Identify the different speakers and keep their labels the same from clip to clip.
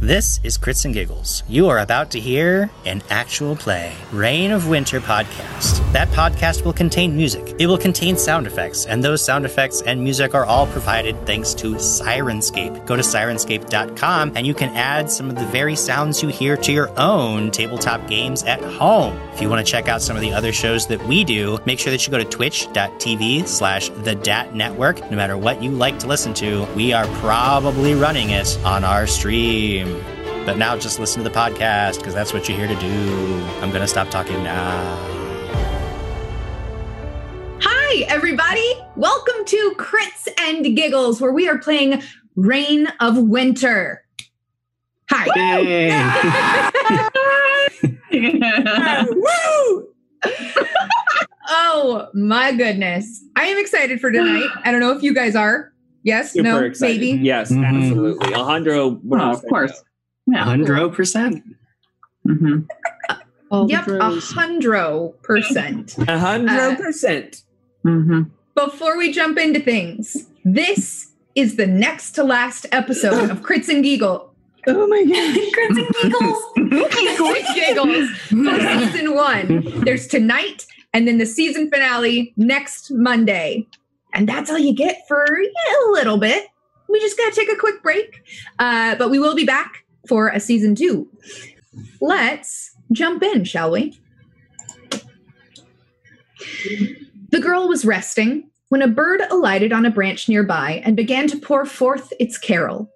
Speaker 1: This is Crits and Giggles. You are about to hear an actual play, Reign of Winter podcast. That podcast will contain music. It will contain sound effects, and those sound effects and music are all provided thanks to Sirenscape. Go to sirenscape.com and you can add some of the very sounds you hear to your own tabletop games at home. If you want to check out some of the other shows that we do, make sure that you go to twitch.tv slash the DAT network. No matter what you like to listen to, we are probably running it on our stream. But now just listen to the podcast because that's what you're here to do. I'm going to stop talking now.
Speaker 2: Hi, everybody. Welcome to Crits and Giggles, where we are playing Reign of Winter. Hi. Woo! oh, my goodness. I am excited for tonight. I don't know if you guys are. Yes,
Speaker 3: Super
Speaker 2: no,
Speaker 3: excited.
Speaker 2: maybe.
Speaker 3: Yes,
Speaker 4: Mhm.
Speaker 3: absolutely. Alejandro. would
Speaker 4: Oh,
Speaker 3: not
Speaker 4: of
Speaker 3: say
Speaker 4: course. Yeah.
Speaker 1: 100%.
Speaker 4: Mhm.
Speaker 2: Yep, a hundred percent.
Speaker 3: no. A hundred percent.
Speaker 4: Mhm.
Speaker 2: Before we jump into things, this is the next to last episode of Crits and Giggle.
Speaker 4: Oh my
Speaker 2: Crits and Giggles. Crits and Giggles. for season one. There's tonight and then the season finale next Monday. And that's all you get for yeah, a little bit. We just got to take a quick break, uh, but we will be back for a season two. Let's jump in, shall we? The girl was resting when a bird alighted on a branch nearby and began to pour forth its carol.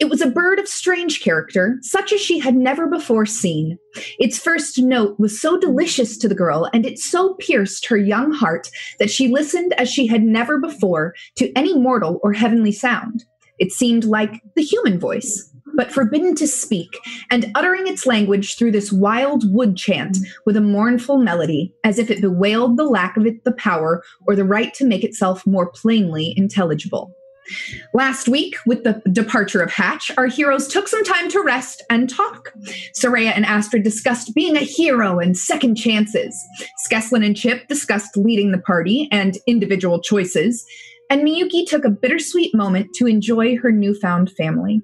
Speaker 2: It was a bird of strange character, such as she had never before seen. Its first note was so delicious to the girl, and it so pierced her young heart that she listened as she had never before to any mortal or heavenly sound. It seemed like the human voice, but forbidden to speak, and uttering its language through this wild wood chant with a mournful melody, as if it bewailed the lack of it the power or the right to make itself more plainly intelligible. Last week, with the departure of Hatch, our heroes took some time to rest and talk. Soraya and Astrid discussed being a hero and second chances. Skeslin and Chip discussed leading the party and individual choices. And Miyuki took a bittersweet moment to enjoy her newfound family.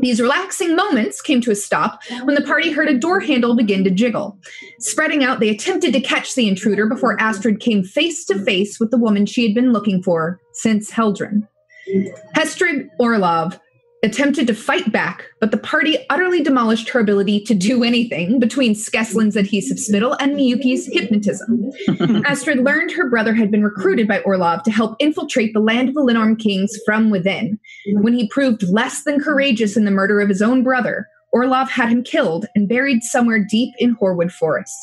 Speaker 2: These relaxing moments came to a stop when the party heard a door handle begin to jiggle. Spreading out, they attempted to catch the intruder before Astrid came face to face with the woman she had been looking for since Heldrin. Hestrid Orlov attempted to fight back, but the party utterly demolished her ability to do anything between Skeslin's adhesive spittle and Miyuki's hypnotism. Astrid learned her brother had been recruited by Orlov to help infiltrate the land of the Linorm Kings from within. When he proved less than courageous in the murder of his own brother, Orlov had him killed and buried somewhere deep in Horwood Forest.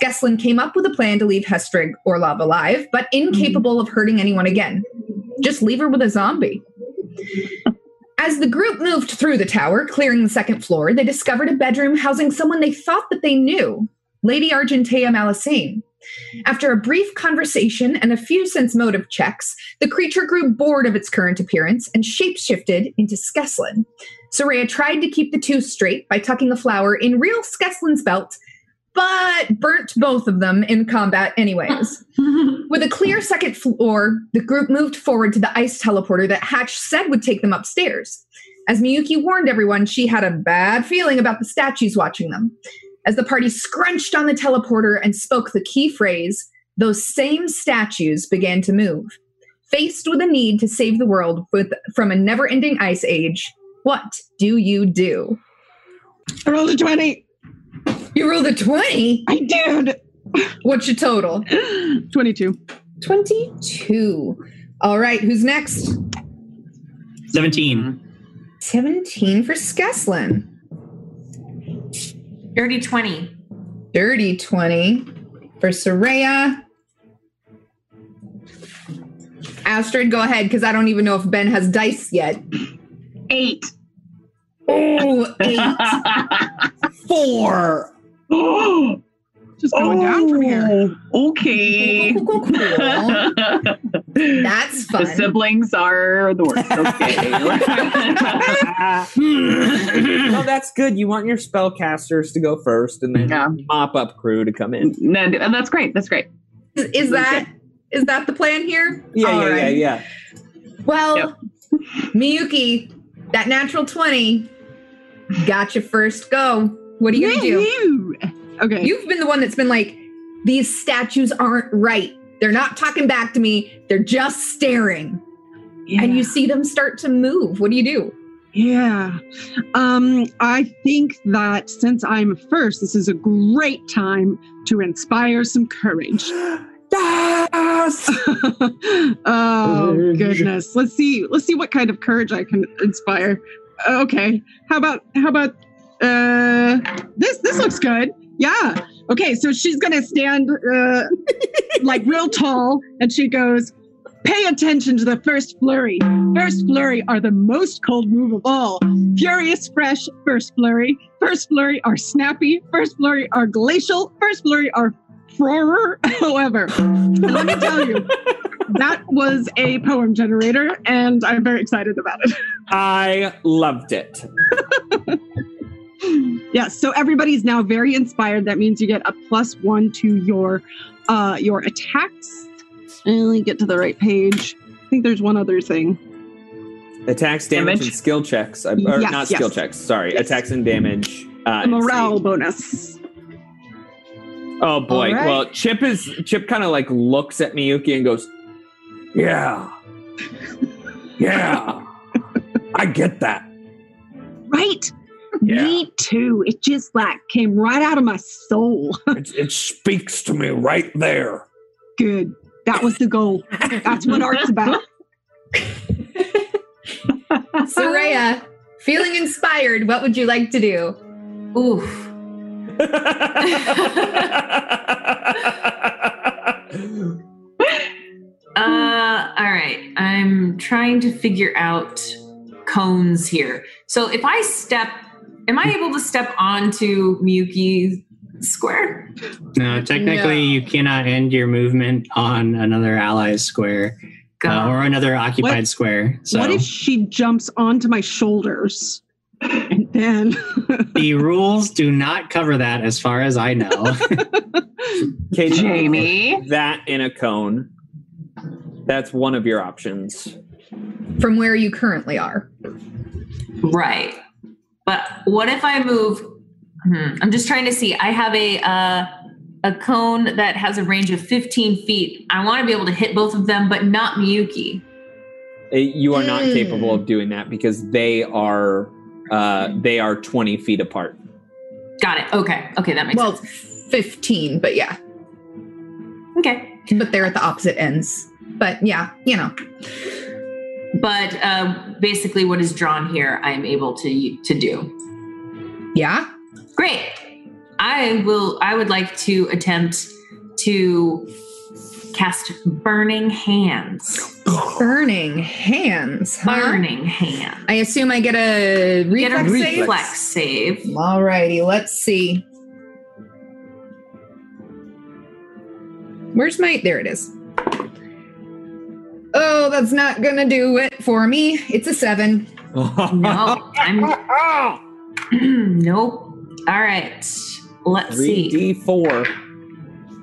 Speaker 2: Skeslin came up with a plan to leave Hestrig Orlov alive, but incapable of hurting anyone again. Just leave her with a zombie. As the group moved through the tower, clearing the second floor, they discovered a bedroom housing someone they thought that they knew, Lady Argentea Malacine. After a brief conversation and a few sense motive checks, the creature grew bored of its current appearance and shapeshifted into Skeslin. Soraya tried to keep the two straight by tucking a flower in real Skeslin's belt, but burnt both of them in combat anyways. With a clear second floor, the group moved forward to the ice teleporter that Hatch said would take them upstairs. As Miyuki warned everyone, she had a bad feeling about the statues watching them. As the party scrunched on the teleporter and spoke the key phrase, those same statues began to move. Faced with a need to save the world with, from a never ending ice age, what do you do?
Speaker 5: I rolled a 20.
Speaker 2: You rolled a 20.
Speaker 5: I did.
Speaker 2: What's your total?
Speaker 5: 22.
Speaker 2: 22. All right, who's next?
Speaker 1: 17.
Speaker 2: 17 for Skeslin.
Speaker 6: Dirty 20.
Speaker 2: Dirty 20 for Soraya. Astrid, go ahead, because I don't even know if Ben has dice yet.
Speaker 4: Eight.
Speaker 2: Oh, eight.
Speaker 5: Four.
Speaker 4: oh,
Speaker 5: Just going down from here. Oh,
Speaker 4: Okay.
Speaker 2: Cool, cool, cool, cool.
Speaker 4: the
Speaker 2: That's fun.
Speaker 4: siblings are the worst. Okay.
Speaker 3: No, that's good. You want your spellcasters to go first, and then
Speaker 4: Yeah.
Speaker 3: mop up crew to come in.
Speaker 4: no, no, that's great. That's great.
Speaker 2: Is, is that is that the plan here?
Speaker 3: Yeah,
Speaker 2: All
Speaker 3: yeah,
Speaker 2: right.
Speaker 3: yeah, yeah.
Speaker 2: Well, Miyuki, that natural 20 Got your first go. What are you going to do?
Speaker 5: you.
Speaker 4: Okay.
Speaker 2: You've been the one that's been like, these statues aren't right. They're not talking back to me. They're just staring.
Speaker 5: Yeah.
Speaker 2: And you see them start to move. What do you do?
Speaker 5: Yeah. Um, I think that since I'm first, this is a great time to inspire some courage.
Speaker 3: Yes!
Speaker 5: oh goodness. Let's see. Let's see what kind of courage I can inspire. Okay. How about how about uh this this looks good. Yeah. Okay, so she's going to stand uh like real tall and she goes Pay attention to the first flurry. First flurry are the most cold move of all. Furious fresh, first flurry. First flurry are snappy. First flurry are glacial. First flurry are frorer, however. And let me tell you, that was a poem generator, and I'm very excited about
Speaker 3: I loved it.
Speaker 5: it. yes, so everybody's now very inspired. That means you get a plus one to your uh, your attacks. And let me get to the right page. I think there's one other thing.
Speaker 3: Attacks, damage,
Speaker 4: Damage?
Speaker 3: and skill checks. I- Or
Speaker 5: Yes,
Speaker 3: not
Speaker 5: yes.
Speaker 3: skill checks. Sorry, attacks and damage. Uh,
Speaker 5: A morale
Speaker 3: and
Speaker 5: bonus.
Speaker 3: save. Oh boy.
Speaker 2: All right.
Speaker 3: Well, Chip is Chip kind of like looks at Miyuki and goes, "Yeah, yeah, I get that."
Speaker 5: Right?
Speaker 3: Yeah.
Speaker 5: Me too. It just like came right out of my soul.
Speaker 3: It, it speaks to me right there.
Speaker 5: Good. That was the goal. That's what art's about.
Speaker 2: Soraya, feeling inspired, what would you like to do?
Speaker 6: Oof. Uh, all right. I'm trying to figure out cones here. So if I step, am I able to step onto Miyuki's square?
Speaker 7: No, technically,
Speaker 2: No.
Speaker 7: you cannot end your movement on another ally's square uh,
Speaker 6: God.
Speaker 7: or another occupied
Speaker 5: What-
Speaker 7: square. So
Speaker 5: What if she jumps onto my shoulders? And then
Speaker 7: the rules do not cover that, as far as I know.
Speaker 3: Katie,
Speaker 4: Jamie.
Speaker 3: That in a cone. That's one of your options.
Speaker 2: From where you currently are.
Speaker 6: Right. But what if I move? Hmm, I'm just trying to see. I have a uh, a cone that has a range of 15 feet. I want to be able to hit both of them, but not Miyuki.
Speaker 3: Uh, You are not
Speaker 2: Mm.
Speaker 3: capable of doing that because they are uh, they are twenty feet apart.
Speaker 6: Got it. Okay. Okay, that makes
Speaker 2: Well,
Speaker 6: sense.
Speaker 2: 15, but yeah.
Speaker 6: Okay.
Speaker 2: But they're at the opposite ends. But yeah, you know.
Speaker 6: But uh, basically, what is drawn here, I am able to to do.
Speaker 2: Yeah.
Speaker 6: Great. I will. I would like to attempt to cast burning hands.
Speaker 2: Burning hands. huh?
Speaker 6: Burning hands.
Speaker 2: I assume I get a
Speaker 6: Get a
Speaker 2: reflex save?
Speaker 6: reflex save.
Speaker 2: Alrighty, let's see. Where's my there it is. Oh, that's not gonna do it for me. It's a seven.
Speaker 6: No, I'm. nope. All right. Let's
Speaker 3: Three
Speaker 6: see.
Speaker 3: D four.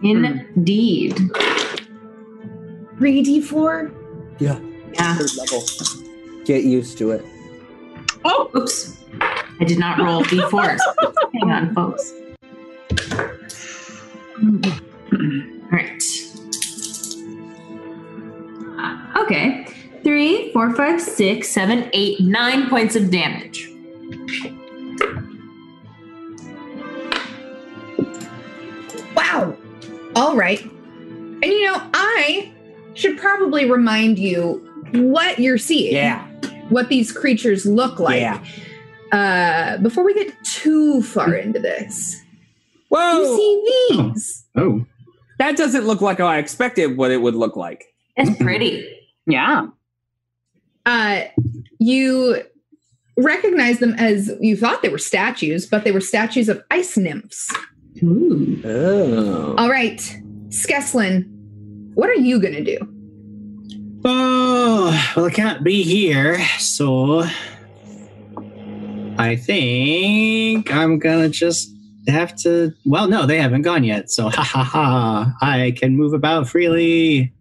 Speaker 6: Indeed.
Speaker 2: Three D four?
Speaker 6: Yeah.
Speaker 3: Third level. Get used to it.
Speaker 6: Oh, oops. I did not roll d4s. Hang on, folks. All right. Okay. Three, four, five, six, seven, eight, nine points of damage.
Speaker 2: Wow. All right. And you know, I should probably remind you what you're seeing. What these creatures look like.
Speaker 3: Yeah.
Speaker 2: Uh before we get too far into this.
Speaker 3: Whoa.
Speaker 2: You see these.
Speaker 7: oh,
Speaker 3: that doesn't look like how I expected what it would look like.
Speaker 6: That's pretty.
Speaker 4: Yeah.
Speaker 2: uh, you recognize them as you thought they were statues, but they were statues of ice nymphs.
Speaker 4: Ooh.
Speaker 3: Oh.
Speaker 2: All right, Skeslin, what are you gonna do?
Speaker 7: oh, well, it can't be here. So I think I'm gonna just have to. Well, no, they haven't gone yet. So ha ha ha! I can move about freely,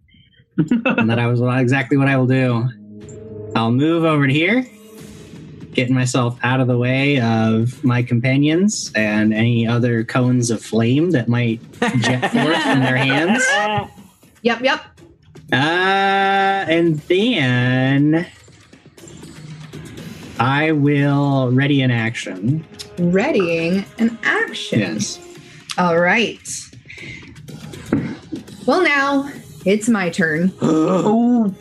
Speaker 7: and that I was exactly what I will do. I'll move over to here. getting myself out of the way of my companions and any other cones of flame that might jet forth from their hands.
Speaker 2: Yep, yep.
Speaker 7: Uh, and then I will ready in action.
Speaker 2: Readying an action.
Speaker 7: Yes.
Speaker 2: All right. Well, now it's my turn.
Speaker 4: Oh,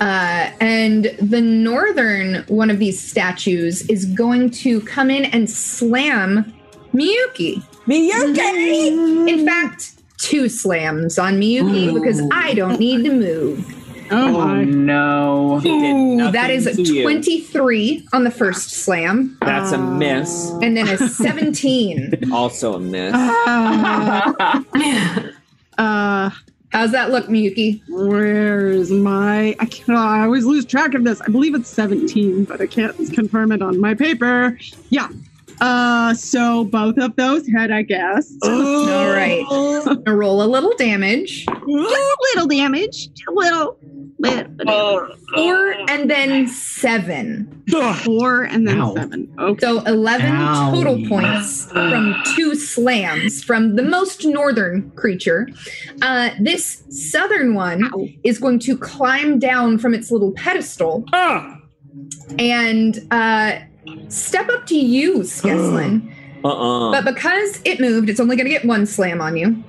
Speaker 2: Uh, and the northern one of these statues is going to come in and slam Miyuki.
Speaker 3: Miyuki!
Speaker 2: In fact, two slams on Miyuki because I don't need to move.
Speaker 5: Oh my.
Speaker 4: no.
Speaker 3: He did nothing
Speaker 2: that is a
Speaker 3: to you.
Speaker 2: 23 on the first slam,
Speaker 3: That's a miss.
Speaker 2: and then a 17.
Speaker 3: Also a miss.
Speaker 5: Uh, uh,
Speaker 2: How's that look, Miyuki?
Speaker 5: where is my? I can't. I always lose track of this. I believe it's seventeen, but I can't confirm it on my paper. Yeah. Uh, so both of those hit, I guess.
Speaker 3: Oh.
Speaker 2: All right. Gonna Roll a little damage,
Speaker 5: Just a little damage. Just a little. little.
Speaker 2: four, and then seven.
Speaker 5: Four and then
Speaker 7: Ow.
Speaker 5: seven. Okay.
Speaker 2: So 11
Speaker 7: Ow.
Speaker 2: total points from two slams from the most northern creature. Uh, this southern one
Speaker 5: Ow.
Speaker 2: is going to climb down from its little pedestal and uh, step up to you, Skeslin.
Speaker 3: Uh-uh.
Speaker 2: but because it moved, it's only going to get one slam on you.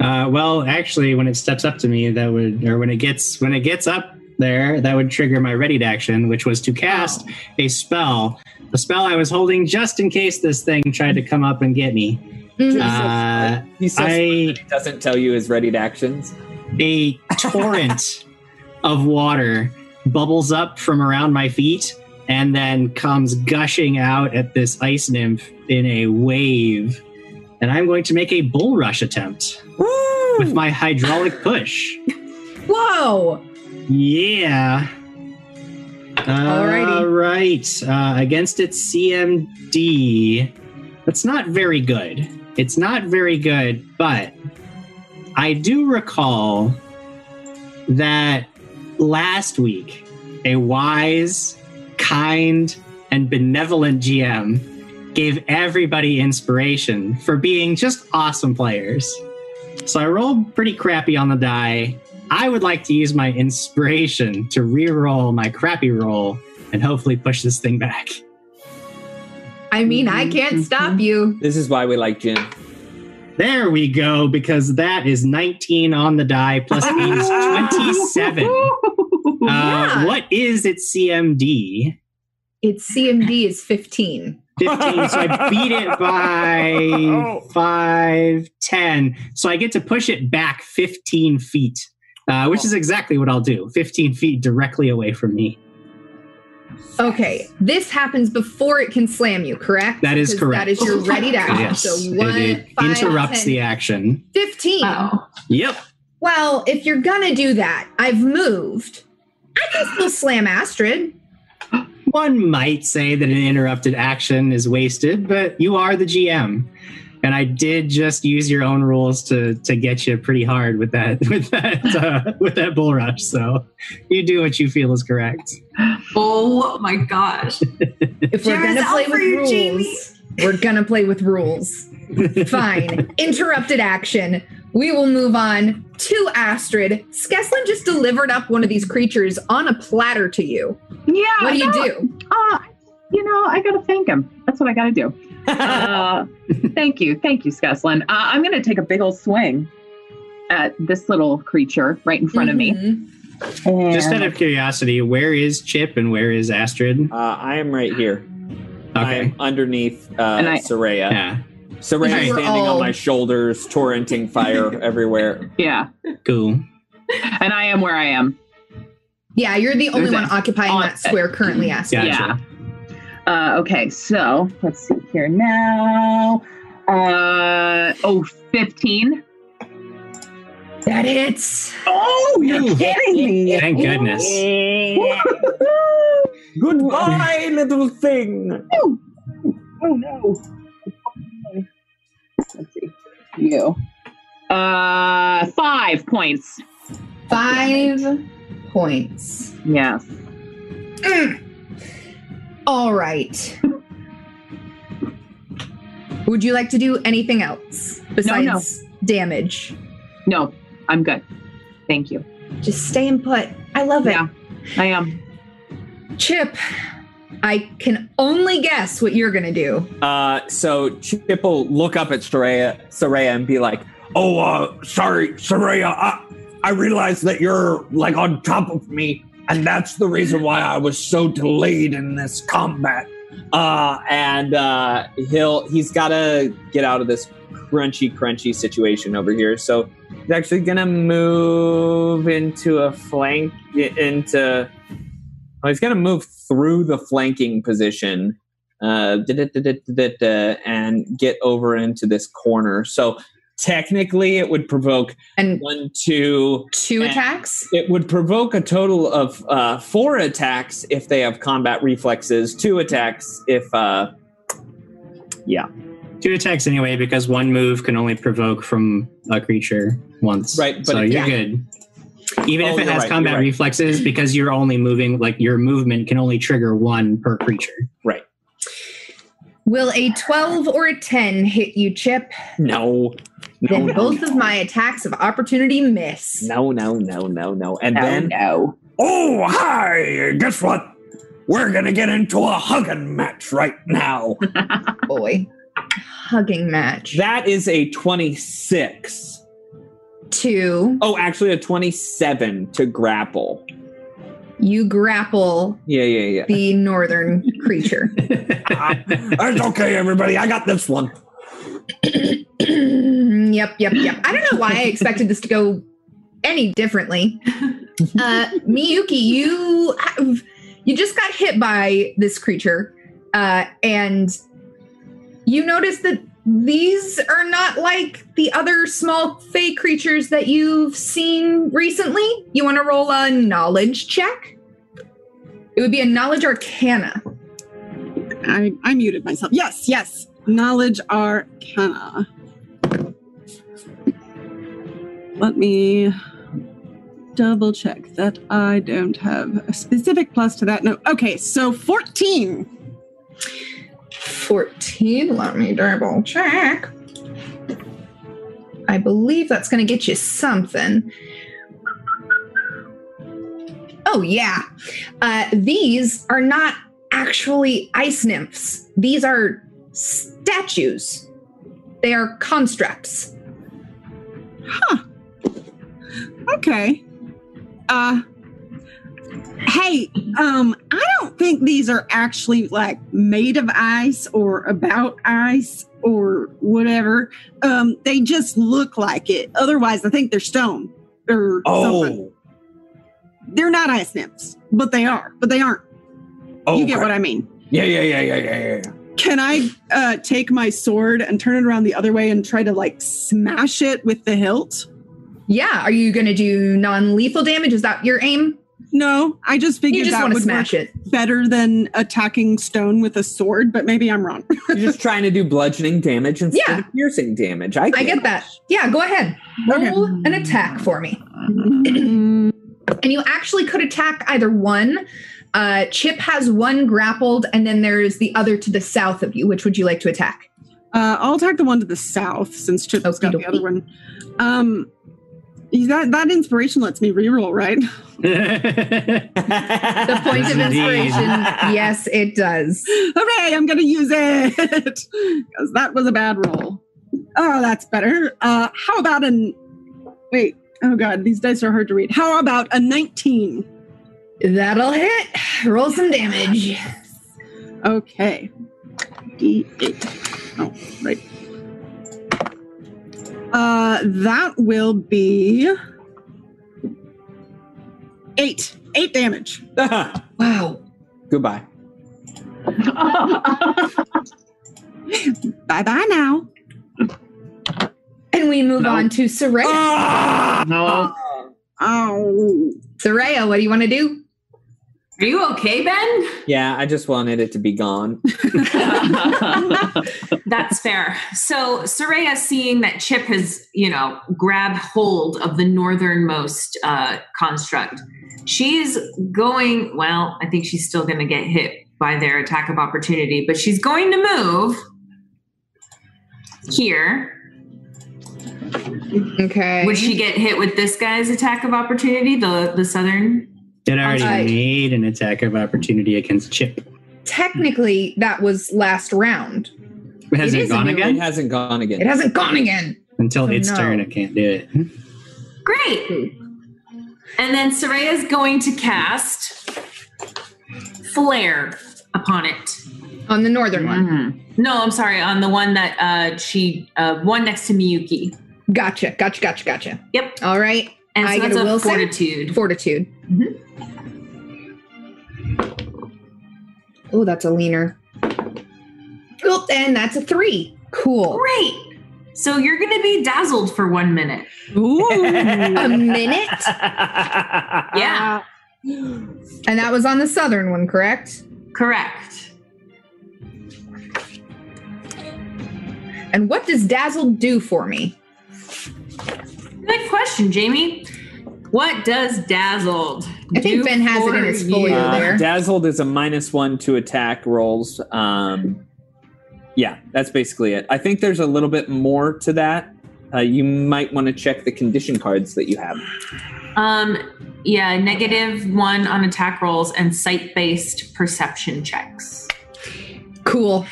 Speaker 7: Uh, well, actually, when it steps up to me, that would, or when it gets, when it gets up there, that would trigger my ready to action, which was to cast a spell, the spell I was holding just in case this thing tried to come up and get me.
Speaker 2: Mhm.
Speaker 7: Uh,
Speaker 3: he says
Speaker 7: I
Speaker 3: he doesn't tell you his ready to actions.
Speaker 7: a torrent of water bubbles up from around my feet and then comes gushing out at this ice nymph in a wave. And I'm going to make a bull rush attempt with my hydraulic push.
Speaker 2: Whoa!
Speaker 7: Yeah.
Speaker 2: Alrighty.
Speaker 7: All right. Uh, against its CMD, that's not very good. It's not very good, but I do recall that last week, a wise, kind, and benevolent GM gave everybody inspiration for being just awesome players. So I rolled pretty crappy on the die, I would like to use my inspiration to re-roll my crappy roll and hopefully push this thing back.
Speaker 2: I mean, I can't stop you.
Speaker 3: This is why we like Jim.
Speaker 7: There we go, because that is 19 on the die plus 8 is 27. Uh,
Speaker 2: Yeah.
Speaker 7: What is its CMD?
Speaker 2: Its CMD is 15.
Speaker 7: 15, so I beat it
Speaker 2: Oh.
Speaker 7: by 5, 10. So I get to push it back 15 feet, uh, which is exactly what I'll do 15 feet directly away from me.
Speaker 2: Okay, this happens before it can slam you, correct?
Speaker 7: That is
Speaker 2: Because
Speaker 7: correct.
Speaker 2: That is your ready to action.
Speaker 7: Yes,
Speaker 2: Ah, so
Speaker 7: it-
Speaker 2: one,
Speaker 7: it
Speaker 2: five,
Speaker 7: interrupts
Speaker 2: 10,
Speaker 7: the action.
Speaker 2: 15.
Speaker 6: oh.
Speaker 7: Yep.
Speaker 2: Well, if you're gonna do that, I've moved. I can still slam Astrid.
Speaker 7: One might say that an interrupted action is wasted, but you are the GM. And I did just use your own rules to to get you pretty hard with that with that uh, with that bull rush. So you do what you feel is correct.
Speaker 6: oh my gosh.
Speaker 2: If we're
Speaker 6: Jara's
Speaker 2: gonna play
Speaker 6: out
Speaker 2: with
Speaker 6: for you,
Speaker 2: rules,
Speaker 6: Jamie.
Speaker 2: we're gonna play with rules. Fine. Interrupted action. We will move on to Astrid. Skeslin just delivered up one of these creatures on a platter to you.
Speaker 4: Yeah.
Speaker 2: What do you
Speaker 4: no,
Speaker 2: do?
Speaker 4: Uh, you know, I gotta thank him. That's what I gotta do. Uh, thank you, thank you, Skeslin. Uh, I'm gonna take a big old swing at this little creature right in front of me.
Speaker 2: Mhm.
Speaker 7: Mm-hmm. Just out
Speaker 4: And-
Speaker 7: of curiosity, where is Chip and where is Astrid?
Speaker 3: Uh, I am right here. I
Speaker 7: Okay.
Speaker 3: am underneath uh,
Speaker 4: And I-
Speaker 3: Soraya.
Speaker 7: Yeah.
Speaker 3: Soraya's
Speaker 2: You were
Speaker 3: standing
Speaker 2: all-
Speaker 3: on my shoulders, torrenting fire everywhere.
Speaker 4: Yeah,
Speaker 7: Cool.
Speaker 4: and I am where I am.
Speaker 2: Yeah, you're the only
Speaker 4: There's
Speaker 2: one
Speaker 4: a-
Speaker 2: occupying
Speaker 4: on- E.
Speaker 2: that square currently, Astrid.
Speaker 7: Gotcha.
Speaker 4: Yeah. Uh, okay, so let's see here now. Uh, oh, 15.
Speaker 2: That hits.
Speaker 4: Oh,
Speaker 7: Ooh.
Speaker 4: kidding me.
Speaker 7: Thank goodness.
Speaker 3: Goodbye, little thing.
Speaker 4: Oh no. Let's see. You. Uh, five points.
Speaker 2: Five points.
Speaker 4: Yes.
Speaker 2: All right. Would you like to do anything else besides damage?
Speaker 4: No, I'm good. Thank you.
Speaker 2: Just stay in put. I love it.
Speaker 4: Yeah, I am.
Speaker 2: Chip, I can only guess what you're going to do.
Speaker 3: Uh, so Chip will look up at Soraya, Soraya and be like, "Oh, uh, sorry, Soraya. I, I realize that you're like on top of me, and that's the reason why I was so delayed in this combat." Uh, and uh, he'll he's got to get out of this crunchy, crunchy situation over here. So he's actually gonna move into a flank into. Well, he's gonna move through the flanking position uh, da-da-da-da-da-da, and get over into this corner. So technically, it would provoke
Speaker 2: And
Speaker 3: one, two.
Speaker 2: two
Speaker 3: And-
Speaker 2: attacks?
Speaker 3: It would provoke a total of uh, four attacks if they have combat reflexes. Two attacks if uh,
Speaker 7: Two attacks anyway, because one move can only provoke from a creature once.
Speaker 3: Right, but
Speaker 7: so
Speaker 3: it-
Speaker 7: you're
Speaker 2: yeah.
Speaker 7: good. Even
Speaker 3: Oh,
Speaker 7: if it
Speaker 3: you're
Speaker 7: has
Speaker 3: right,
Speaker 7: combat
Speaker 3: you're right.
Speaker 7: reflexes, because you're only moving like your movement can only trigger one per creature.
Speaker 2: Will a 12 or a 10 hit you, Chip?
Speaker 3: no, no,
Speaker 2: Then
Speaker 3: no,
Speaker 2: both of my attacks of opportunity miss.
Speaker 3: no, no, no, no, no, and
Speaker 4: No,
Speaker 3: then
Speaker 4: no.
Speaker 3: Oh, hi! Guess what? We're gonna get into a hugging match right now.
Speaker 2: Boy. Hugging match.
Speaker 3: that is a 26.
Speaker 2: Two.
Speaker 3: Oh, actually, a 27 to grapple.
Speaker 2: You grapple
Speaker 3: Yeah, yeah, yeah.
Speaker 2: the northern creature.
Speaker 3: it's okay, everybody. I got this one.
Speaker 2: yep, yep, yep. I don't know why I expected this to go any differently. Uh, Miyuki, you you just got hit by this creature, uh, and you notice that these are not like the other small fey creatures that you've seen recently. You want to roll a knowledge check? It would be a knowledge arcana.
Speaker 5: I, I muted myself. Yes, yes. Knowledge arcana. Let me double check that I don't have a specific plus to that. No. Okay, so 14.
Speaker 2: 14. Let me double check. I believe that's going to get you something. Oh, yeah. Uh, these are not actually ice nymphs, these are statues. They are constructs.
Speaker 5: Okay. Uh Hey, um I don't think these are actually like made of ice or about ice or whatever. Um they just look like it. Otherwise, I think they're stone or something.
Speaker 3: Oh,
Speaker 5: They're not ice nymphs, but they are. But they aren't.
Speaker 3: oh,
Speaker 5: You get what I mean.
Speaker 3: yeah, yeah, yeah, yeah, yeah, yeah.
Speaker 5: Can I uh take my sword and turn it around the other way and try to like smash it with the hilt?
Speaker 2: Yeah. Are you going to do non lethal damage? Is that your aim?
Speaker 5: No, I just
Speaker 2: You
Speaker 5: figured
Speaker 2: just
Speaker 5: that
Speaker 2: want to
Speaker 5: would work
Speaker 2: smash it.
Speaker 5: better than attacking stone with a sword, but maybe I'm wrong.
Speaker 3: You're just trying to do bludgeoning damage instead
Speaker 2: Yeah.
Speaker 3: of piercing damage. I,
Speaker 2: I
Speaker 3: get
Speaker 2: get that. Yeah, go ahead.
Speaker 5: Okay.
Speaker 2: Roll an attack for me. and you actually could attack either one. Uh, Chip has one grappled, and then there's the other to the south of you. Which would you like to attack?
Speaker 5: Uh, I'll attack the one to the south since Chip's got the
Speaker 2: Okey-dokey.
Speaker 5: other one. Um, is that that inspiration lets me reroll, right?
Speaker 2: The point of
Speaker 7: Indeed.
Speaker 2: inspiration. yes, it does.
Speaker 5: Hooray! I'm gonna use it because that was a bad roll. Oh, that's better. Uh, how about an wait? Oh god, these dice are hard to read. How about a 19?
Speaker 2: That'll hit. Roll some damage.
Speaker 5: Okay. D8. Oh, right. Uh, that will be eight. Eight damage.
Speaker 3: that.
Speaker 2: Wow.
Speaker 3: Goodbye.
Speaker 5: Bye bye now.
Speaker 2: And we move on to Soraya.
Speaker 3: Ah!
Speaker 7: no,
Speaker 5: Oh.
Speaker 2: Soraya, what do you want to do?
Speaker 6: Are you okay, Ben?
Speaker 3: Yeah, I just wanted it to be gone.
Speaker 6: That's fair. So Soraya, seeing that Chip has, you know, grabbed hold of the northernmost uh, construct, she's going. Well, I think she's still going to get hit by their attack of opportunity, but she's going to move here.
Speaker 2: Okay.
Speaker 6: Would she get hit with this guy's attack of opportunity? The the southern.
Speaker 7: It already
Speaker 2: Alright.
Speaker 7: made an attack of opportunity against Chip.
Speaker 2: Technically, that was last round.
Speaker 7: Has
Speaker 2: It
Speaker 7: it,
Speaker 2: is a
Speaker 7: gone
Speaker 2: new
Speaker 7: again?
Speaker 3: It hasn't gone again.
Speaker 2: It hasn't gone again.
Speaker 7: Until
Speaker 2: So
Speaker 7: its
Speaker 2: no.
Speaker 7: turn, it can't do it.
Speaker 6: Great. And then Soraya's going to cast flare upon it.
Speaker 2: On the northern
Speaker 4: Mm-hmm.
Speaker 2: one.
Speaker 6: No, I'm sorry, on the one that uh, she uh, one next to Miyuki.
Speaker 2: Gotcha, gotcha, gotcha, gotcha.
Speaker 6: Yep.
Speaker 2: All right.
Speaker 6: And so
Speaker 2: I get
Speaker 6: that's
Speaker 2: a
Speaker 6: a
Speaker 2: will save?
Speaker 6: fortitude.
Speaker 2: Fortitude.
Speaker 6: Mhm.
Speaker 2: Oh, that's a leaner. Oh, and that's a three. Cool.
Speaker 6: Great. So you're going to be dazzled for one minute.
Speaker 5: Ooh.
Speaker 2: A minute?
Speaker 6: Yeah,
Speaker 2: And that was on the southern one, correct?
Speaker 6: correct.
Speaker 2: And what does dazzle do for me?
Speaker 6: Good question, Jamie. What does dazzled?
Speaker 2: I think
Speaker 6: do
Speaker 2: Ben has it in
Speaker 6: for
Speaker 2: his folio
Speaker 6: you?
Speaker 2: there.
Speaker 3: Uh, Dazzled is a minus one to attack rolls. Um, yeah, that's basically it. I think there's a little bit more to that. Uh, you might want to check the condition cards that you have.
Speaker 6: Um, yeah, negative one on attack rolls and sight-based perception checks.
Speaker 2: Cool.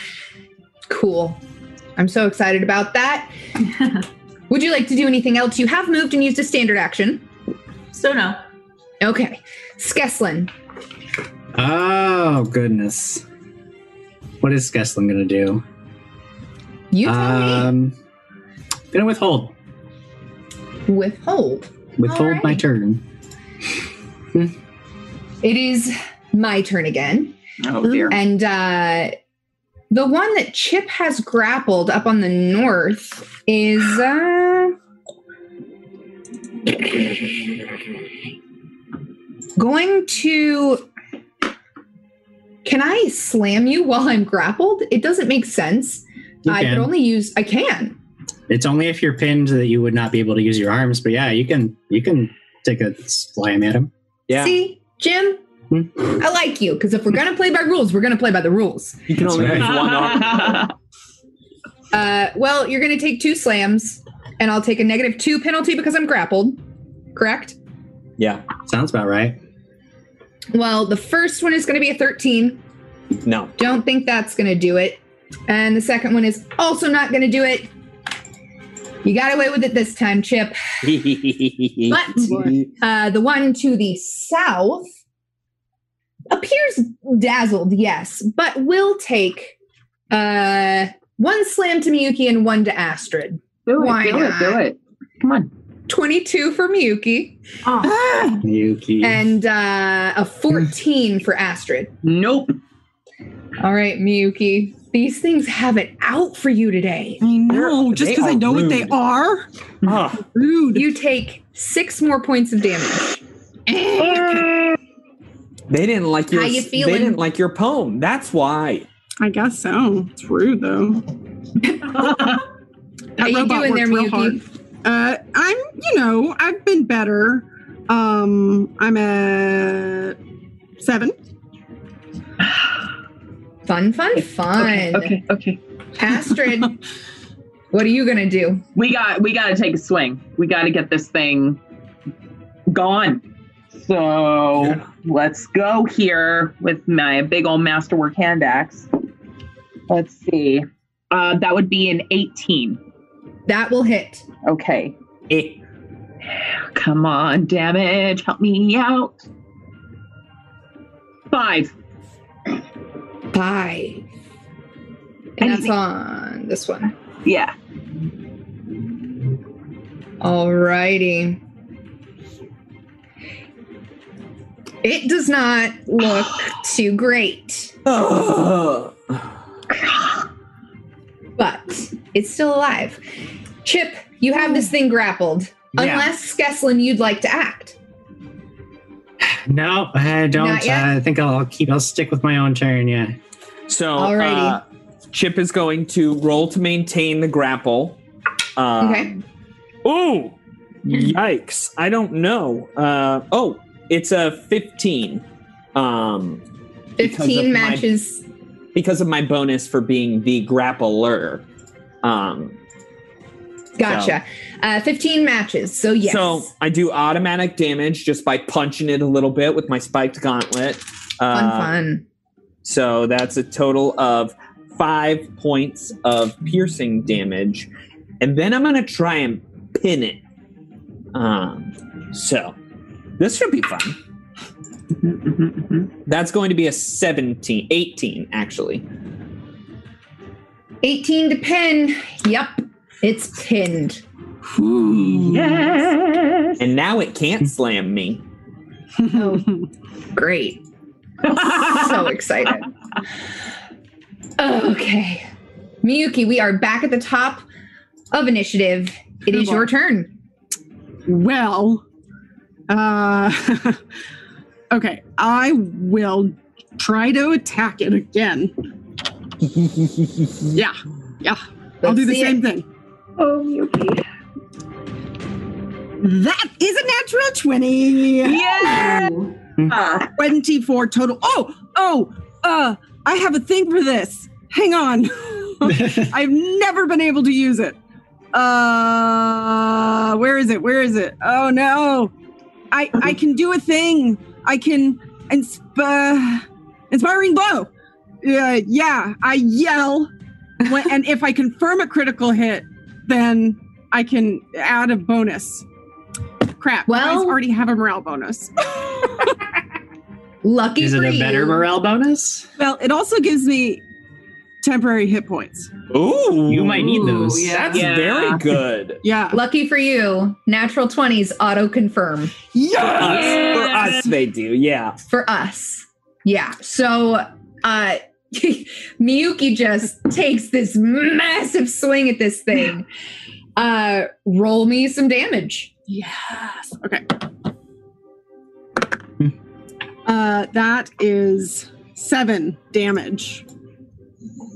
Speaker 2: Cool. I'm so excited about that. Would you like to do anything else? You have moved and used a standard action.
Speaker 6: So no.
Speaker 2: Okay. Skeslin.
Speaker 7: Oh goodness. What is Skeslin gonna do?
Speaker 2: You tell
Speaker 7: um gonna withhold.
Speaker 2: me. Withhold.
Speaker 7: Withhold my
Speaker 2: Alrighty.
Speaker 7: turn.
Speaker 2: It is my turn again.
Speaker 4: Oh dear.
Speaker 2: And uh, the one that Chip has grappled up on the north is. Uh, going to. Can I slam you while I'm grappled? It doesn't make sense.
Speaker 7: You
Speaker 2: I could
Speaker 7: can.
Speaker 2: only use. I can.
Speaker 7: It's only if you're pinned that you would not be able to use your arms, but yeah, you can you can take a slam at him.
Speaker 3: Yeah,
Speaker 2: See, Jim?
Speaker 7: Hmm.
Speaker 2: I like you because if we're going to play by rules, we're going to play by the rules.
Speaker 3: you can
Speaker 7: That's
Speaker 3: only
Speaker 7: right.
Speaker 3: use one arm.
Speaker 2: Uh, well, you're going to take two slams, and I'll take a negative two penalty because I'm grappled. Correct.
Speaker 3: Yeah,
Speaker 7: Sounds about right.
Speaker 2: Well, the first one is going to be a 13.
Speaker 3: no.
Speaker 2: Don't think that's going to do it. And the second one is also not going to do it. You got away with it this time, Chip. But uh, the one to the south appears dazzled, yes, but will take uh, one slam to Miyuki and one to Astrid.
Speaker 4: do it,
Speaker 2: Why
Speaker 4: do
Speaker 2: not?
Speaker 4: it, do it. Come on.
Speaker 2: 22 for Miyuki.
Speaker 6: Oh,
Speaker 7: Yuki.
Speaker 2: and uh, a 14 for Astrid.
Speaker 4: Nope.
Speaker 2: All right, Miyuki. These things have it out for you today.
Speaker 5: I know,
Speaker 3: They're-
Speaker 5: just
Speaker 3: they
Speaker 5: because I
Speaker 3: are
Speaker 5: know what they
Speaker 3: rude.
Speaker 5: are.
Speaker 3: Ah,
Speaker 5: Rude.
Speaker 2: You take six more points of damage.
Speaker 5: Eh,
Speaker 3: they didn't like your.
Speaker 2: How you
Speaker 3: they
Speaker 2: feeling?
Speaker 3: didn't like your poem. That's why.
Speaker 5: I guess so. It's rude though. That
Speaker 2: How you
Speaker 5: robot
Speaker 2: doing there,
Speaker 5: worked real
Speaker 2: Miyuki?
Speaker 5: hard. Uh, I'm, you know, I've been better. Um, I'm at seven.
Speaker 2: Fun, fun, fun.
Speaker 4: Okay, okay, okay.
Speaker 2: Astrid, what are you going to do?
Speaker 4: We got we gotta take a swing. We gotta get this thing gone. So let's go here with my big old masterwork hand axe. Let's see. Uh, that would be an 18.
Speaker 2: That will hit.
Speaker 4: Okay.
Speaker 3: Eh.
Speaker 4: Come on, damage. Help me out. Five.
Speaker 2: Five. And that's
Speaker 4: Anything-
Speaker 2: on this one.
Speaker 4: Yeah.
Speaker 2: All righty. It does not look too great.
Speaker 3: Ugh.
Speaker 2: but it's still alive. Chip, you have this thing grappled. Unless Skeslin, you'd like to act.
Speaker 7: No, I
Speaker 2: Not
Speaker 7: don't.
Speaker 2: yet?
Speaker 7: I think I'll keep I'll stick with my own turn, yeah.
Speaker 3: So,
Speaker 2: Alrighty.
Speaker 3: uh, Chip is going to roll to maintain the grapple. Uh,
Speaker 2: Okay.
Speaker 3: Ooh, yikes! I don't know. Uh, oh, it's a fifteen. Um, because of
Speaker 2: 15
Speaker 3: my-
Speaker 2: matches.
Speaker 3: because of my bonus for being the grappler. Um,
Speaker 2: Gotcha. Uh, 15 matches. So, yes.
Speaker 3: So I do automatic damage just by punching it a little bit with my spiked gauntlet.
Speaker 2: fun,
Speaker 3: Uh,
Speaker 2: fun.
Speaker 3: So that's a total of five points of piercing damage. And then I'm going to try and pin it. Um, so this should be fun. That's going to be a 17, 18, actually.
Speaker 2: 18 to pin. Yep. It's pinned.
Speaker 4: Yes.
Speaker 3: And now it can't slam me.
Speaker 2: Great. so excited. Okay. Miyuki, we are back at the top of initiative. It is your turn.
Speaker 5: Well, uh, okay, I will try to attack it again. yeah, yeah, I'll
Speaker 2: Let's
Speaker 5: do the
Speaker 2: see
Speaker 5: same
Speaker 2: it.
Speaker 5: thing.
Speaker 4: Oh, Yuki.
Speaker 5: That is a natural 20.
Speaker 4: Yeah.
Speaker 6: Ooh.
Speaker 5: 24 total. Oh, oh, uh, I have a thing for this. Hang on. I've never been able to use it. Uh, where is it? Where is it? Oh no. I I can do a thing. I can insp- uh, inspiring blow. Uh, yeah, I yell when, and if I confirm a critical hit, then I can add a bonus. Crap. I
Speaker 2: Well-
Speaker 5: already have a morale bonus.
Speaker 2: Lucky
Speaker 7: Is it
Speaker 2: for
Speaker 7: a
Speaker 2: you.
Speaker 7: better morale bonus?
Speaker 5: Well, it also gives me temporary hit points.
Speaker 3: Ooh.
Speaker 7: You might need
Speaker 6: Ooh,
Speaker 7: those.
Speaker 6: yeah.
Speaker 3: That's
Speaker 4: Yeah.
Speaker 3: very good.
Speaker 5: Yeah.
Speaker 2: Lucky for you. Natural 20s auto confirm
Speaker 3: Yes. For us, they do. Yeah.
Speaker 2: for us. Yeah. So, uh, Miyuki just takes this massive swing at this thing. Uh, roll me some damage.
Speaker 5: Yes. Okay. Uh, that is seven damage.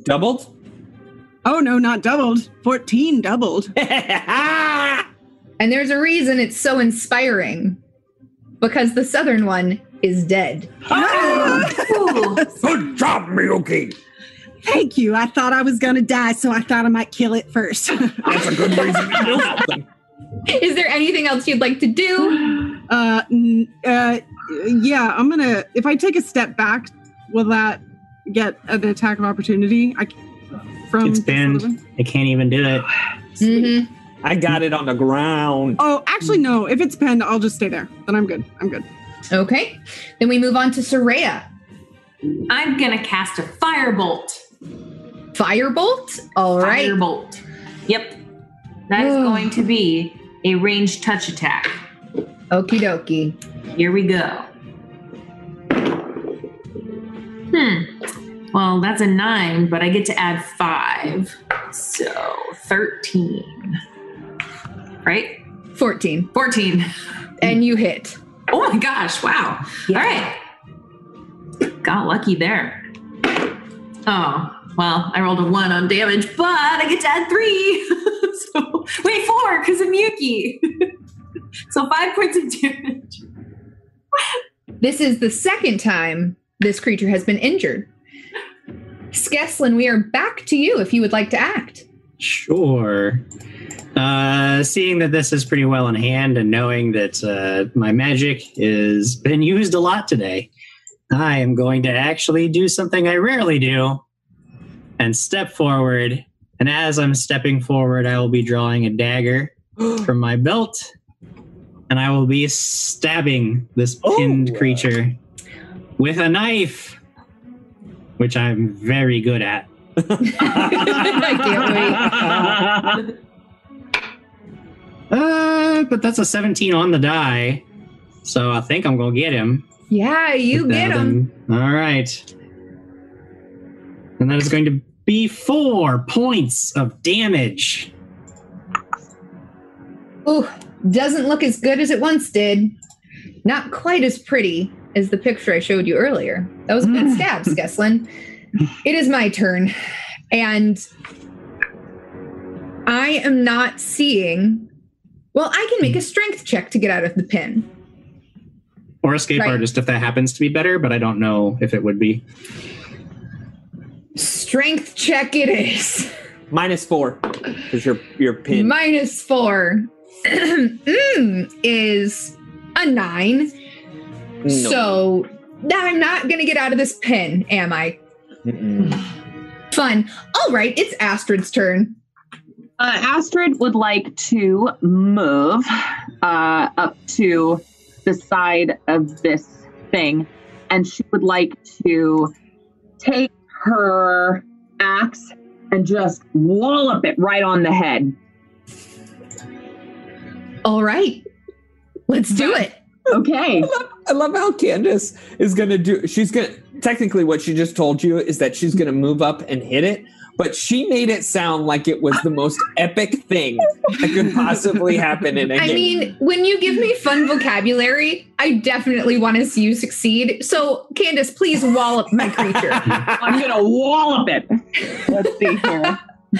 Speaker 3: Doubled?
Speaker 5: Oh no, not doubled. Fourteen doubled.
Speaker 2: And there's a reason it's so inspiring because the southern one is dead.
Speaker 6: Ooh.
Speaker 3: Good job, Miyuki.
Speaker 5: Thank you. I thought I was gonna die, so I thought I might kill it first.
Speaker 3: That's a good reason to do something.
Speaker 2: Is there anything else you'd like to do?
Speaker 5: uh, n- uh, yeah, I'm gonna. If I take a step back, will that get an attack of opportunity? I c- from
Speaker 7: It's banned. I can't even do it.
Speaker 2: Mhm.
Speaker 3: I got it on the ground.
Speaker 5: Oh, actually, no. If it's pinned, I'll just stay there. Then I'm good. I'm good.
Speaker 2: Okay. Then we move on to Soraya.
Speaker 6: I'm gonna cast a firebolt.
Speaker 2: Firebolt. All right.
Speaker 6: Firebolt. Yep. That is going to be a ranged touch attack.
Speaker 2: Okie dokie.
Speaker 6: Here we go. Hmm. Well, that's a nine, but I get to add five. So 13. Right?
Speaker 2: 14.
Speaker 6: 14.
Speaker 2: And you hit.
Speaker 6: Oh my gosh. Wow. All right. Got lucky there. Oh, well, I rolled a one on damage, but I get to add three. so, wait, four, because of Yuki. so five points of damage.
Speaker 2: This is the second time this creature has been injured. Skeslin, we are back to you if you would like to act.
Speaker 7: Sure. Uh, seeing that this is pretty well in hand and knowing that uh, my magic has been used a lot today, I am going to actually do something I rarely do and step forward. And as I'm stepping forward, I will be drawing a dagger from my belt and I will be stabbing this pinned
Speaker 3: Oh.
Speaker 7: creature with a knife, which I'm very good at.
Speaker 2: I can't
Speaker 7: Uh, but that's a 17 on the die. So I think I'm going to get him.
Speaker 2: wait. Yeah, you
Speaker 7: with
Speaker 2: get
Speaker 7: that,
Speaker 2: him.
Speaker 7: and- All right. And that is going to be four points of damage.
Speaker 2: Ooh, doesn't look as good as it once did. Not quite as pretty as the picture I showed you earlier. That was a good stab, Skeslin. It is my turn. And I am not seeing. Well, I can make a strength check to get out of the pin.
Speaker 7: Or escape
Speaker 2: Right.
Speaker 7: artist if that happens to be better, but I don't know if it would be.
Speaker 2: Strength check it is.
Speaker 3: Minus four because you're you're pinned.
Speaker 2: Minus four Mm, is a nine.
Speaker 3: No.
Speaker 2: So now I'm not going to get out of this pin, am I?
Speaker 3: Mm-mm.
Speaker 2: Fun. All right, it's Astrid's turn.
Speaker 4: Uh, Astrid would like to move uh, up to the side of this thing, and she would like to take her axe and just wallop it right on the head.
Speaker 2: All right, let's do it.
Speaker 4: Okay.
Speaker 3: I love how Candace is gonna do. She's gonna technically what she just told you is that she's gonna move up and hit it, but she made it sound like it was the most epic thing that could possibly happen in a
Speaker 2: I
Speaker 3: game.
Speaker 2: mean, when you give me fun vocabulary, I definitely want to see you succeed. So, Candace, please wallop my creature.
Speaker 4: I'm going to wallop it. Let's see here.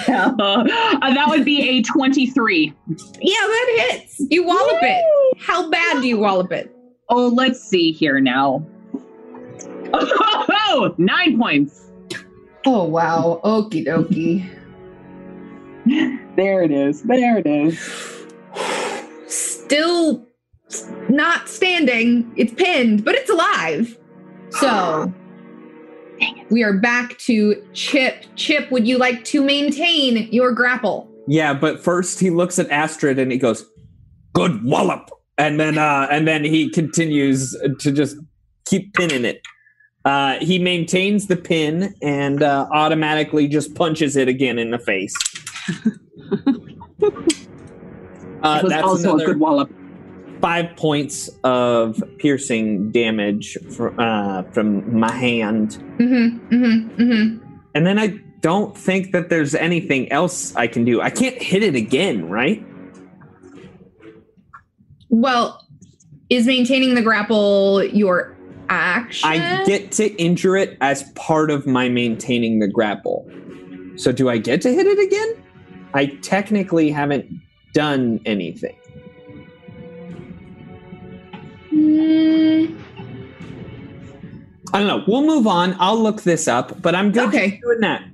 Speaker 4: Uh, that would be a 23.
Speaker 2: yeah, that hits. You wallop it. How bad do you wallop it?
Speaker 4: Oh, let's see here now. Oh, nine points.
Speaker 2: Oh, wow. Okie dokie.
Speaker 4: There it is. There it is.
Speaker 2: Still not standing. It's pinned, but it's alive. So, we are back to Chip. Chip, would you like to maintain your grapple?
Speaker 3: yeah, but first he looks at Astrid and he goes, "Good wallop," and then uh, and then he continues to just keep pinning it. Uh, he maintains the pin and uh, automatically just punches it again in the face. Uh,
Speaker 7: Uh,
Speaker 4: it was
Speaker 3: that's
Speaker 4: also
Speaker 3: another-
Speaker 4: a good wallop.
Speaker 3: five points of piercing damage fr- uh, from my hand.
Speaker 2: Mm-hmm. Mm-hmm. Mm-hmm.
Speaker 3: And then I don't think that there's anything else I can do. I can't hit it again, right?
Speaker 2: Well, is maintaining the grapple your action?
Speaker 3: I get to injure it as part of my maintaining the grapple. So do I get to hit it again? I technically haven't done anything.
Speaker 2: Mm,
Speaker 3: I don't know. We'll move on. I'll look this up, but I'm good
Speaker 2: Okay.
Speaker 3: just doing that.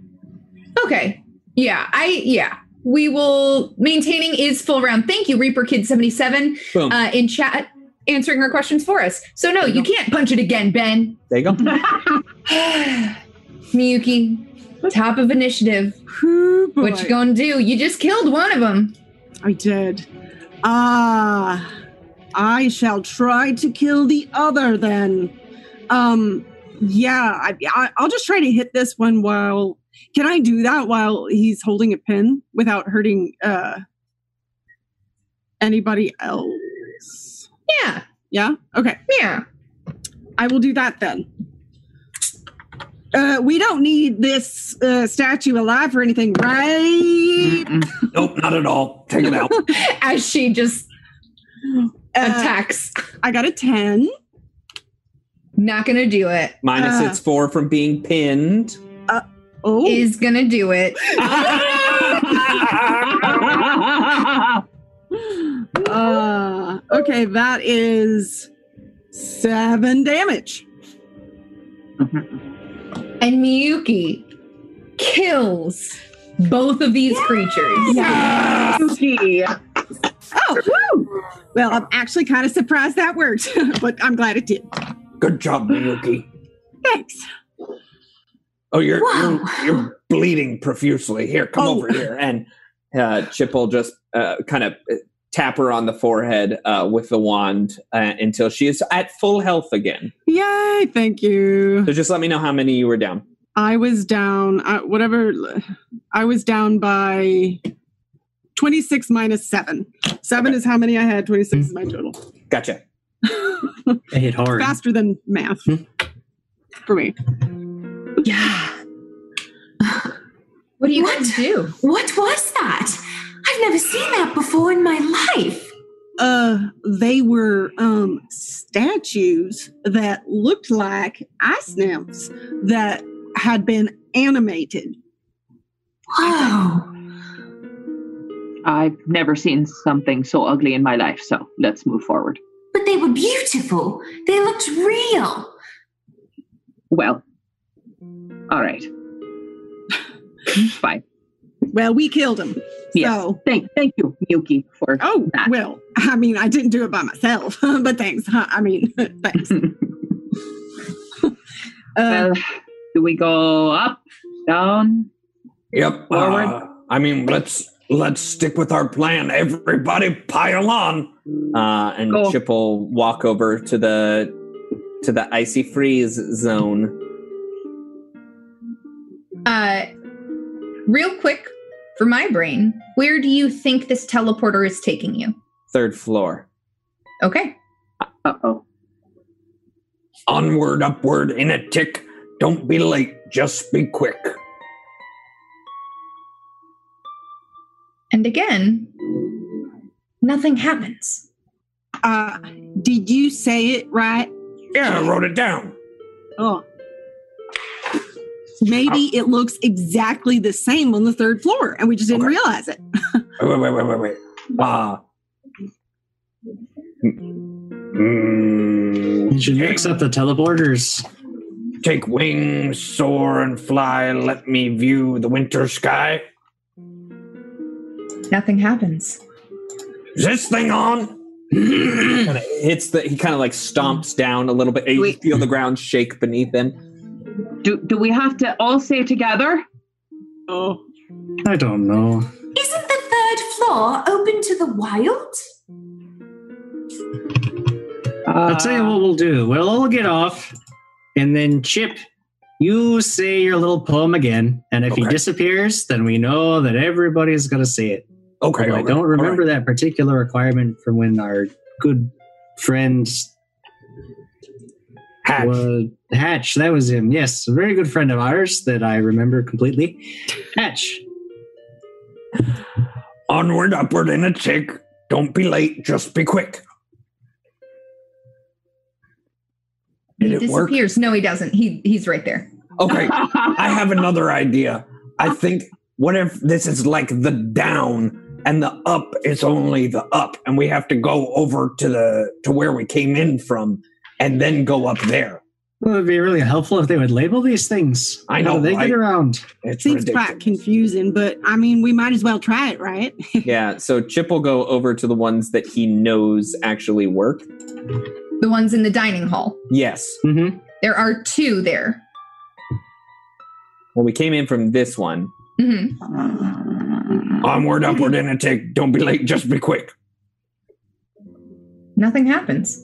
Speaker 2: okay. Yeah, I yeah. We will maintaining is full round. Thank you, Reaper Kid seventy seven
Speaker 3: Boom.
Speaker 2: uh, in chat answering our questions for us. So no, you can't punch it again, Ben.
Speaker 3: there you go.
Speaker 2: Miyuki, top of initiative.
Speaker 5: Whew, boy.
Speaker 2: What you gonna do? You just killed one of them.
Speaker 5: I did. Ah, I shall try to kill the other then. Um, yeah, I, I, I'll just try to hit this one while. Can I do that while he's holding a pin without hurting uh anybody else?
Speaker 2: Yeah,
Speaker 5: Yeah. Okay,
Speaker 2: yeah.
Speaker 5: I will do that then. Uh, we don't need this uh, statue alive or anything, right?
Speaker 4: Mm-mm.
Speaker 3: nope, not at all. Take it out.
Speaker 2: As she just
Speaker 5: Uh,
Speaker 2: attacks,
Speaker 5: I got a ten.
Speaker 2: not gonna do it.
Speaker 3: Minus
Speaker 5: Ah.
Speaker 3: its four from being pinned.
Speaker 5: Oh,
Speaker 2: Is gonna do it.
Speaker 5: Uh, okay, that is seven damage.
Speaker 2: and Miyuki kills both of these creatures.
Speaker 5: Yeah.
Speaker 4: Spooky.
Speaker 5: Oh, woo! Well, I'm actually kind of surprised that worked, but I'm glad it did.
Speaker 3: Good job, Miyuki.
Speaker 5: Thanks.
Speaker 3: Oh, you're,
Speaker 6: Wow.
Speaker 3: you're you're bleeding profusely. Here, come
Speaker 5: Oh.
Speaker 3: over here. And uh, Chip will just uh, kind of tap her on the forehead uh, with the wand uh, until she is at full health again.
Speaker 5: Yay! Thank you.
Speaker 3: So just let me know how many you were down.
Speaker 5: I was down. Uh, whatever. I was down by twenty-six minus seven. Seven
Speaker 3: Okay.
Speaker 5: is how many I had. Twenty-six is my total.
Speaker 3: Gotcha.
Speaker 7: I hit hard.
Speaker 5: Faster than math
Speaker 7: Hmm.
Speaker 5: for me.
Speaker 2: Yeah. What do you
Speaker 6: What?
Speaker 2: guys do?
Speaker 6: What was that? I've never seen that before in my life.
Speaker 5: uh they were um statues that looked like ice nymphs that had been animated
Speaker 6: Whoa.
Speaker 4: I've never seen something so ugly in my life, so let's move forward.
Speaker 6: But they They were beautiful. They looked real.
Speaker 4: Well, all right. Fine.
Speaker 5: Well, we killed him.
Speaker 4: Yes.
Speaker 5: So,
Speaker 4: Thank, thank you, Miyuki, for
Speaker 5: oh,
Speaker 4: That.
Speaker 5: well, I mean, I didn't do it by myself, but thanks. Huh? I mean, thanks. Uh,
Speaker 4: Well, uh, do we go up, down?
Speaker 3: Yep.
Speaker 4: Forward.
Speaker 3: uh, I mean, let's let's stick with our plan. Everybody, pile on. Uh, and
Speaker 4: Cool.
Speaker 3: Chip will walk over to the to the icy freeze zone.
Speaker 2: Uh, real quick for my brain, where do you think this teleporter is taking you?
Speaker 3: Third floor.
Speaker 2: Okay.
Speaker 4: Uh oh.
Speaker 3: Onward, upward, in a tick. Don't be late. Just be quick.
Speaker 2: And again, nothing happens.
Speaker 5: uh, did you say it right?
Speaker 3: Yeah, I wrote it down.
Speaker 5: Oh. Maybe it looks exactly the same on the third floor, and we just didn't
Speaker 3: Okay.
Speaker 5: realize it.
Speaker 3: Wait, wait, wait, wait, wait, wait. Uh, mm,
Speaker 7: And she looks up the teleporters.
Speaker 3: Take wing, soar, and fly. Let me view the winter sky.
Speaker 2: Nothing happens.
Speaker 3: Is this thing on? kind of hits the. He kind of like stomps down a little bit. You
Speaker 5: Wait.
Speaker 3: feel the ground shake beneath him.
Speaker 4: Do, do we have to all say it together?
Speaker 5: Oh.
Speaker 7: I don't know.
Speaker 6: Isn't the third floor open to the wild?
Speaker 7: I'll tell you what we'll do. We'll all get off, and then Chip, you say your little poem again. And if he
Speaker 3: Okay.
Speaker 7: disappears, then we know that everybody's going to say it.
Speaker 3: Okay,
Speaker 7: Although I
Speaker 3: okay,
Speaker 7: don't
Speaker 3: all
Speaker 7: remember
Speaker 3: right.
Speaker 7: that particular requirement from when our good friend
Speaker 3: Hatch.
Speaker 7: was Hatch. That was him. Yes, a very good friend of ours that I remember completely. Hatch.
Speaker 3: Onward, upward, in a tick. Don't be late. Just be quick. Did
Speaker 2: he
Speaker 3: it work?
Speaker 2: disappears. No, he doesn't. He he's right there.
Speaker 4: Uh,
Speaker 3: Okay. I have another idea. I think what if this is like the down and the up is only the up and we have to go over to the to where we came in from and then go up there.
Speaker 7: Well, it'd be really helpful if they would label these things.
Speaker 3: I
Speaker 7: How
Speaker 3: know,
Speaker 7: do they
Speaker 3: right?
Speaker 7: get around.
Speaker 3: It's
Speaker 5: Seems quite
Speaker 3: ridiculous.
Speaker 5: confusing, but I mean, we might as well try it, right?
Speaker 8: Yeah, so Chip will go over to the ones that he knows actually work.
Speaker 2: The ones in the dining hall.
Speaker 8: Yes.
Speaker 7: Mm-hmm.
Speaker 2: There are two there.
Speaker 8: Well, we came in from this one.
Speaker 2: hmm
Speaker 3: Onward, upward, in a tick. Don't be late. Just be quick.
Speaker 2: Nothing happens.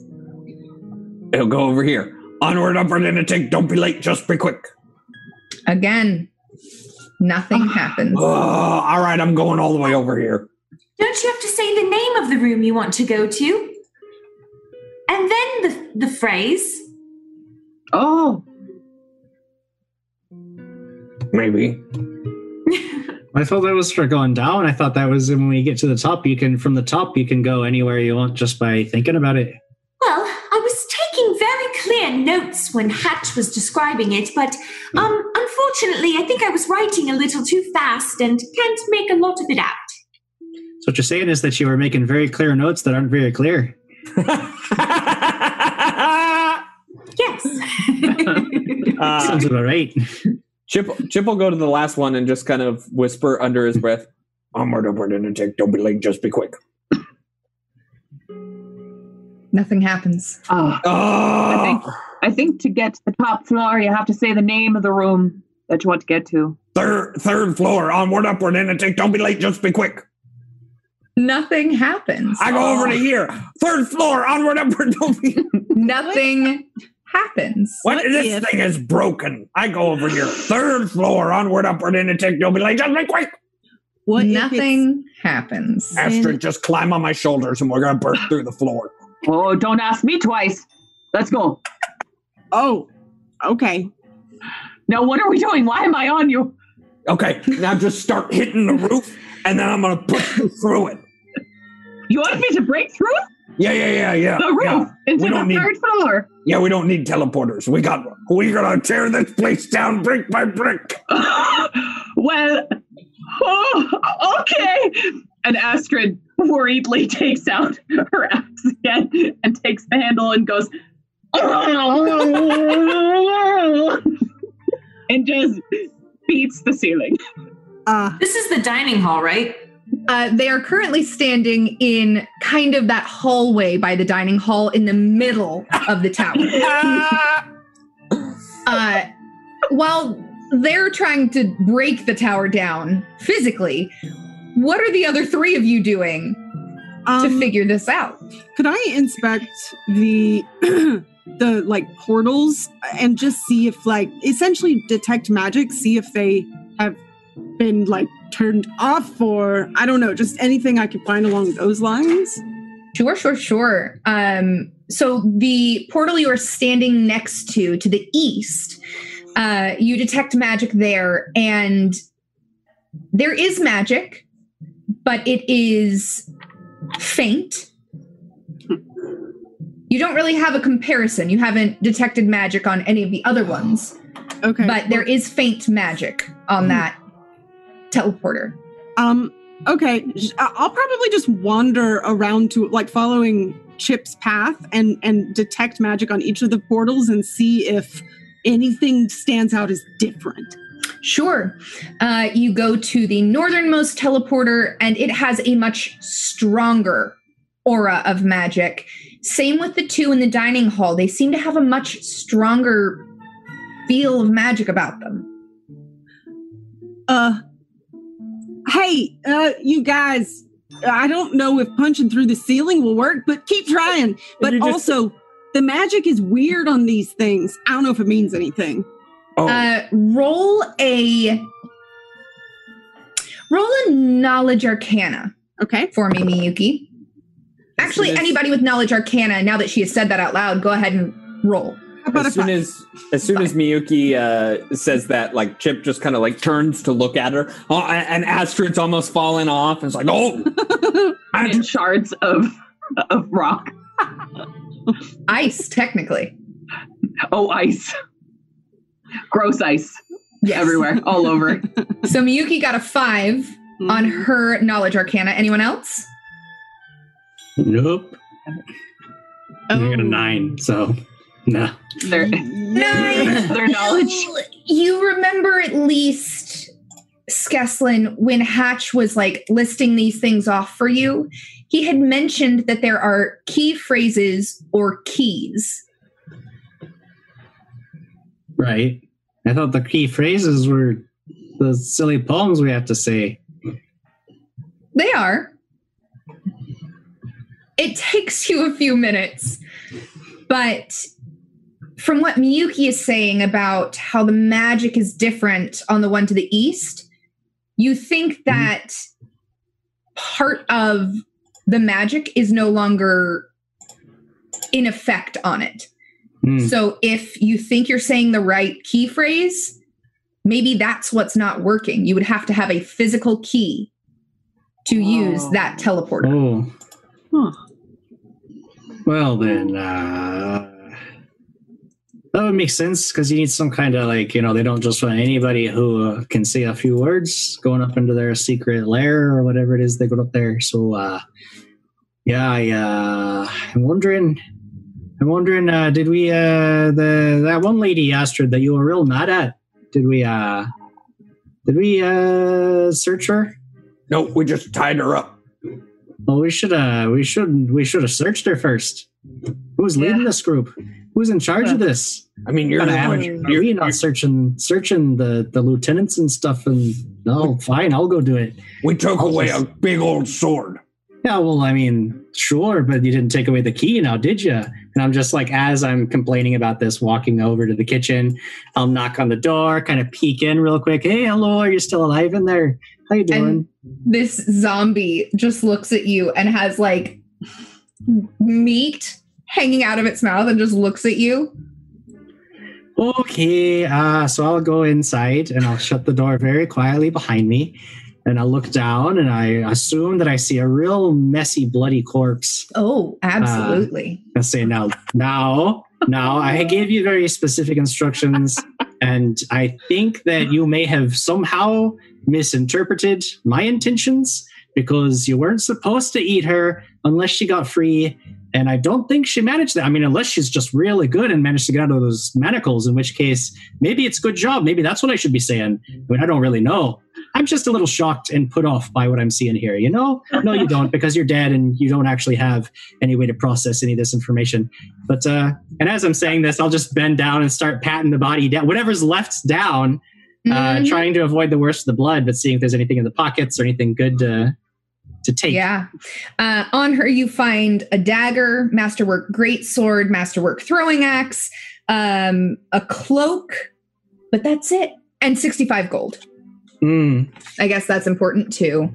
Speaker 3: It'll go over here. Onward, upward, in a tick. Don't be late. Just be quick.
Speaker 2: Again, nothing happens.
Speaker 3: Ugh, Ah, all right, I'm going all the way over here.
Speaker 6: Don't you have to say the name of the room you want to go to? And then the, the phrase.
Speaker 4: oh,
Speaker 3: Maybe.
Speaker 7: I thought that was for going down. I thought that was when we get to the top. You can from the top you can go anywhere you want just by thinking about it.
Speaker 6: Well, I was taking very clear notes when Hatch was describing it, but um, unfortunately, I think I was writing a little too fast and can't make a lot of it out.
Speaker 7: So what you're saying is that you were making very clear notes that aren't very clear.
Speaker 6: Yes.
Speaker 8: Uh,
Speaker 7: Sounds about right.
Speaker 8: Chip Chip will go to the last one and just kind of whisper under his breath.
Speaker 3: Onward, upward, in a tick. Don't be late. Just be quick.
Speaker 2: Nothing happens.
Speaker 4: ah.
Speaker 3: Oh,
Speaker 4: think- I think to get to the top floor, you have to say the name of the room that you want to get to.
Speaker 3: Third, third floor, onward, upward, in a tick. Don't be late, just be quick.
Speaker 2: Nothing happens.
Speaker 3: I go
Speaker 4: Oh.
Speaker 3: over to here. Third floor, onward, upward, don't be.
Speaker 2: Nothing happens.
Speaker 3: What? this
Speaker 5: if-
Speaker 3: thing is broken. I go over here. Third floor, onward, upward, in a tick. Don't be late, just be quick.
Speaker 5: What if it's-
Speaker 2: Nothing happens.
Speaker 3: Astrid, just climb on my shoulders and we're going to burst through the floor.
Speaker 4: Oh, don't ask me twice. Let's go.
Speaker 5: Oh, okay.
Speaker 4: Now, what are we doing? Why am I on you?
Speaker 3: Okay, now just start hitting the roof and then I'm going to push you through it.
Speaker 4: You want me to break through
Speaker 3: Yeah, yeah, yeah, yeah.
Speaker 4: the
Speaker 3: Yeah,
Speaker 4: roof into
Speaker 3: we
Speaker 4: the
Speaker 3: don't need-
Speaker 4: third floor?
Speaker 3: yeah we don't need teleporters. We got one. We're going to tear this place down brick by brick.
Speaker 4: well, oh, okay. And Astrid worriedly takes out her axe again and takes the handle and goes, and just beats the ceiling.
Speaker 5: Uh,
Speaker 6: This is the dining hall, right?
Speaker 2: Uh, they are currently standing in kind of that hallway by the dining hall in the middle of the tower.
Speaker 8: Ah!
Speaker 2: uh, while they're trying to break the tower down physically, what are the other three of you doing
Speaker 5: um,
Speaker 2: to figure this out?
Speaker 5: could I inspect the the like portals and just see if like essentially detect magic, see if they have been like turned off or I don't know, just anything I could find along those lines.
Speaker 2: Sure, sure, sure. Um, so the portal you are standing next to, to the east, uh, you detect magic there, and there is magic, but it is faint. You don't really have a comparison. You haven't detected magic on any of the other ones,
Speaker 5: Okay.
Speaker 2: but there is faint magic on that teleporter.
Speaker 5: Um. Okay. sh- I- I'll probably just wander around to like following Chip's path and and detect magic on each of the portals and see if anything stands out as different.
Speaker 2: Sure. Uh, you go to the northernmost teleporter, and it has a much stronger aura of magic. Same with the two in the dining hall. They seem to have a much stronger feel of magic about them.
Speaker 5: Uh. Hey, uh, you guys. I don't know if punching through the ceiling will work, but keep trying. But
Speaker 3: You just-
Speaker 5: also, the magic is weird on these things. I don't know if it means anything.
Speaker 3: Oh,
Speaker 2: Uh, roll a roll a knowledge arcana
Speaker 5: Okay.
Speaker 2: for me, Miyuki. Actually,
Speaker 8: Yes.
Speaker 2: anybody with knowledge arcana. Now that she has said that out loud, go ahead and roll.
Speaker 5: How about
Speaker 8: as
Speaker 5: if I-
Speaker 8: soon as as soon as Miyuki uh, says that, like Chip just kind of like turns to look at her,
Speaker 3: uh,
Speaker 8: oh, a- and Astrid's almost fallen off, and it's like, oh,
Speaker 4: And shards of of rock.
Speaker 2: Ice, technically.
Speaker 4: Oh, ice. Gross ice
Speaker 2: Yes.
Speaker 4: everywhere, all over.
Speaker 2: So Miyuki got a five on her knowledge arcana. Anyone else?
Speaker 7: Nope. I got a
Speaker 5: Oh.
Speaker 7: nine, so nah.
Speaker 4: Their,
Speaker 2: Nine.
Speaker 4: their knowledge.
Speaker 2: You remember at least Skeslin when Hatch was like listing these things off for you. He had mentioned that there are key phrases or keys.
Speaker 7: Right. I thought the key phrases were the silly poems we have to say.
Speaker 2: They are. It takes you a few minutes, but from what Miyuki is saying about how the magic is different on the one to the east, you think that part of the magic is no longer in effect on it.
Speaker 7: Hmm.
Speaker 2: So if you think you're saying the right key phrase, maybe that's what's not working. You would have to have a physical key to use
Speaker 4: Oh.
Speaker 2: that teleporter.
Speaker 7: Oh.
Speaker 5: Huh.
Speaker 7: Well then, uh, that would make sense because you need some kind of like you know they don't just want anybody who uh, can say a few words going up into their secret lair or whatever it is they go up there. So uh, yeah, I, uh, I'm wondering. I'm wondering, uh, did we uh, the that one lady Astrid that you were real mad at? Did we uh, did we uh, search her?
Speaker 3: no, we just tied her up.
Speaker 7: Well, we should uh we should we should have searched her first. Who's leading
Speaker 4: Yeah.
Speaker 7: this group? Who's in charge of this?
Speaker 3: I mean, you're an
Speaker 7: Gotta have-
Speaker 3: amateur.
Speaker 7: Are Oh, we not searching searching the the lieutenants and stuff? And no, fine, I'll go do it.
Speaker 3: We took
Speaker 7: I'll
Speaker 3: away a
Speaker 7: just-
Speaker 3: big old sword.
Speaker 7: Yeah, well, I mean, sure, but you didn't take away the key now, did you? And I'm just like, as I'm complaining about this, walking over to the kitchen, I'll knock on the door, kind of peek in real quick. Hey, hello, are you still alive in there? How you doing?
Speaker 2: And this zombie just looks at you and has like meat hanging out of its mouth and just looks at you.
Speaker 7: Okay, uh, so I'll go inside and I'll shut the door very quietly behind me. And I'll look down and I assume that I see a real messy, bloody corpse.
Speaker 2: Oh,
Speaker 7: Uh,
Speaker 2: absolutely.
Speaker 7: I say, now, now, now, I gave you very specific instructions. And I think that you may have somehow misinterpreted my intentions because you weren't supposed to eat her unless she got free. And I don't think she managed that. I mean, unless she's just really good and managed to get out of those manacles, in which case, maybe it's good job. Maybe that's what I should be saying. I mean, I don't really know. I'm just a little shocked and put off by what I'm seeing here. You know, no, you don't, because you're dead and you don't actually have any way to process any of this information. But uh, and as I'm saying this, I'll just bend down and start patting the body down, whatever's left's down, uh,
Speaker 2: Mhm.
Speaker 7: trying to avoid the worst of the blood, but seeing if there's anything in the pockets or anything good to to take.
Speaker 2: Yeah. Uh, on her, you find a dagger, masterwork greatsword, masterwork throwing axe, um, a cloak, but that's it. And 65 gold.
Speaker 7: Mm.
Speaker 2: I guess that's important too.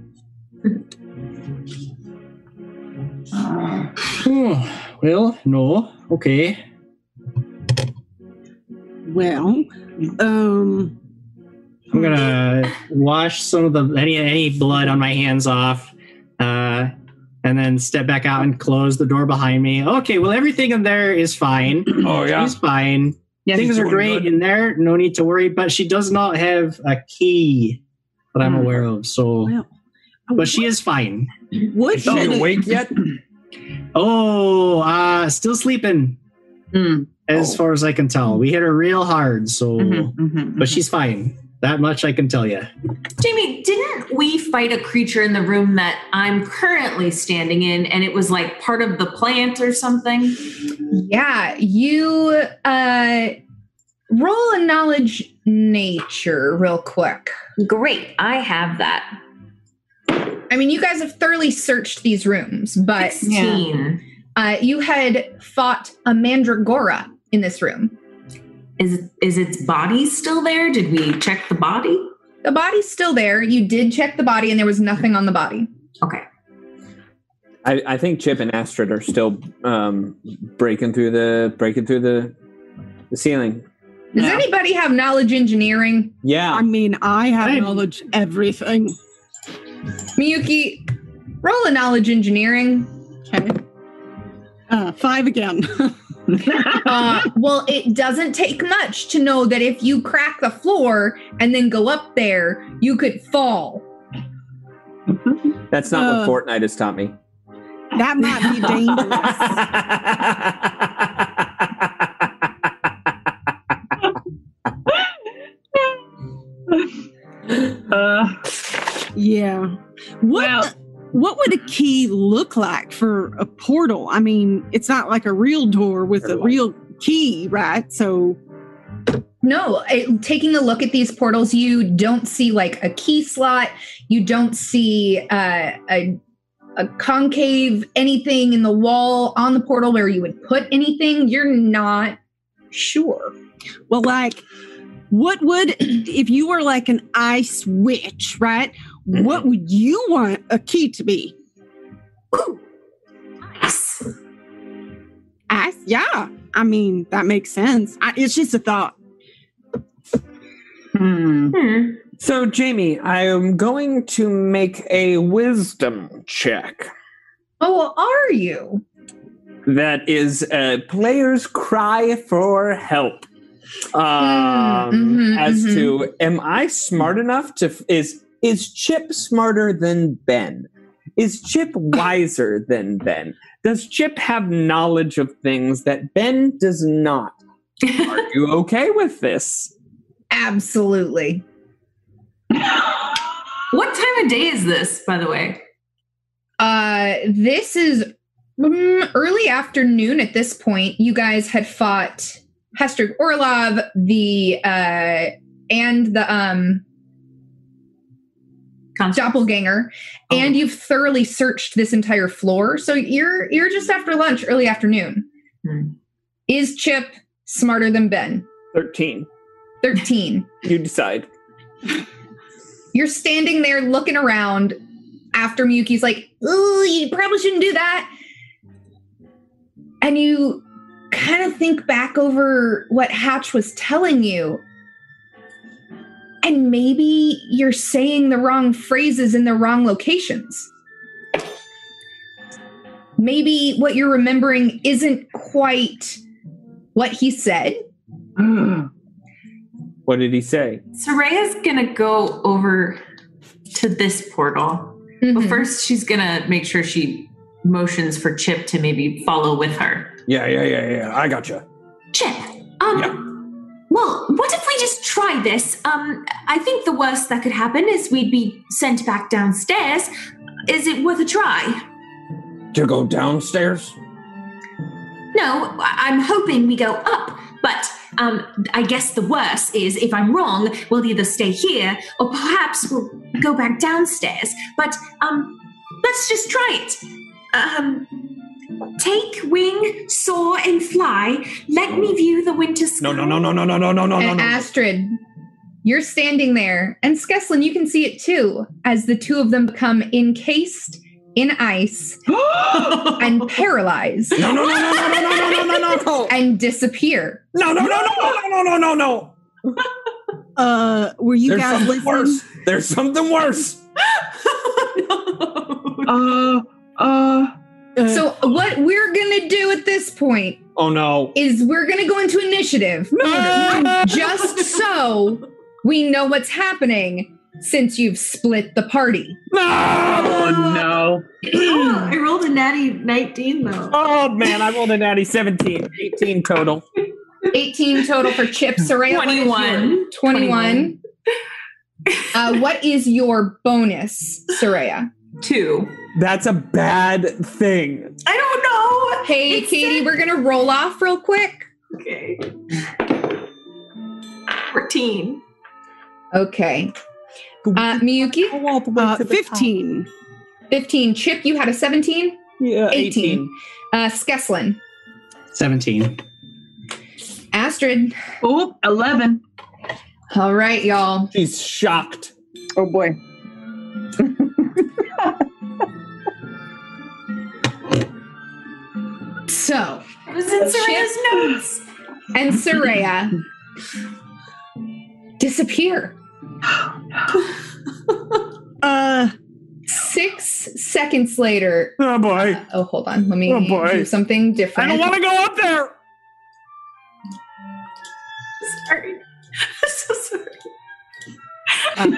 Speaker 7: Oh, well, no, okay.
Speaker 5: Well, um,
Speaker 7: I'm gonna wash some of the any any blood on my hands off, uh, and then step back out and close the door behind me. Okay, well everything in there is fine.
Speaker 8: Oh yeah.
Speaker 7: She's fine.
Speaker 4: Yeah,
Speaker 7: Things
Speaker 8: she's
Speaker 7: are
Speaker 8: doing
Speaker 7: great
Speaker 8: good.
Speaker 7: in there. No need to worry. But she does not have a key that I'm
Speaker 4: Hmm.
Speaker 7: aware of. So,
Speaker 5: Well,
Speaker 7: but she is fine.
Speaker 5: would
Speaker 8: Is she awake yet?
Speaker 7: Oh, uh, still sleeping
Speaker 4: Mm,
Speaker 7: as far as I can tell. We hit her real hard. So,
Speaker 4: mhm, mhm,
Speaker 7: but
Speaker 4: mhm.
Speaker 7: she's fine. That much I can tell you.
Speaker 6: Jamie, didn't we fight a creature in the room that I'm currently standing in and it was like part of the plant or something?
Speaker 2: Yeah. You uh, roll a knowledge nature real quick.
Speaker 6: Great. I have that.
Speaker 2: I mean, you guys have thoroughly searched these rooms, but
Speaker 6: 16.
Speaker 2: uh, you had fought a mandragora in this room.
Speaker 6: Is is its body still there? Did we check the body?
Speaker 2: The body's still there. You did check the body, and there was nothing on the body.
Speaker 6: Okay.
Speaker 8: I, I think Chip and Astrid are still um, breaking through the breaking through the, the ceiling.
Speaker 2: Does
Speaker 4: Yeah.
Speaker 2: anybody have knowledge engineering?
Speaker 5: I
Speaker 8: Yeah.
Speaker 5: mean, I have
Speaker 7: Right.
Speaker 5: knowledge everything.
Speaker 2: Miyuki, roll a knowledge engineering.
Speaker 5: Okay. Uh, five again.
Speaker 2: Uh, well, it doesn't take much to know that if you crack the floor and then go up there, you could fall.
Speaker 8: That's not
Speaker 5: Uh.
Speaker 8: what Fortnite has taught me.
Speaker 5: that might be dangerous.
Speaker 4: uh,
Speaker 5: yeah. What
Speaker 4: well,
Speaker 5: what would a key look like for a portal? I mean, it's not like a real door with a real key, right? So
Speaker 2: No, it, taking a look at these portals, you don't see like a key slot. You don't see uh, a a concave anything in the wall on the portal where you would put anything. You're not sure.
Speaker 5: Well, like, what would if you were like an ice witch, right?
Speaker 8: Mm-hmm.
Speaker 5: What would you want a key to be?
Speaker 6: Nice.
Speaker 5: Ice? Yeah. I mean, that makes sense. I, it's just a thought.
Speaker 4: hmm,
Speaker 6: Hmm.
Speaker 8: so Jamie, I am going to make a wisdom check.
Speaker 2: Oh, well, are you?
Speaker 8: That is a player's cry for help. Um,
Speaker 2: mhm,
Speaker 8: as
Speaker 2: mhm.
Speaker 8: to am I smart enough to f- is is Chip smarter than Ben? Is Chip wiser than Ben? Does Chip have knowledge of things that Ben does not? Are you okay with this?
Speaker 2: Absolutely.
Speaker 6: what time of day is this, by the way?
Speaker 2: Uh, this is mm, early afternoon at this point. You guys had fought Hester Orlov, the uh, and the um
Speaker 6: Const-
Speaker 2: doppelganger, and you've thoroughly searched this entire floor. So you're you're just after lunch, early afternoon.
Speaker 6: Hmm.
Speaker 2: Is Chip smarter than Ben?
Speaker 8: Thirteen.
Speaker 2: Thirteen.
Speaker 8: You decide.
Speaker 2: you're standing there looking around after Miyuki's like, ooh, you probably shouldn't do that. And you kind of think back over what Hatch was telling you. And maybe you're saying the wrong phrases in the wrong locations. Maybe what you're remembering isn't quite what he said.
Speaker 8: What did he say?
Speaker 6: Soraya's gonna go over to this portal But
Speaker 2: Mhm.
Speaker 6: first, she's gonna make sure she motions for Chip to maybe follow with her.
Speaker 3: Yeah, yeah, yeah, yeah. I gotcha.
Speaker 6: Chip, um,
Speaker 3: Yeah.
Speaker 6: well, what if we just try this? Um, I think the worst that could happen is we'd be sent back downstairs. Is it worth a try?
Speaker 3: To go downstairs?
Speaker 6: No, I- I'm hoping we go up, but um, I guess the worst is if I'm wrong, we'll either stay here or perhaps we'll go back downstairs. But um, let's just try it. Um, take wing, soar, and fly. Let me view the winter
Speaker 3: No,
Speaker 6: sky.
Speaker 3: no, no, no, no, no, no, no, Oh, no, no,
Speaker 2: and
Speaker 3: no.
Speaker 2: Astrid, you're standing there, and Skeslin, you can see it too, as the two of them become encased in ice and paralyzed
Speaker 3: No, no, no, no, no, no, no, no, no, no, no.
Speaker 2: and disappear.
Speaker 3: No, no, no, no, no, no, no, no, no.
Speaker 5: Uh, were you
Speaker 3: There's
Speaker 5: guys
Speaker 3: something
Speaker 5: listening?
Speaker 3: worse. There's something worse.
Speaker 6: Oh.
Speaker 5: Uh, uh, uh,
Speaker 2: So, what we're gonna do at this point
Speaker 3: Oh no.
Speaker 2: is we're gonna go into initiative just so we know what's happening since you've split the party.
Speaker 3: Ah,
Speaker 4: Oh no.
Speaker 6: Oh, I rolled a natty 19 though.
Speaker 8: Oh man, I rolled a natty 17, 18 total.
Speaker 2: 18 total for Chip Saraya. what is your-
Speaker 6: 21.
Speaker 2: 21. Uh, what is your bonus, Saraya?
Speaker 6: Two.
Speaker 8: That's a bad thing.
Speaker 6: I don't know.
Speaker 2: Hey,
Speaker 6: It's
Speaker 2: Katie,
Speaker 6: a-
Speaker 2: we're going to roll off real quick.
Speaker 6: Okay. 14.
Speaker 2: Okay. Uh, Miyuki,
Speaker 8: Go all the way
Speaker 5: uh,
Speaker 8: to the top.
Speaker 5: 15.
Speaker 2: 15. Chip, you had a 17?
Speaker 8: Yeah,
Speaker 2: 18. Uh, Skeslin,
Speaker 7: 17.
Speaker 2: Astrid.
Speaker 4: Oh, 11.
Speaker 2: All right, y'all.
Speaker 8: She's shocked.
Speaker 4: Oh boy.
Speaker 2: So,
Speaker 6: It was in Serena's notes.
Speaker 2: and Saraya disappear.
Speaker 5: Uh,
Speaker 2: Six seconds later.
Speaker 8: Oh boy.
Speaker 2: Oh, hold on. Let me
Speaker 8: Oh, boy.
Speaker 2: do something
Speaker 8: I
Speaker 2: different.
Speaker 8: don't want to go up there.
Speaker 6: Sorry. I'm so sorry. Oh.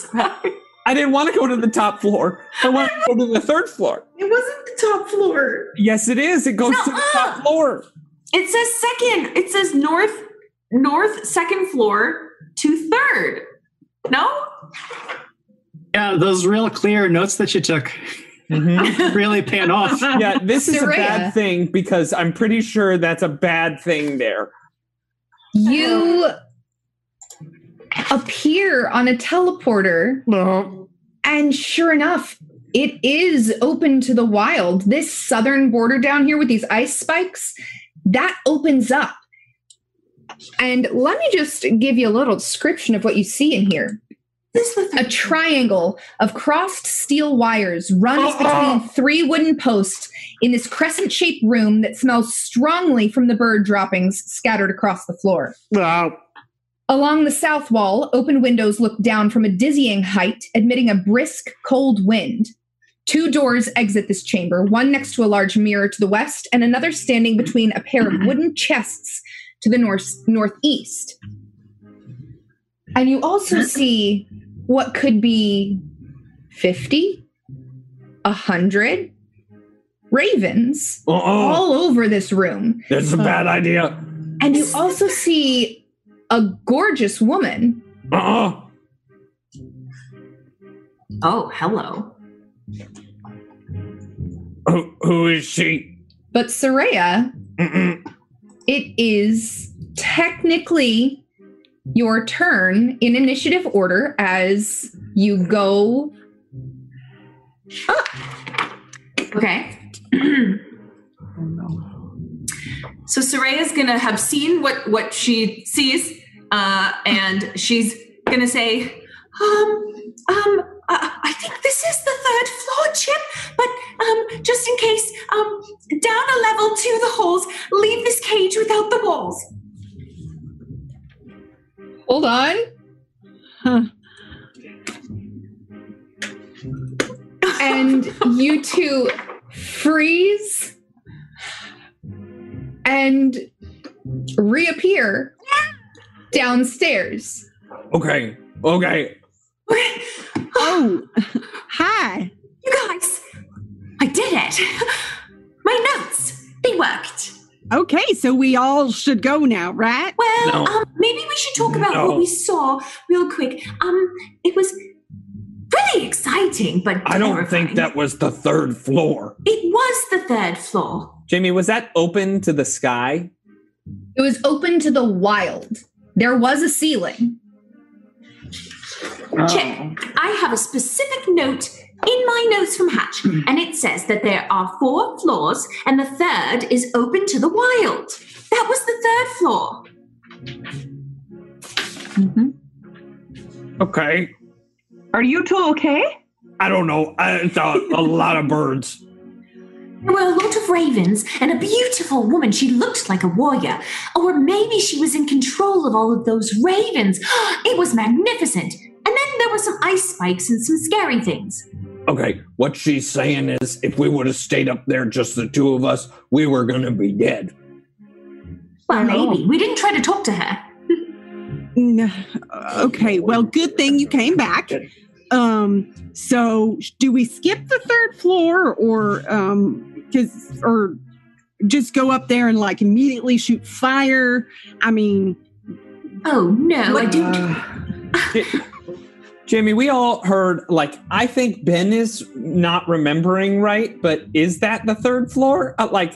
Speaker 6: sorry.
Speaker 8: I didn't want to go to the top floor. I want to go to the third floor.
Speaker 6: It wasn't the top floor.
Speaker 8: Yes, it is. It goes to the top
Speaker 6: Nuh-uh.
Speaker 8: floor.
Speaker 6: It says second. It says north, north, second floor to third. No?
Speaker 7: Yeah, those real clear notes that you took really pan off.
Speaker 8: Yeah, this is a
Speaker 2: Soraya.
Speaker 8: bad thing because I'm pretty sure that's a bad thing there.
Speaker 2: You appear on a teleporter, and sure enough, it is open to the wild. This southern border down here with these ice spikes, that opens up. And let me just give you a little description of what you see in here.
Speaker 6: This is the
Speaker 2: A
Speaker 6: third.
Speaker 2: triangle of crossed steel wires runs between three wooden posts in this crescent shaped room that smells strongly from the bird droppings scattered across the floor. Along the south wall, open windows look down from a dizzying height, admitting a brisk, cold wind. Two doors exit this chamber, one next to a large mirror to the west, and another standing between a pair of wooden chests to the north northeast. And you also see what could be 50, 100 ravens
Speaker 8: Uh-uh.
Speaker 3: Uh-oh.
Speaker 2: all over this room.
Speaker 3: That's a bad idea.
Speaker 2: And you also see a gorgeous woman
Speaker 3: Uh-uh.
Speaker 6: Oh, hello.
Speaker 3: Who, who is she?
Speaker 2: But Soraya,
Speaker 3: Mm-mm.
Speaker 2: it is technically your turn in initiative order as you go.
Speaker 6: Okay. so Soraya's gonna have seen what what she sees, uh, and she's gonna say, um, um, uh, I think this is the third floor, Chip. But um, just in case, um, down a level to the halls. Leave this cage without the walls.
Speaker 2: Hold on.
Speaker 5: Huh.
Speaker 2: And you two freeze and reappear downstairs.
Speaker 3: Okay. Okay.
Speaker 5: oh, hi.
Speaker 9: it! My notes! They worked!
Speaker 5: Okay, so we all should go now, right?
Speaker 9: Well,
Speaker 3: No.
Speaker 9: um, maybe we should talk about
Speaker 3: No.
Speaker 9: what we saw real quick. Um, it was pretty exciting, but
Speaker 3: I don't think
Speaker 9: terrifying.
Speaker 3: that was the third floor.
Speaker 9: it was the third floor.
Speaker 6: Jamie, was that open to the sky?
Speaker 2: It was open to the wild. There was a ceiling.
Speaker 9: Check. I have a specific note in my notes from Hatch,
Speaker 3: Hmm.
Speaker 9: and it says that there are four floors, and the third is open to the wild. That was the third floor.
Speaker 3: Okay.
Speaker 4: Mm-hmm. Are you two okay?
Speaker 3: I don't know. I saw a lot of birds.
Speaker 9: There were a lot of ravens and a beautiful woman. She looked like a warrior. Or maybe she was in control of all of those ravens. It was magnificent. And then there were some ice spikes and some scary things.
Speaker 3: Okay, what she's saying is if we would have stayed up there, just the two of us, we were going to be dead. Oh,
Speaker 9: Well,
Speaker 4: No.
Speaker 9: maybe. We didn't try to talk to her.
Speaker 5: No. Okay, well, good thing you came back. Um, so do we skip the third floor or um cuz or just go up there and like immediately shoot fire? I mean,
Speaker 9: Oh, no, I
Speaker 3: uh,
Speaker 9: didn't.
Speaker 6: Ja- Jamie, we all heard, like, I think Ben is not remembering right, but is that the third floor? Uh, like,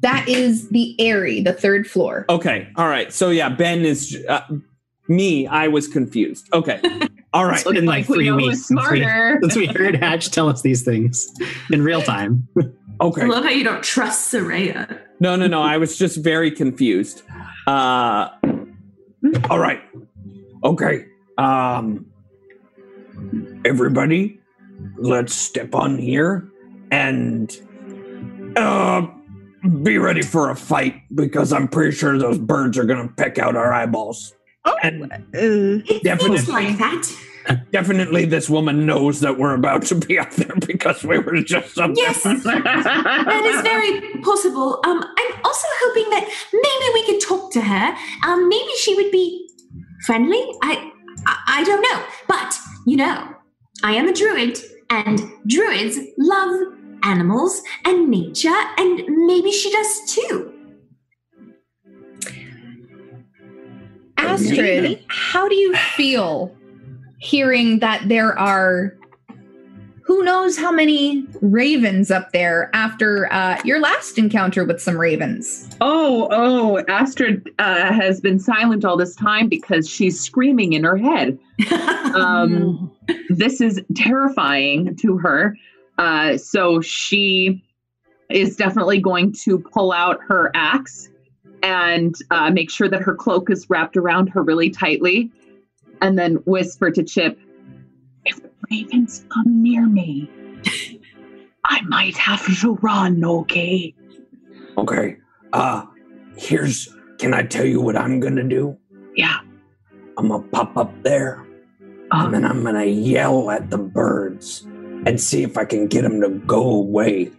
Speaker 2: That is the airy, the third floor.
Speaker 6: okay, all right. So, yeah, Ben is uh, me. I was confused. Okay, all right.
Speaker 7: It's been like
Speaker 4: we
Speaker 7: three
Speaker 4: know
Speaker 7: weeks
Speaker 4: who's
Speaker 7: since we,
Speaker 4: smarter.
Speaker 7: since we heard Hatch tell us these things in real time.
Speaker 9: I
Speaker 6: Okay.
Speaker 9: love how you don't trust Soraya.
Speaker 6: No, no, no. I was just very confused. Uh,
Speaker 3: All right. Okay. Um everybody, let's step on here and uh be ready for a fight because I'm pretty sure those birds are gonna peck out our eyeballs.
Speaker 5: Oh.
Speaker 3: And
Speaker 5: uh,
Speaker 9: It
Speaker 3: Definitely.
Speaker 9: feels like that.
Speaker 3: definitely this woman knows that we're about to be out there because we were just up
Speaker 9: Yes.
Speaker 3: there.
Speaker 9: That is very possible. Um, I'm also hoping that maybe we could talk to her. Um, maybe she would be friendly. I, I, I don't know. But you know, I am a druid, and druids love animals and nature, and maybe she does too.
Speaker 2: Astrid, how do you feel hearing that there are who knows how many ravens up there after uh, your last encounter with some ravens?
Speaker 4: Oh, oh, Astrid uh, has been silent all this time because she's screaming in her head. Um, this is terrifying to her. Uh, so she is definitely going to pull out her axe and uh, make sure that her cloak is wrapped around her really tightly and then whisper to Chip, If the ravens come near me, I might have to run, okay?
Speaker 3: Okay. Uh here's can I tell you what I'm gonna do?
Speaker 4: Yeah.
Speaker 3: I'm gonna pop up there
Speaker 4: Um,
Speaker 3: and then I'm gonna yell at the birds and see if I can get them to go away.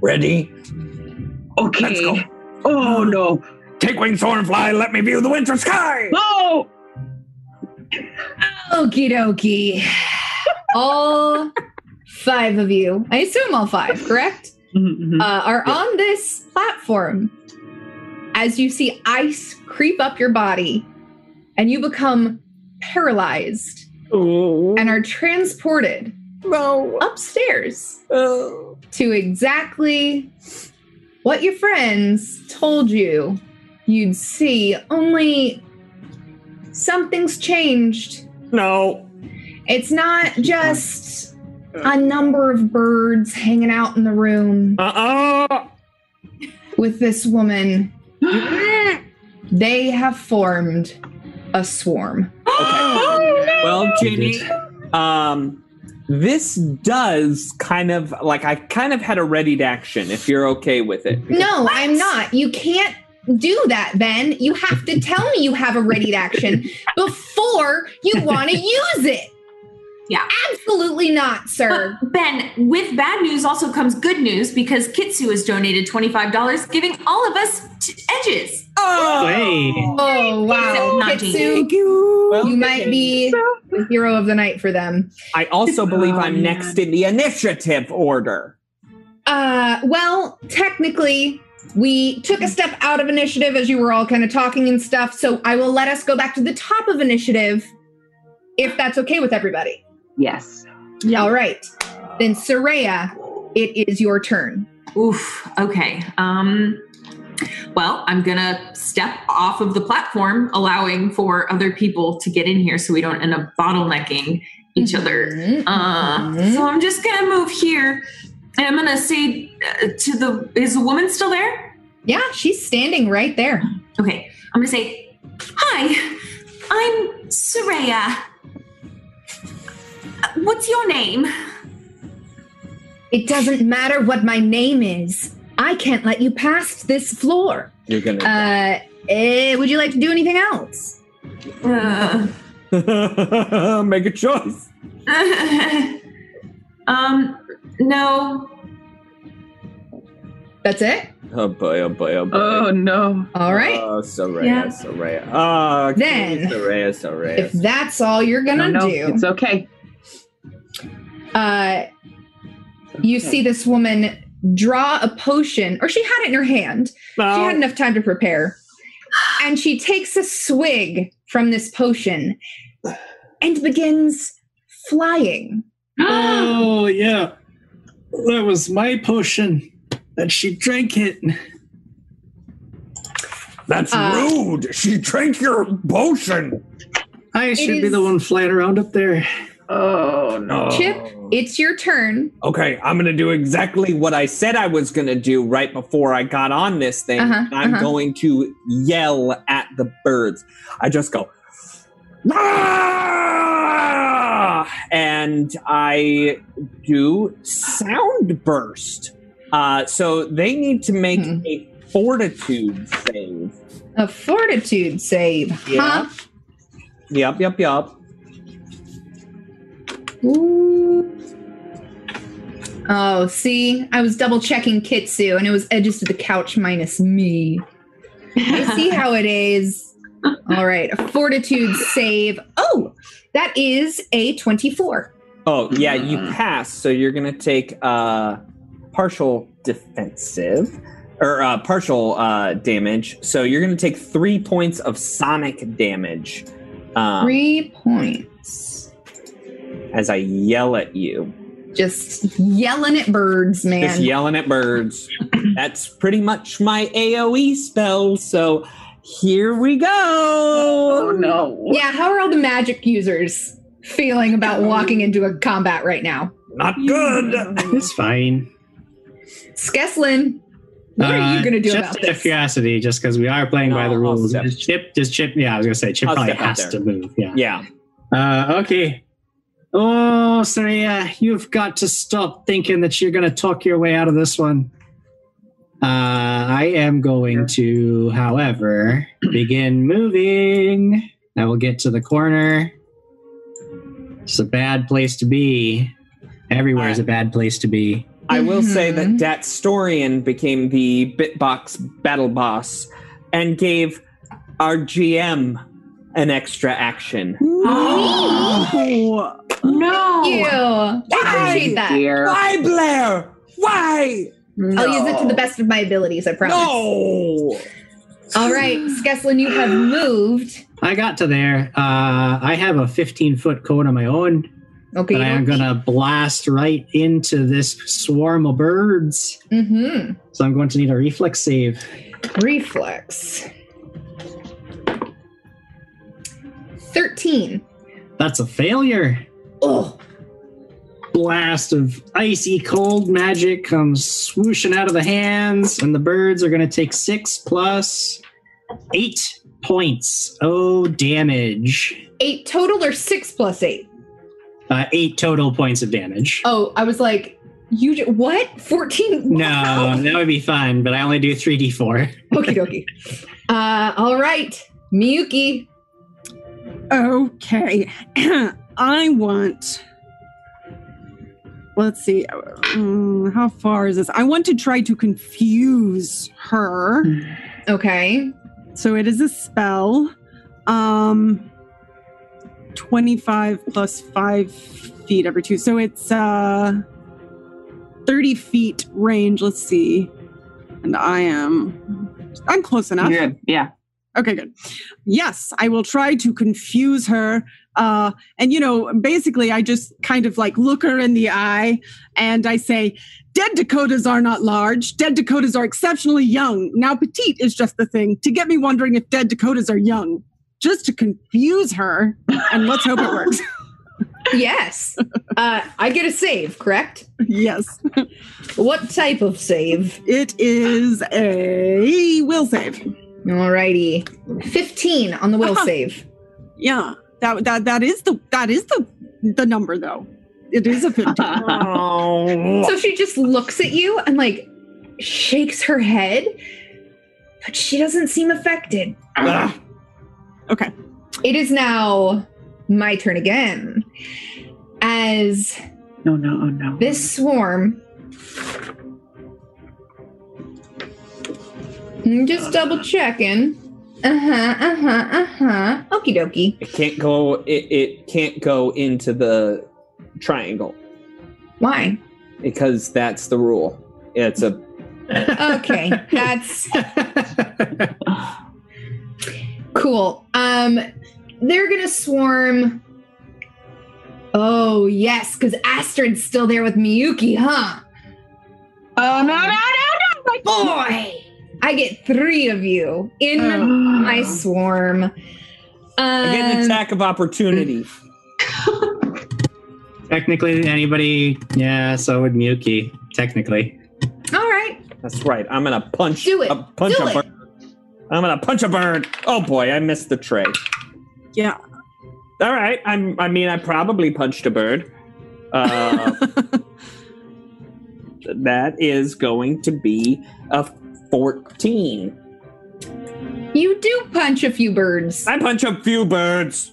Speaker 3: Ready?
Speaker 4: Okay.
Speaker 3: Let's go.
Speaker 4: Oh no.
Speaker 3: Take wing, soar, and fly. Let me view the winter sky.
Speaker 4: No.
Speaker 2: Okie dokie. all five of you, I assume all five, correct?
Speaker 4: Mhm.
Speaker 2: uh, are on this platform as you see ice creep up your body and you become paralyzed and are transported upstairs to exactly what your friends told you you'd see only something's changed
Speaker 3: No.
Speaker 2: it's not just a number of birds hanging out in the room
Speaker 3: Uh uh
Speaker 2: with this woman, they have formed a swarm.
Speaker 6: Well, Jamie, um, this does kind of like I kind of had a readied action if you're okay with it.
Speaker 2: No, I'm not. You can't do that, Ben. You have to tell me you have a ready action before you want to use it.
Speaker 9: Yeah.
Speaker 2: Absolutely not, sir.
Speaker 9: But Ben, with bad news also comes good news because Kitsu has donated $25, giving all of us t- edges.
Speaker 7: Hey,
Speaker 2: Oh, wow.
Speaker 9: Not
Speaker 2: Kitsu,
Speaker 6: Well,
Speaker 2: you might be the hero of the night for them.
Speaker 6: I also believe
Speaker 4: Oh,
Speaker 6: I'm
Speaker 4: man.
Speaker 6: next in the initiative order.
Speaker 2: Uh, well, technically, we took a step out of initiative as you were all kind of talking and stuff. So I will let us go back to the top of initiative if that's okay with everybody.
Speaker 4: Yes.
Speaker 2: All right. Then, Soraya, it is your turn.
Speaker 6: Oof. Okay. Um, well, I'm going to step off of the platform, allowing for other people to get in here so we don't end up bottlenecking each other.
Speaker 2: Mhm.
Speaker 6: Uh, so I'm just going to move here and I'm going to say uh, to the. Is the woman still there?
Speaker 2: Yeah, she's standing right there.
Speaker 6: Okay. I'm going to say, Hi, I'm Soraya. Uh, What's your name?
Speaker 2: It doesn't matter what my name is. I can't let you past this floor.
Speaker 8: You're gonna.
Speaker 2: Uh, eh, would you like to do anything else?
Speaker 6: Uh,
Speaker 8: Make a choice.
Speaker 6: um, no.
Speaker 2: That's it.
Speaker 8: Oh boy! Oh boy! Oh boy!
Speaker 4: Oh no.
Speaker 2: All right.
Speaker 8: Oh, Soraya,
Speaker 6: Yeah.
Speaker 8: Soraya. Oh,
Speaker 2: Then-
Speaker 8: Soraya, Soraya.
Speaker 2: if that's all you're
Speaker 4: No,
Speaker 2: gonna
Speaker 4: no,
Speaker 2: do,
Speaker 4: it's okay.
Speaker 2: uh, you see this woman draw a potion, or she had it in her hand. She
Speaker 5: Oh.
Speaker 2: had enough time to prepare, and she takes a swig from this potion and begins flying.
Speaker 7: Oh, yeah. That was my potion. That she drank it.
Speaker 3: That's
Speaker 2: Uh,
Speaker 3: rude. She drank your potion.
Speaker 7: I should be
Speaker 2: is-
Speaker 7: the one flying around up there.
Speaker 4: Oh no.
Speaker 2: Chip, it's your turn.
Speaker 8: Okay, I'm gonna do exactly what I said I was gonna do right before I got on this thing.
Speaker 2: Uh-huh,
Speaker 8: I'm
Speaker 2: uh-huh.
Speaker 8: going to yell at the birds. I just go, "Ah!" and I do sound burst. Uh, so they need to make
Speaker 2: Hmm.
Speaker 8: a fortitude save.
Speaker 2: A fortitude save,
Speaker 8: Yeah.
Speaker 2: huh?
Speaker 8: Yup, yup, yup.
Speaker 2: Ooh. Oh, see, I was double checking Kitsu, and it was edges to the couch minus me. I see how it is. All right, a fortitude save. Oh, that is a 24.
Speaker 8: Oh yeah, you pass, so you're gonna take uh partial defensive or uh, partial uh, damage. So you're gonna take three points of sonic damage um,
Speaker 2: Three points.
Speaker 8: as I yell at you.
Speaker 2: Just yelling at birds, man.
Speaker 8: Just yelling at birds. That's pretty much my AOE spell. So here we go.
Speaker 4: Oh no.
Speaker 2: yeah, how are all the magic users feeling
Speaker 7: Um,
Speaker 2: about walking into a combat right now?
Speaker 3: Not good.
Speaker 7: It's fine.
Speaker 2: Skeslin, what are you
Speaker 7: Uh,
Speaker 2: going to do
Speaker 7: just
Speaker 2: about
Speaker 7: out of
Speaker 2: this?
Speaker 7: curiosity, just because we are playing
Speaker 8: No,
Speaker 7: by the
Speaker 8: I'll
Speaker 7: rules.
Speaker 8: step-
Speaker 7: Does Chip, does Chip, yeah, I was going to say, Chip
Speaker 8: I'll
Speaker 7: probably
Speaker 8: step out
Speaker 7: has to
Speaker 8: there.
Speaker 7: move. Yeah.
Speaker 8: Yeah.
Speaker 7: Uh, okay. Oh, Saria, you've got to stop thinking that you're going to talk your way out of this one. Uh, I am going to, however, begin moving. I will get to the corner. It's a bad place to be. Everywhere is a bad place to be.
Speaker 8: I will say that
Speaker 2: Mhm.
Speaker 8: Dat Storian became the Bitbox battle boss and gave our GM an extra action.
Speaker 5: Oh,
Speaker 2: Thank you. I appreciate that.
Speaker 4: Dear.
Speaker 8: Why, Blair? Why?
Speaker 4: No.
Speaker 2: I'll use it to the best of my abilities, I promise.
Speaker 8: No!
Speaker 2: All right, Skeslin, you have moved.
Speaker 7: I got to there. Uh, I have a 15 foot cone on my own.
Speaker 2: Okay.
Speaker 7: But I am going to blast right into this swarm of birds.
Speaker 2: Mm-hmm.
Speaker 7: So I'm going to need a reflex save.
Speaker 2: Reflex. 13.
Speaker 7: That's a failure.
Speaker 2: Oh,
Speaker 7: Blast of icy cold magic comes swooshing out of the hands, and the birds are going to take six plus eight points. Oh, damage.
Speaker 2: eight total or six plus eight?
Speaker 7: Uh, eight total points of damage.
Speaker 2: Oh, I was like, you j- what? 14?
Speaker 7: No, that would be fun, but I only do 3d4.
Speaker 2: Okie dokie. Uh, all right, Miyuki.
Speaker 5: okay. I want. Let's see. Mm, how far is this? I want to try to confuse her.
Speaker 2: Okay.
Speaker 5: So it is a spell. Um 25 plus 5 feet every two. So it's uh 30 feet range. Let's see. And I am. I'm close enough.
Speaker 4: Good. Yeah.
Speaker 5: Okay, good. Yes, I will try to confuse her. Uh, and, you know, basically, I just kind of like look her in the eye and I say, Dead Dakotas are not large. Dead Dakotas are exceptionally young. Now, petite is just the thing to get me wondering if dead Dakotas are young, just to confuse her. And let's hope it works.
Speaker 2: Yes. Uh, I get a save, correct?
Speaker 5: yes,
Speaker 2: What type of save?
Speaker 5: it is a will save.
Speaker 2: Alrighty. 15 on the will
Speaker 5: Uh-huh.
Speaker 2: save.
Speaker 5: Yeah, that, that, that is the that is the the number though. It is a 15.
Speaker 4: Uh-huh.
Speaker 2: So she just looks at you and like shakes her head, but she doesn't seem affected.
Speaker 3: Ugh.
Speaker 5: Okay.
Speaker 2: It is now my turn again. As
Speaker 4: no, no, oh, no.
Speaker 2: this swarm. I'm just double checking. Uh huh, uh huh, uh huh. Okie dokie.
Speaker 8: It can't go. It, it can't go into the triangle
Speaker 2: Why?
Speaker 8: because that's the rule. It's a
Speaker 2: Okay, that's Cool. Um, they're gonna swarm. Oh yes, because Astrid's still there with Miyuki, huh?
Speaker 4: Oh, no, no, no, no.
Speaker 2: Boy, I get three of you in my swarm. Um,
Speaker 8: I get an attack of opportunity.
Speaker 7: Technically, anybody. Yeah, so would Miyuki. Technically.
Speaker 2: All right,
Speaker 8: That's right. I'm gonna punch.
Speaker 2: Do it.
Speaker 8: A, punch
Speaker 2: Do
Speaker 8: a
Speaker 2: it.
Speaker 8: bird. I'm gonna punch a bird. Oh boy, I missed the tray.
Speaker 5: Yeah.
Speaker 8: All right. I'm. I mean, I probably punched a bird. Uh, that is going to be a fourteen.
Speaker 2: you do punch a few birds.
Speaker 8: I punch a few birds.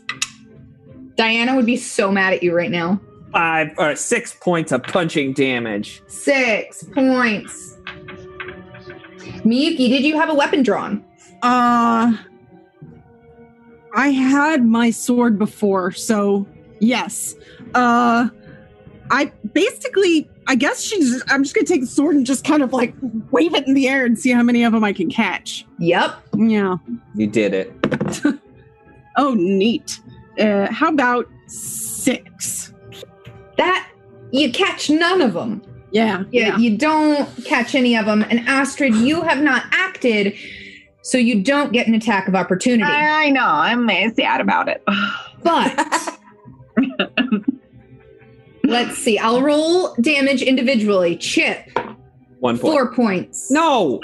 Speaker 2: Diana would be so mad at you right now.
Speaker 8: Five or six points of punching damage.
Speaker 2: Six points. Miyuki, did you have a weapon drawn?
Speaker 5: Uh, I had my sword before, so yes. Uh, I basically, I guess she's. I'm just gonna take the sword and just kind of like wave it in the air and see how many of them I can catch.
Speaker 2: Yep.
Speaker 5: Yeah.
Speaker 8: You did it.
Speaker 5: Oh, neat. Uh, how about six?
Speaker 2: That you catch none of them.
Speaker 5: Yeah.
Speaker 2: Yeah, you don't catch any of them. And Astrid, you have not acted, so you don't get an attack of opportunity.
Speaker 4: I, I know. I'm uh, sad about it.
Speaker 2: but let's see. I'll roll damage individually. Chip,
Speaker 8: One point.
Speaker 2: four points.
Speaker 8: No.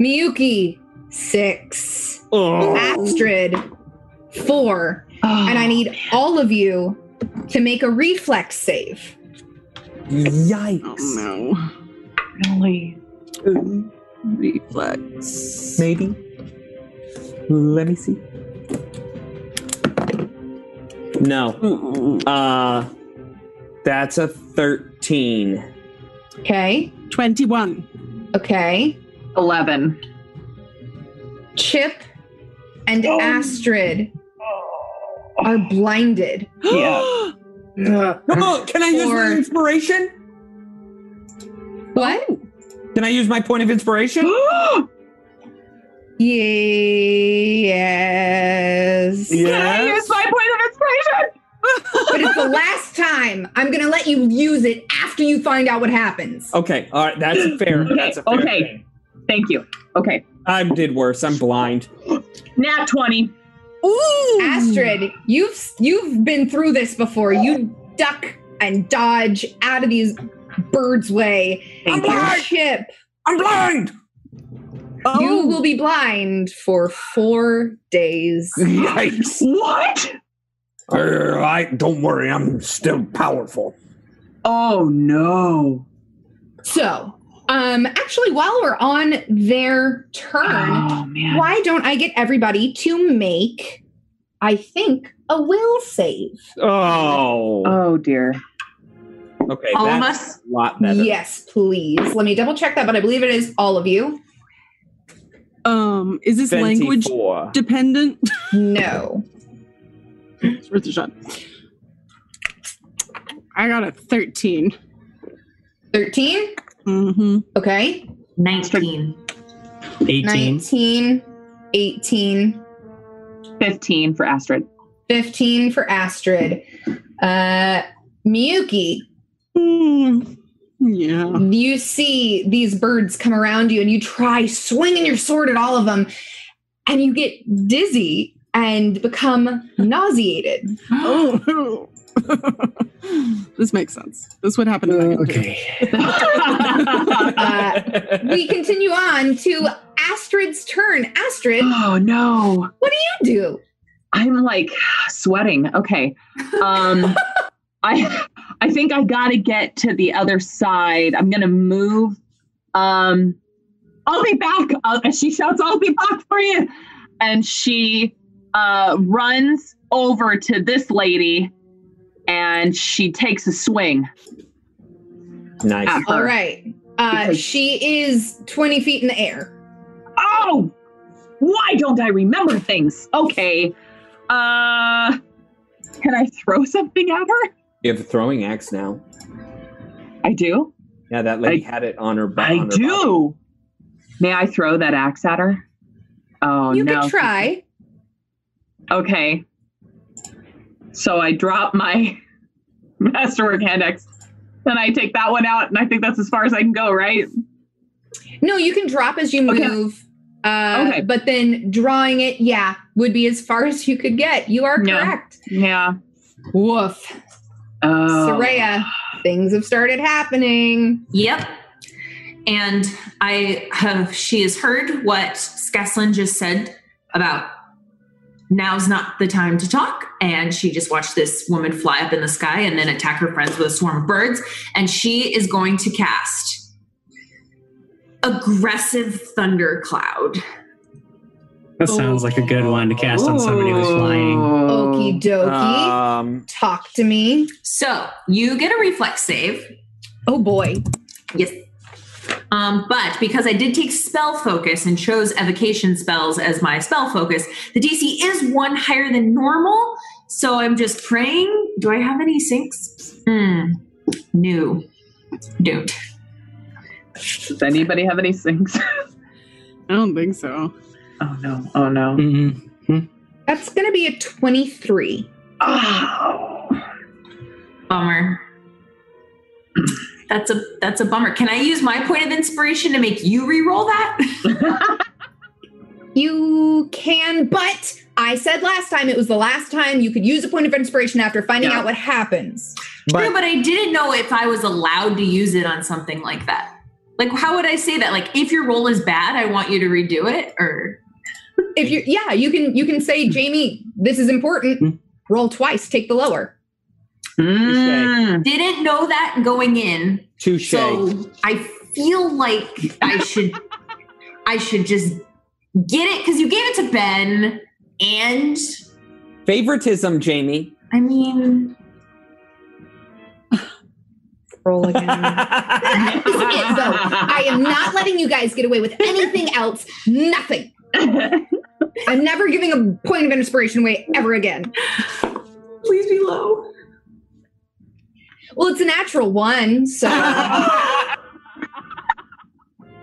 Speaker 2: Miyuki, six.
Speaker 8: Oh.
Speaker 2: Astrid, four. And
Speaker 4: Oh,
Speaker 2: I need all of you to make a reflex save.
Speaker 8: Yikes.
Speaker 5: Oh no.
Speaker 4: really.
Speaker 5: Reflex.
Speaker 8: Maybe. Let me see. No. Uh that's a 13.
Speaker 2: Okay.
Speaker 5: Twenty-one.
Speaker 2: Okay.
Speaker 4: 11.
Speaker 2: Chip and Astrid are blinded.
Speaker 4: Yeah.
Speaker 8: Come on, can I use my
Speaker 2: Or-
Speaker 8: inspiration?
Speaker 2: What?
Speaker 8: Can I use my point of inspiration?
Speaker 2: Yes.
Speaker 4: Can I use my point of inspiration?
Speaker 2: But it's the last time. I'm going to let you use it after you find out what happens.
Speaker 8: Okay, all right, that's fair. That's a fair
Speaker 4: Okay.
Speaker 8: thing.
Speaker 4: Thank you. Okay.
Speaker 8: I did worse. I'm blind.
Speaker 4: Nat 20.
Speaker 5: Ooh.
Speaker 2: Astrid, you've you've been through this before. You duck and dodge out of these birds' way.
Speaker 4: Thank you.
Speaker 2: Chip,
Speaker 8: I'm blind.
Speaker 5: Oh.
Speaker 2: you will be blind for four days.
Speaker 3: Yikes.
Speaker 4: What?
Speaker 3: Err, Uh, I don't worry, I'm still powerful.
Speaker 4: Oh, no.
Speaker 2: So, um, actually, while we're on their turn,
Speaker 4: Oh, man.
Speaker 2: why don't I get everybody to make, I think, a will save?
Speaker 8: Oh.
Speaker 4: Oh, dear.
Speaker 8: Okay,
Speaker 6: All of
Speaker 8: that's
Speaker 6: us?
Speaker 8: a lot better.
Speaker 2: Yes, please. Let me double check that, but I believe it is all of you.
Speaker 5: Um, is this language
Speaker 8: 24.
Speaker 5: dependent?
Speaker 2: No.
Speaker 5: It's worth a shot. I got a 13.
Speaker 2: 13.
Speaker 5: Mm-hmm.
Speaker 2: Okay.
Speaker 6: 19.
Speaker 7: 18.
Speaker 2: 19, 18,
Speaker 4: 15 for Astrid.
Speaker 2: 15 for Astrid. Uh, Miyuki,
Speaker 5: Mm. Yeah.
Speaker 2: you see these birds come around you and you try swinging your sword at all of them and you get dizzy and become nauseated.
Speaker 5: Oh. this makes sense. This would happen. To
Speaker 4: oh
Speaker 2: Uh, we continue on to Astrid's turn. Astrid, what
Speaker 4: Oh, no.
Speaker 2: do you do?
Speaker 4: I'm like sweating. Okay. Um I I think I got to get to the other side. I'm going to move um I'll be back. Uh, she shouts, "I'll be back for you." And she uh runs over to this lady and she takes a swing
Speaker 8: Nice.
Speaker 4: at her.
Speaker 2: All right. Uh,
Speaker 4: Because-
Speaker 2: she is 20 feet in the air.
Speaker 4: Oh, why don't I remember things? Okay. Uh, can I throw something at her?
Speaker 8: You have a throwing axe now.
Speaker 4: I do.
Speaker 8: Yeah, that lady had it on her back.
Speaker 4: I do. May I throw that axe at her? Oh
Speaker 2: you
Speaker 4: no.
Speaker 2: can try.
Speaker 4: Okay. So I drop my masterwork hand axe. Then I take that one out, and I think that's as far as I can go, right?
Speaker 2: No, you can drop as you
Speaker 4: Okay.
Speaker 2: move. Uh,
Speaker 4: Okay.
Speaker 2: But then drawing it, yeah, would be as far as you could get. You are
Speaker 4: Yeah.
Speaker 2: correct.
Speaker 4: Yeah.
Speaker 2: Woof.
Speaker 4: Oh.
Speaker 2: Soraya, things have started happening.
Speaker 6: Yep. And I have, she has heard what Skeslin just said about now's not the time to talk. And she just watched this woman fly up in the sky and then attack her friends with a swarm of birds. And she is going to cast aggressive thundercloud.
Speaker 7: That sounds like a good one to cast on somebody who's flying.
Speaker 4: Oh,
Speaker 2: Okie dokie.
Speaker 8: Um,
Speaker 2: Talk to me.
Speaker 6: So you get a reflex save.
Speaker 2: Oh boy.
Speaker 6: Yes. Um, but because I did take spell focus and chose evocation spells as my spell focus, the DC is one higher than normal. So I'm just praying. Do I have any sinks? Hmm. No. Don't.
Speaker 4: Does anybody have any sinks?
Speaker 5: I don't think so.
Speaker 4: oh no! Oh no!
Speaker 7: Mhm.
Speaker 2: That's going to be a 23.
Speaker 4: Oh.
Speaker 6: Bummer. That's a that's a bummer. Can I use my point of inspiration to make you re-roll that?
Speaker 2: You can, but I said last time it was the last time you could use a point of inspiration after finding
Speaker 4: Yeah.
Speaker 2: out what happens.
Speaker 6: True, but I didn't know if I was allowed to use it on something like that. Like, how would I say that? Like, if your roll is bad, I want you to redo it, or
Speaker 2: If you yeah, you can you can say, Jamie, this is important. Roll twice, take the lower.
Speaker 4: Mm.
Speaker 6: didn't know that going in.
Speaker 8: touche.
Speaker 6: So I feel like I should I should just get it because you gave it to Ben and
Speaker 8: Favoritism, Jamie.
Speaker 6: I mean
Speaker 2: Roll again. This is it, though. I am not letting you guys get away with anything else. Nothing. I'm never giving a point of inspiration away ever again.
Speaker 6: please be low.
Speaker 2: Well, it's a natural one, so
Speaker 6: Oh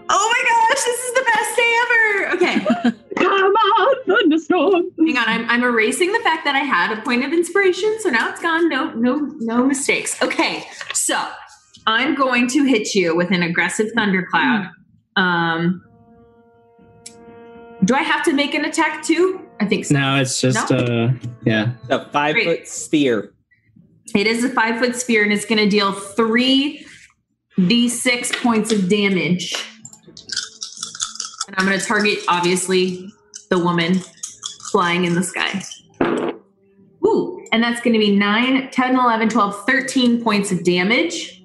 Speaker 6: my gosh, this is the best day ever. Okay.
Speaker 4: Come on, thunderstorm.
Speaker 6: Hang on, I'm, I'm erasing the fact that I had a point of inspiration, so now it's gone. No, no, no mistakes. Okay, so I'm going to hit you with an aggressive thundercloud. Um, do I have to make an attack too? I think so.
Speaker 7: No, it's just
Speaker 6: No?
Speaker 7: uh yeah.
Speaker 8: A five foot sphere.
Speaker 6: It is a five foot spear, and it's going to deal three d6 points of damage. And I'm going to target, obviously, the woman flying in the sky. Ooh, and that's going to be 9, 10, 11, 12, 13 points of damage.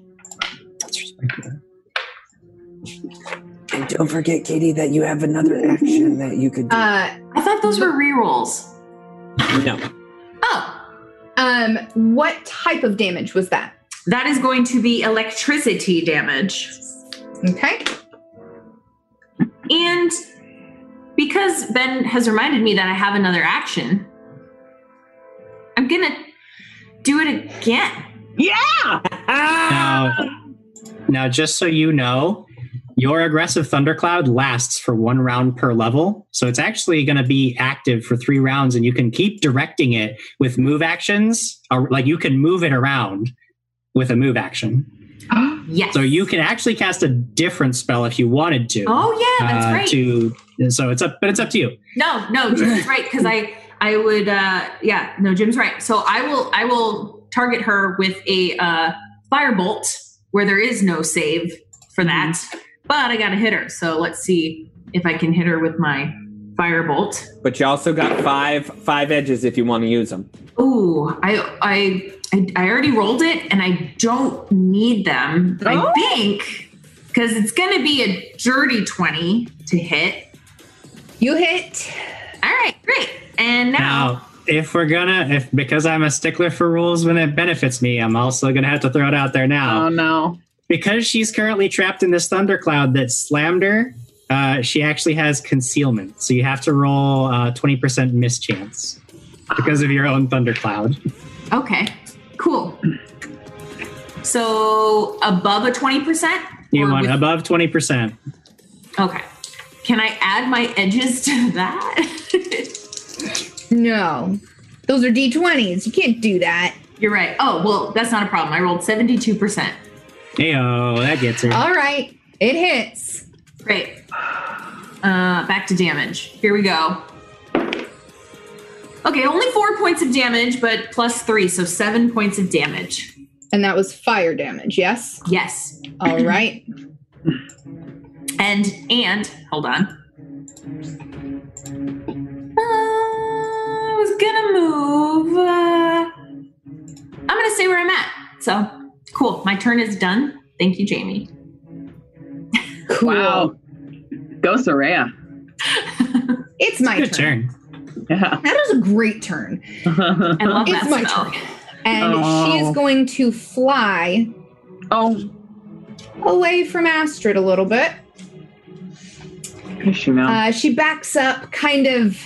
Speaker 8: And don't forget, Katie, that you have another action that you could
Speaker 2: uh
Speaker 6: I thought those were rerolls.
Speaker 8: no.
Speaker 6: Oh,
Speaker 2: um what type of damage was that?
Speaker 6: that is going to be electricity damage.
Speaker 2: Okay.
Speaker 6: And because Ben has reminded me that I have another action, I'm going to do it again.
Speaker 7: Now Now, just so you know, your aggressive thundercloud lasts for one round per level. So it's actually going to be active for three rounds, and you can keep directing it with move actions. Or, like you can move it around with a move action. Oh.
Speaker 6: Yes.
Speaker 7: So you can actually cast a different spell if you wanted to.
Speaker 6: Oh yeah, that's
Speaker 7: uh,
Speaker 6: right.
Speaker 7: To so it's up, but it's up to you.
Speaker 6: No, no, Jim's right because I I would uh yeah no Jim's right. So I will I will target her with a uh firebolt where there is no save for that,
Speaker 7: Mm-hmm.
Speaker 6: but I gotta hit her. So let's see if I can hit her with my firebolt.
Speaker 8: But you also got five five edges if you want to use them.
Speaker 6: Ooh, I I I, I already rolled it and I don't need them. I
Speaker 4: Oh.
Speaker 6: think because it's gonna be a dirty twenty to hit.
Speaker 2: You hit.
Speaker 6: All right, great. And now
Speaker 7: Now, if we're gonna, if because I'm a stickler for rules when it benefits me, I'm also gonna have to throw it out there now.
Speaker 4: Oh no.
Speaker 7: because she's currently trapped in this thundercloud that slammed her, uh, she actually has concealment. So you have to roll uh, 20% mischance because of your own thundercloud.
Speaker 6: Okay, cool. So above a 20%?
Speaker 7: You
Speaker 6: Or
Speaker 7: want
Speaker 6: with-
Speaker 7: above 20%.
Speaker 6: okay. Can I add my edges to that?
Speaker 2: No. Those are D20s. You can't do that.
Speaker 6: You're right. Oh, well, that's not a problem. I rolled 72%.
Speaker 7: Ayo, that gets her.
Speaker 2: All right. It hits.
Speaker 6: Great. Uh, back to damage. Here we go. Okay, only four points of damage, but plus three, so seven points of damage.
Speaker 2: And that was fire damage, yes?
Speaker 6: Yes.
Speaker 2: All right.
Speaker 6: And and hold on. Uh, I was gonna move. Uh, I'm gonna stay where I'm at. So cool. My turn is done. Thank you, Jamie.
Speaker 2: Cool.
Speaker 4: Wow. Go Soraya.
Speaker 2: It's my
Speaker 7: Good
Speaker 2: turn.
Speaker 7: turn.
Speaker 4: Yeah.
Speaker 2: That is a great turn.
Speaker 6: I love
Speaker 2: It's
Speaker 6: that
Speaker 2: my
Speaker 6: spell.
Speaker 2: turn. And she is
Speaker 4: Oh.
Speaker 2: going to fly
Speaker 4: oh,
Speaker 2: away from Astrid a little bit.
Speaker 4: yes, you know.
Speaker 2: Uh, she backs up, kind of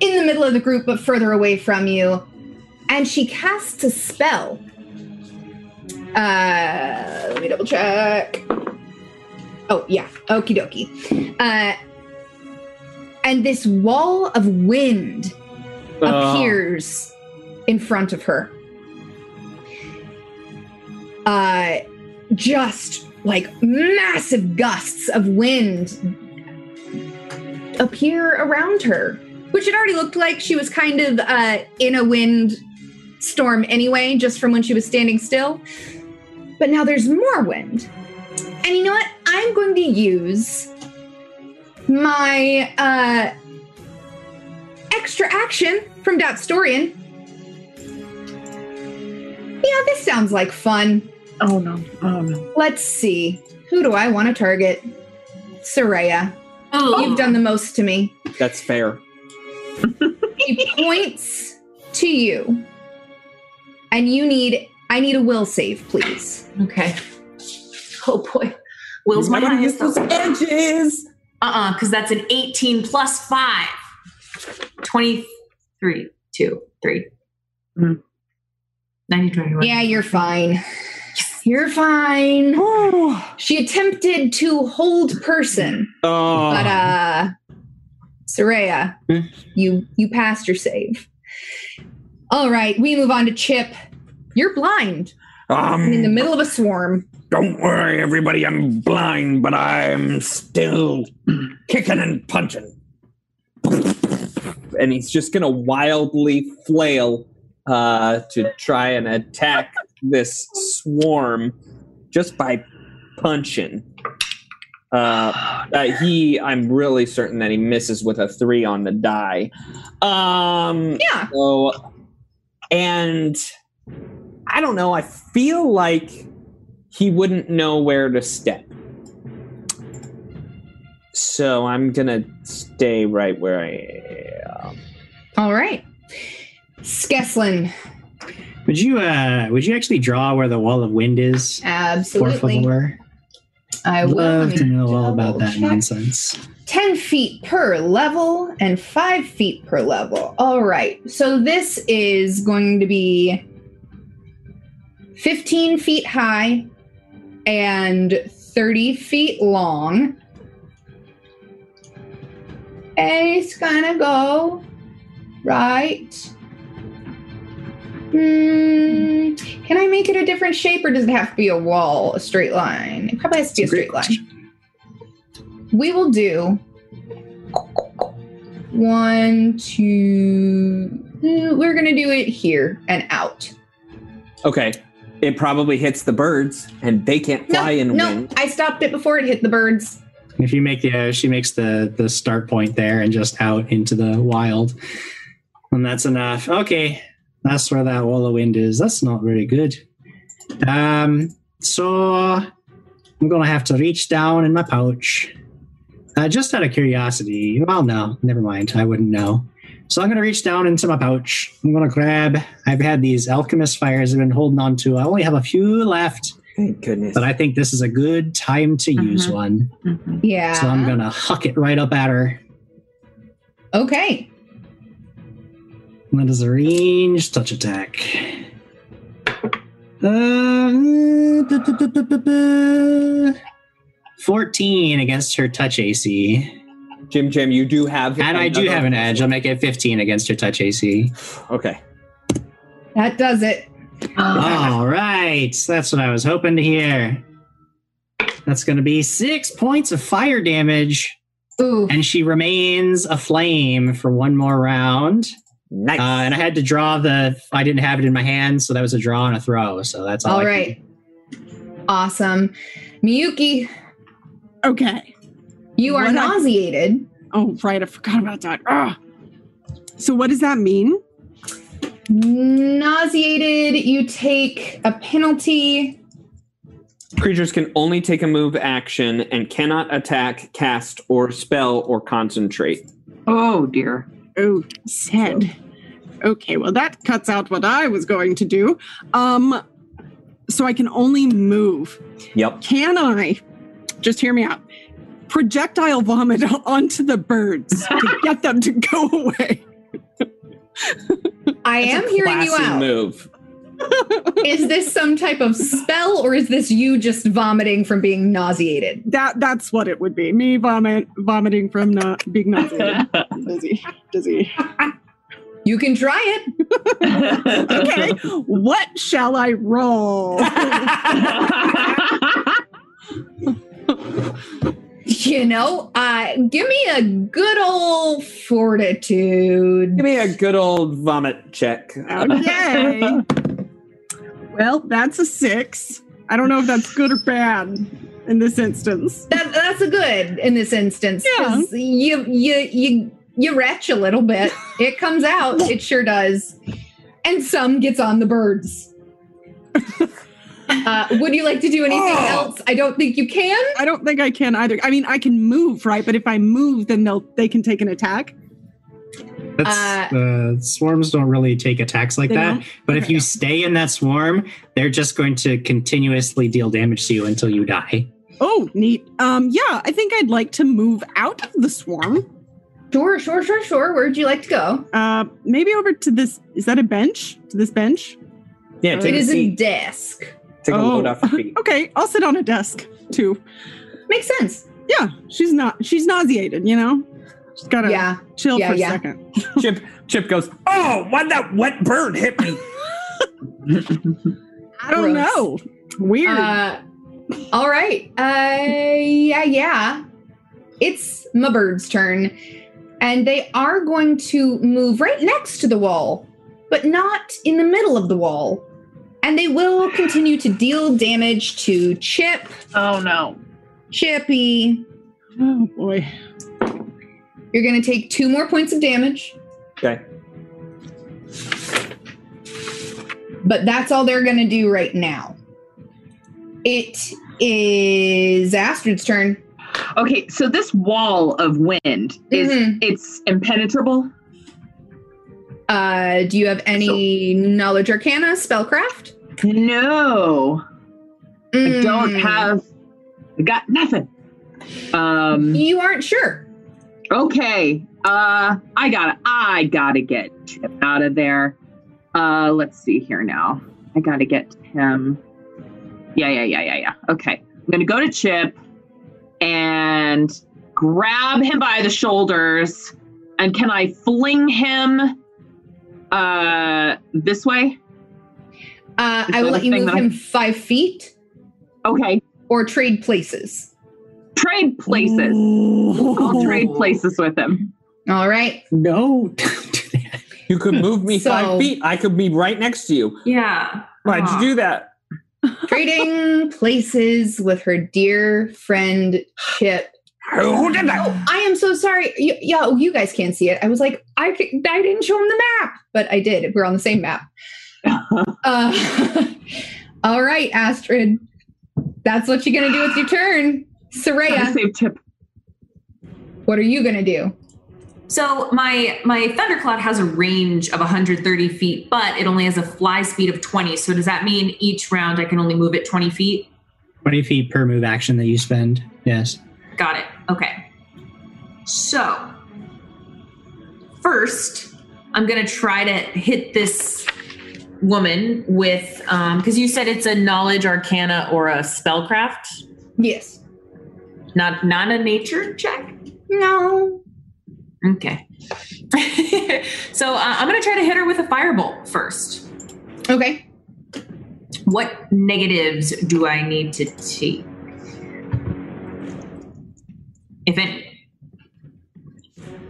Speaker 2: in the middle of the group, but further away from you, and she casts a spell. Uh, let me double check. Oh, yeah. Okie dokie. Uh, and this wall of wind Uh, Oh. appears in front of her. Uh, just like massive gusts of wind appear around her, which it already looked like she was kind of uh, in a wind storm anyway, just from when she was standing still. But now there's more wind. And you know what? I'm going to use my uh, extra action from Dotstorian. Yeah, this sounds like fun.
Speaker 4: oh no. Oh no.
Speaker 2: Let's see. Who do I want to target? Soraya.
Speaker 6: Oh,
Speaker 2: You've done the most to me.
Speaker 8: That's fair.
Speaker 2: He points to you. And you need I need a will save, please.
Speaker 6: okay. Oh boy, Will's my
Speaker 8: Remember to use
Speaker 6: highest.
Speaker 8: those
Speaker 6: Uh
Speaker 8: edges.
Speaker 6: uh, because that's an 18 plus five. 23, 2, 3.
Speaker 8: Hmm.
Speaker 4: Mm.
Speaker 6: 90, 21.
Speaker 2: Yeah, you're fine. You're fine. She attempted to hold person,
Speaker 8: Oh,
Speaker 2: but uh Soraya,
Speaker 7: Hmm.
Speaker 2: you you passed your save. All right, we move on to Chip. You're blind and in the
Speaker 3: Um,
Speaker 2: middle of a swarm.
Speaker 3: don't worry, everybody. I'm blind, but I'm still kicking and punching.
Speaker 8: and he's just gonna wildly flail uh, to try and attack this swarm just by punching. Uh, uh, he, I'm really certain that he misses with a three on the die. Um,
Speaker 2: Yeah.
Speaker 8: so, and I don't know. I feel like he wouldn't know where to step. So I'm gonna stay right where I am.
Speaker 2: All right. Skeslin.
Speaker 7: Would you uh would you actually draw where the wall of wind is? Four foot
Speaker 2: Absolutely.
Speaker 7: lore?
Speaker 2: I
Speaker 7: I'd
Speaker 2: will. Let
Speaker 7: love
Speaker 2: me
Speaker 7: to know all about that
Speaker 2: double check.
Speaker 7: nonsense.
Speaker 2: 10 feet per level and 5 feet per level. All right. So this is going to be 15 feet high and 30 feet long. And it's gonna go right. Hmm, can I make it a different shape or does it have to be a wall, a straight line? It probably has to be a straight line. We will do one, two. mm, We're gonna do it here and out.
Speaker 8: Okay. It probably hits the birds and they can't
Speaker 2: No,
Speaker 8: fly in
Speaker 2: no,
Speaker 8: wind.
Speaker 2: I stopped it before it hit the birds.
Speaker 7: If you make the, uh, she makes the the start point there and just out into the wild, and that's enough. Okay, that's where that wall of wind is. That's not very good. Um, so I'm gonna have to reach down in my pouch. Uh, just out of curiosity, well, no, never mind. I wouldn't know. So I'm gonna reach down into my pouch. I'm gonna grab. I've had these alchemist fires I've been holding on to. I only have a few left,
Speaker 8: Thank goodness.
Speaker 7: but I think this is a good time to use
Speaker 6: Mhm.
Speaker 7: one.
Speaker 4: Mm-hmm.
Speaker 6: Mhm.
Speaker 2: Yeah.
Speaker 7: So I'm gonna huck it right up at her.
Speaker 2: okay.
Speaker 7: And that is a range touch attack. Uh, bu- bu- bu- bu- bu- bu- 14 against her touch AC.
Speaker 8: Jim Jim, you do have
Speaker 7: And I do
Speaker 8: another-
Speaker 7: have an edge. I'll make it 15 against her touch AC.
Speaker 8: Okay.
Speaker 2: That does it.
Speaker 7: All right. That's what I was hoping to hear. That's going to be six points of fire damage.
Speaker 2: Ooh.
Speaker 7: And she remains aflame for one more round.
Speaker 8: Nice.
Speaker 7: Uh, and I had to draw the. I didn't have it in my hand, so that was a draw and a throw. So that's all.
Speaker 2: All
Speaker 7: I can
Speaker 2: right. Awesome. Miyuki,
Speaker 5: Okay.
Speaker 2: you are
Speaker 5: What I-
Speaker 2: nauseated.
Speaker 5: Oh, right. I forgot about that. Ugh. So, what does that mean?
Speaker 2: Nauseated, you take a penalty.
Speaker 8: Creatures can only take a move action and cannot attack, cast, or spell or concentrate.
Speaker 4: Oh dear.
Speaker 5: Oh, said. Okay, well that cuts out what I was going to do. Um so I can only move.
Speaker 8: Yep.
Speaker 5: Can I? Just hear me out. Projectile vomit onto the birds to get them to go away.
Speaker 2: I am hearing you
Speaker 8: Classy
Speaker 2: out.
Speaker 8: move.
Speaker 2: Is this some type of spell or is this you just vomiting from being nauseated?
Speaker 5: That that's what it would be. Me vomit vomiting from not being nauseated. Dizzy. Dizzy.
Speaker 2: You can try it.
Speaker 5: Okay. what shall I roll?
Speaker 2: You know, uh, give me a good old fortitude.
Speaker 8: Give me a good old vomit check.
Speaker 5: Okay. well, that's a six. I don't know if that's good or bad in this instance.
Speaker 2: That, that's a good in this instance.
Speaker 5: Yeah.
Speaker 2: 'cause You you you you retch a little bit. It comes out. It sure does. And some gets on the birds. Uh, would you like to do anything
Speaker 5: Oh.
Speaker 2: else? I don't think you can.
Speaker 5: I don't think I can either. I mean, I can move, right? But if I move, then they'll they can take an attack.
Speaker 7: That's uh, swarms don't really take attacks like
Speaker 5: They
Speaker 7: that.
Speaker 5: don't?
Speaker 7: But if
Speaker 5: Okay.
Speaker 7: you stay in that swarm, they're just going to continuously deal damage to you until you die.
Speaker 5: Oh, neat. Um, yeah, I think I'd like to move out of the swarm.
Speaker 2: Sure, sure, sure, sure. Where would you like to go?
Speaker 5: Uh, maybe over to this. Is that a bench? To this bench?
Speaker 8: Yeah, take
Speaker 2: it
Speaker 8: a
Speaker 2: is a
Speaker 8: seat.
Speaker 2: desk.
Speaker 8: Take a
Speaker 5: Oh.
Speaker 8: load off your feet.
Speaker 5: Okay, I'll sit on a desk too.
Speaker 2: Makes sense.
Speaker 5: Yeah, she's not. She's nauseated. You know, she's gotta
Speaker 2: Yeah.
Speaker 5: chill
Speaker 2: yeah,
Speaker 5: for a
Speaker 2: yeah.
Speaker 5: second.
Speaker 8: Chip Chip goes, Oh, why'd that wet bird hit me?
Speaker 5: I don't
Speaker 2: Gross.
Speaker 5: know. Weird.
Speaker 2: Uh, all right. Uh, yeah, yeah. It's my bird's turn. And they are going to move right next to the wall, but not in the middle of the wall. And they will continue to deal damage to Chip,
Speaker 4: oh no.
Speaker 2: Chippy.
Speaker 5: oh boy.
Speaker 2: You're going to take two more points of damage.
Speaker 8: Okay.
Speaker 2: But that's all they're going to do right now. It is Astrid's turn.
Speaker 4: Okay, so this wall of wind is
Speaker 2: Mhm.
Speaker 4: it's impenetrable.
Speaker 2: Uh, do you have any knowledge arcana, spellcraft?
Speaker 4: No, I don't
Speaker 2: Mm.
Speaker 4: have. I got nothing. Um.
Speaker 2: You aren't sure.
Speaker 4: Okay. Uh, I gotta, I gotta get Chip out of there. Uh, let's see here now. I gotta get him. Yeah, yeah, yeah, yeah, yeah. Okay. I'm going to go to Chip and grab him by the shoulders. And can I fling him uh, this way?
Speaker 2: Uh, I
Speaker 4: Is
Speaker 2: will
Speaker 4: that
Speaker 2: let
Speaker 4: a
Speaker 2: you
Speaker 4: thing
Speaker 2: move
Speaker 4: that I-
Speaker 2: him five feet
Speaker 4: Okay.
Speaker 2: or trade places.
Speaker 4: Trade places. I'll trade places with him.
Speaker 2: All right.
Speaker 7: No, don't do that.
Speaker 8: You could move me
Speaker 2: So-
Speaker 8: five feet. I could be right next to you.
Speaker 6: Yeah.
Speaker 8: Why'd you do that?
Speaker 2: Trading places with her dear friend Chip.
Speaker 8: Who did that?
Speaker 2: Oh, I am so sorry. Y- yeah, you guys can't see it. I was like, I, c- I didn't show him the map, but I did. We're on the same map. Uh, all right, Astrid. That's what you're going to do with your turn.
Speaker 4: Gotta
Speaker 2: Soraya,
Speaker 4: Save Chip.
Speaker 2: what are you going to do?
Speaker 6: So my my thundercloud has a range of 130 feet, but it only has a fly speed of 20. So does that mean each round I can only move it 20 feet?
Speaker 7: 20 feet per move action that you spend. Yes.
Speaker 6: Got it. Okay. So first, I'm gonna try to hit this woman with um because you said it's a knowledge arcana or a spellcraft,
Speaker 2: Yes.
Speaker 6: not not a nature check.
Speaker 2: No.
Speaker 6: Okay. so uh, I'm going to try to hit her with a firebolt first.
Speaker 2: Okay.
Speaker 6: What negatives do I need to take? If any.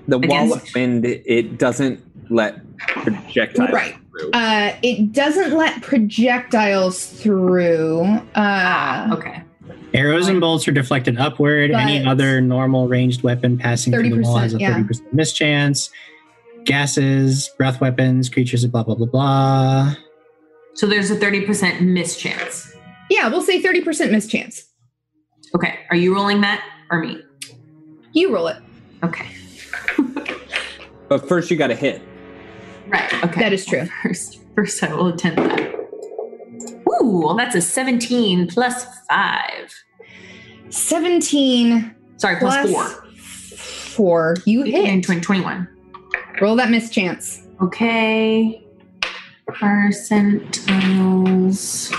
Speaker 8: The wall
Speaker 6: Against-
Speaker 8: of wind, it doesn't let projectiles
Speaker 2: Right.
Speaker 8: through.
Speaker 2: Uh, it doesn't let projectiles through. Uh,
Speaker 6: Okay.
Speaker 7: Arrows and bolts are deflected upward. Any
Speaker 2: But-
Speaker 7: other normal ranged weapon passing through the wall has a
Speaker 2: 30%, yeah.
Speaker 7: 30% mischance. Gases, breath weapons, creatures, blah, blah, blah, blah.
Speaker 6: So there's a 30% mischance.
Speaker 2: yeah, we'll say 30% mischance.
Speaker 6: Okay. Are you rolling that or me?
Speaker 2: You roll it.
Speaker 6: Okay.
Speaker 8: But first, you got to hit.
Speaker 6: Right. Okay.
Speaker 2: That is true.
Speaker 6: First, first I will attempt that. Ooh, well, that's a 17 plus 5.
Speaker 2: 17
Speaker 6: Sorry, plus
Speaker 2: plus
Speaker 6: 4.
Speaker 2: 4. You
Speaker 6: 18,
Speaker 2: hit.
Speaker 6: 20, 21.
Speaker 2: Roll that mischance.
Speaker 6: Okay. Percentiles.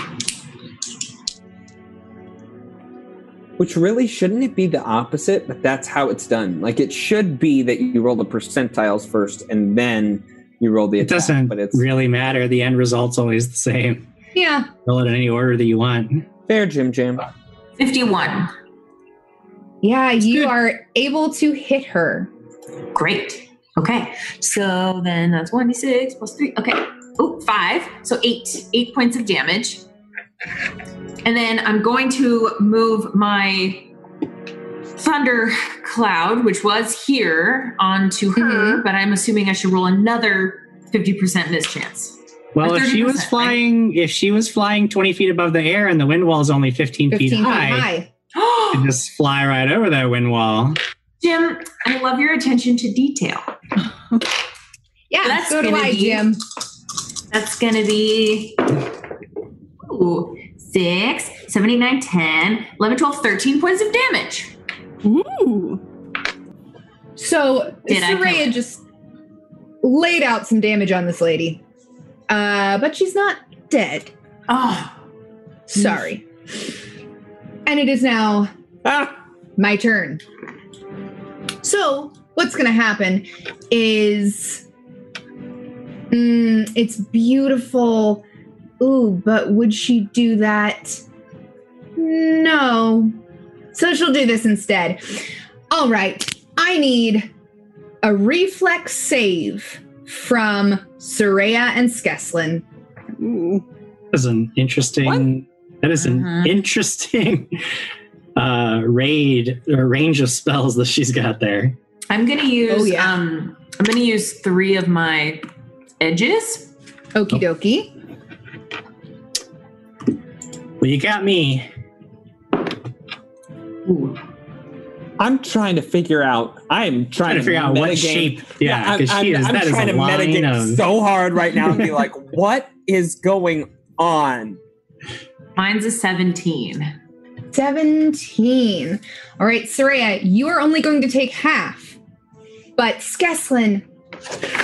Speaker 8: Which really shouldn't it be the opposite? But that's how it's done. Like it should be that you roll the percentiles first, and then you roll the
Speaker 7: It
Speaker 8: attack.
Speaker 7: doesn't
Speaker 8: but it's
Speaker 7: really matter. The end result's always the same.
Speaker 2: Yeah.
Speaker 7: Roll it in any order that you want.
Speaker 8: fair, Jim Jim.
Speaker 6: 51.
Speaker 2: Yeah, you
Speaker 7: good.
Speaker 2: are able to hit her.
Speaker 6: Great. Okay. So then that's 1d6 plus 3. Okay. Oh, 5. So 8. 8 points of damage. And then I'm going to move my thunder cloud, which was here, onto her,
Speaker 2: Mhm.
Speaker 6: but I'm assuming I should roll another 50% mischance.
Speaker 7: Well, if she
Speaker 6: 30%,
Speaker 7: was
Speaker 6: right?
Speaker 7: flying, if she was flying 20 feet above the air and the wind wall is only 15,
Speaker 2: 15
Speaker 7: feet high, you just fly right over that wind wall.
Speaker 6: Jim, I love your attention to detail.
Speaker 2: Yeah,
Speaker 6: That's
Speaker 2: so do
Speaker 6: gonna
Speaker 2: I,
Speaker 6: be-
Speaker 2: Jim.
Speaker 6: That's gonna be ooh, 6, 7, 8, 9, 10, 11, 12, 13 points of damage.
Speaker 5: Ooh.
Speaker 2: So
Speaker 6: Did I count
Speaker 2: Soraya
Speaker 6: it?
Speaker 2: just laid out some damage on this lady. Uh, but she's not dead.
Speaker 6: Oh,
Speaker 2: Sorry. And it is now
Speaker 8: Ah,
Speaker 2: my turn. So, what's going to happen is mm, it's beautiful. Ooh, but would she do that? No. So, she'll do this instead. All right. I need a reflex save from Soraya and Skeslin.
Speaker 5: Ooh.
Speaker 7: That is an interesting. That is an
Speaker 6: Mhm.
Speaker 7: interesting uh, raid or range of spells that she's got there.
Speaker 6: I'm gonna use
Speaker 2: Oh, yeah.
Speaker 6: um I'm gonna use three of my edges.
Speaker 2: Okie dokie.
Speaker 7: Well, you got me.
Speaker 6: Ooh.
Speaker 8: I'm trying to figure out. I'm
Speaker 7: Trying
Speaker 8: trying
Speaker 7: to figure out what
Speaker 8: metagame.
Speaker 7: shape. Yeah, because
Speaker 8: I'm,
Speaker 7: she
Speaker 8: I'm-
Speaker 7: is.
Speaker 8: I'm
Speaker 7: that is
Speaker 8: trying
Speaker 7: a
Speaker 8: to
Speaker 7: line
Speaker 8: metagame
Speaker 7: of.
Speaker 8: so hard right now and be like, what is going on?
Speaker 6: Mine's a 17.
Speaker 2: 17. All right, Soraya, you are only going to take half. But Skeslin,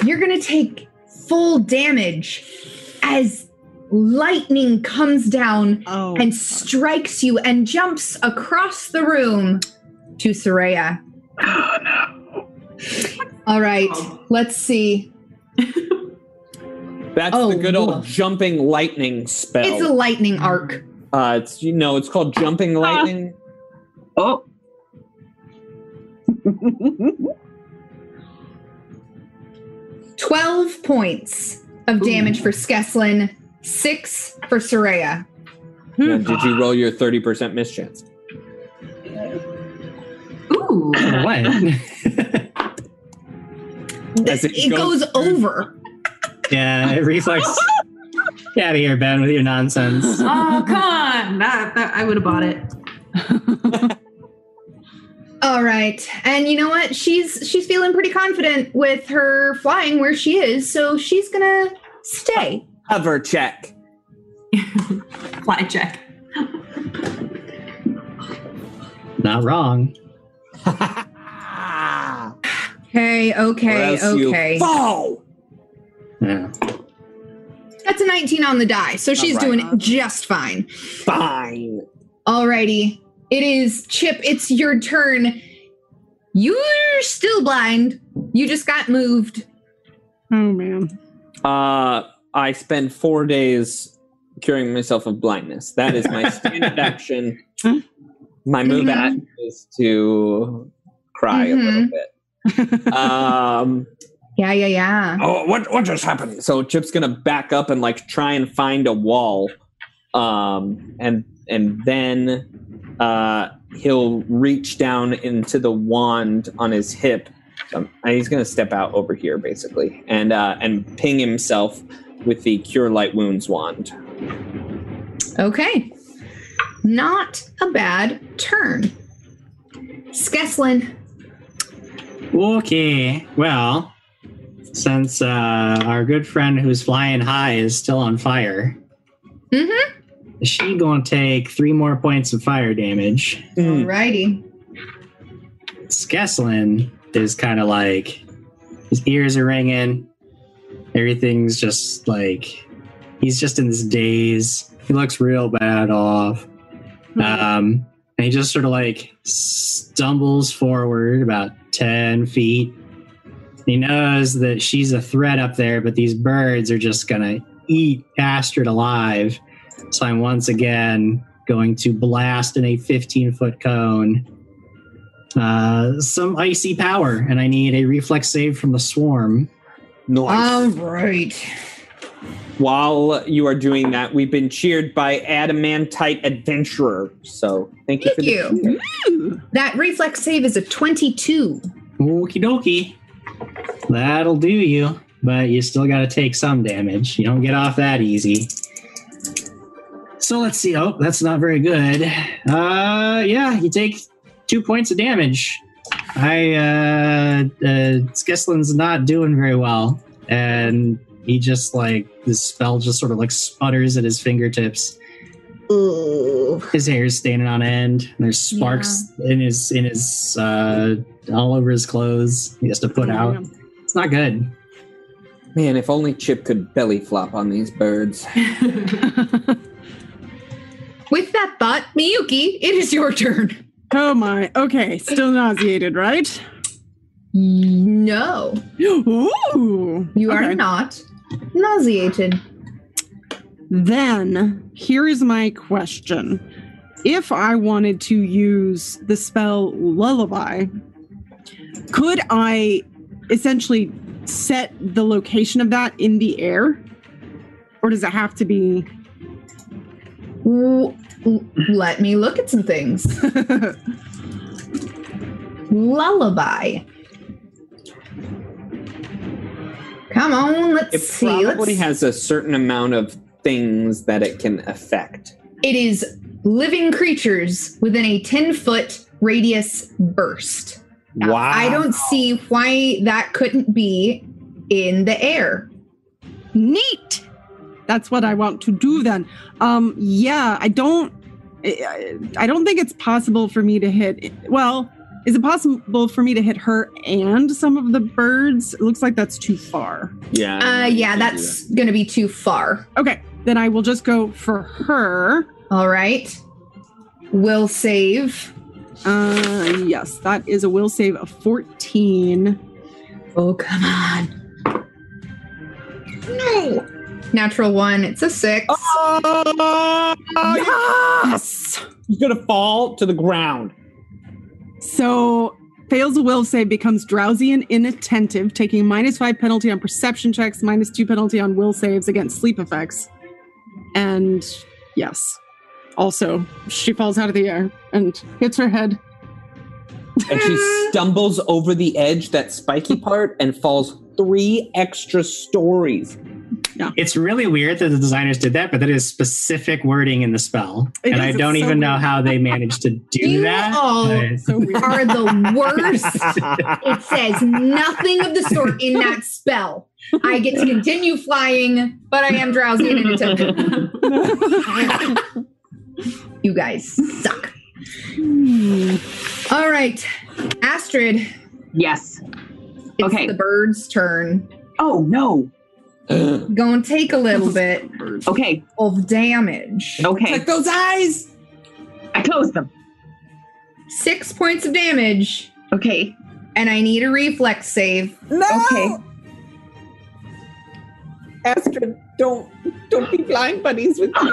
Speaker 2: you're going to take full damage as lightning comes down
Speaker 5: Oh.
Speaker 2: and strikes you and jumps across the room to Soraya.
Speaker 4: Oh, no.
Speaker 2: All right, let's see.
Speaker 8: That's
Speaker 2: Oh,
Speaker 8: the good old
Speaker 2: look.
Speaker 8: jumping lightning spell.
Speaker 2: It's a Ah. lightning arc.
Speaker 8: uh, it's you know, it's called jumping lightning.
Speaker 4: Oh.
Speaker 2: Twelve points of damage for Skeslin, six for Soraya. Hmm.
Speaker 8: Now, did you roll your thirty percent mischance?
Speaker 6: Ooh.
Speaker 7: What?
Speaker 8: As it
Speaker 2: it goes,
Speaker 8: goes
Speaker 2: over.
Speaker 7: yeah, reflex. Get out of here, Ben, with your nonsense.
Speaker 6: oh, come on. That, that, I would have bought it.
Speaker 2: All right, and you know what? She's she's feeling pretty confident with her flying where she is, so she's gonna stay.
Speaker 8: Hover check.
Speaker 6: Fly check.
Speaker 7: Not wrong.
Speaker 2: Okay,
Speaker 8: Or
Speaker 2: okay,
Speaker 8: else you
Speaker 2: okay.
Speaker 8: fall.
Speaker 7: Yeah.
Speaker 2: That's a 19 on the die, so she's
Speaker 8: Alright.
Speaker 2: doing it just fine.
Speaker 8: Fine.
Speaker 2: Alrighty, it is Chip. It's your turn. You're still blind. You just got moved.
Speaker 5: oh man.
Speaker 8: Uh, I spend four days curing myself of blindness. That is my standard action.
Speaker 2: Hmm.
Speaker 8: My move
Speaker 2: Mhm.
Speaker 8: action is to cry a little
Speaker 2: Mm-hmm.
Speaker 8: bit. um,
Speaker 2: Yeah, yeah, yeah.
Speaker 3: Oh, what what just happened?
Speaker 8: so Chip's gonna back up and like try and find a wall, um, and and then uh, he'll reach down into the wand on his hip. Um, and he's gonna step out over here basically, and uh, and ping himself with the cure light wounds wand.
Speaker 2: Okay. Not a bad turn. Skeslin.
Speaker 7: Okay. Well, since uh, our good friend who's flying high is still on fire, mm-hmm. she gonna take three more points of fire damage.
Speaker 8: Mm.
Speaker 2: Alrighty.
Speaker 7: Skeslin is kind of like his ears are ringing. Everything's just like he's just in this daze. He looks real bad off. Um, and he just sort of like stumbles forward about 10 feet. He knows that she's a threat up there, but these birds are just going to eat Astrid alive. So I'm once again going to blast in a 15 foot cone uh, some icy power, and I need a reflex save from the swarm.
Speaker 2: Um, Alright.
Speaker 8: While you are doing that, we've been cheered by Adamantite Adventurer. So thank you
Speaker 2: Thank
Speaker 8: for the
Speaker 2: you.
Speaker 8: cheer.
Speaker 2: That reflex save is a 22.
Speaker 7: Okie dokie. That'll do you, but you still got to take some damage. You don't get off that easy. So let's see. Oh, that's not very good. Uh, yeah, you take two points of damage. I uh, uh Skislin's not doing very well, and he just like this spell just sort of like sputters at his fingertips.
Speaker 2: Ooh.
Speaker 7: His hair is standing on end. And there's sparks in his in his uh, all over his clothes. He has to put
Speaker 5: Oh,
Speaker 7: out.
Speaker 5: man.
Speaker 7: It's not good.
Speaker 8: Man, if only Chip could belly flop on these birds.
Speaker 2: With that thought, Miyuki, it is your turn.
Speaker 5: Oh my. Okay. Still nauseated, right?
Speaker 2: No,
Speaker 5: Ooh.
Speaker 2: you
Speaker 5: Okay.
Speaker 2: are not nauseated.
Speaker 5: Then here is my question. If I wanted to use the spell lullaby, could I essentially set the location of that in the air? Or does it have to be
Speaker 2: W- w- Let me look at some things. Lullaby. Come on, let's
Speaker 8: It
Speaker 2: see. Let's-
Speaker 8: probably has a certain amount of things that it can affect.
Speaker 2: it is living creatures within a 10 foot radius burst. Now,
Speaker 8: wow.
Speaker 2: I don't see why that couldn't be in the air.
Speaker 5: neat? That's what I want to do then. Um yeah, I don't I I don't think it's possible for me to hit well, is it possible for me to hit her and some of the birds? It looks like that's too far.
Speaker 2: Uh,
Speaker 8: Yeah. I know you
Speaker 2: yeah,
Speaker 8: can do
Speaker 2: that's going to be too far.
Speaker 5: Okay, then I will just go for her.
Speaker 2: All right. Will save.
Speaker 5: Uh, yes, that is a will save of 14.
Speaker 6: Oh, come on.
Speaker 2: No. Natural one. It's a six.
Speaker 8: Oh, yes! He's gonna fall to the ground.
Speaker 5: So fails a will save, becomes drowsy and inattentive, taking minus five penalty on perception checks, minus two penalty on will saves against sleep effects. And yes, also, she falls out of the air and hits her head.
Speaker 8: And she stumbles over the edge, that spiky part, and falls three extra stories.
Speaker 7: It's really weird that the designers did that, but that is specific wording in the spell.
Speaker 5: It
Speaker 7: and
Speaker 5: is,
Speaker 7: I
Speaker 5: it's
Speaker 7: don't
Speaker 5: so
Speaker 7: even know
Speaker 5: weird.
Speaker 7: how they managed to do
Speaker 2: You
Speaker 7: that.
Speaker 2: all-
Speaker 7: but-
Speaker 5: So weird.
Speaker 2: Are the worst. It says nothing of the sort in that spell. I get to continue flying, but I am drowsy and inattentive. You guys suck. All right, Astrid.
Speaker 4: Yes.
Speaker 2: It's
Speaker 4: Okay.
Speaker 2: the bird's turn.
Speaker 4: Oh no.
Speaker 2: Gonna take a little bit
Speaker 4: Okay.
Speaker 2: of damage.
Speaker 4: Okay.
Speaker 8: Check those eyes!
Speaker 4: I closed them.
Speaker 2: Six points of damage,
Speaker 4: Okay.
Speaker 2: and I need a reflex save.
Speaker 8: No!
Speaker 4: Okay.
Speaker 8: Astrid, don't don't be blind buddies with me.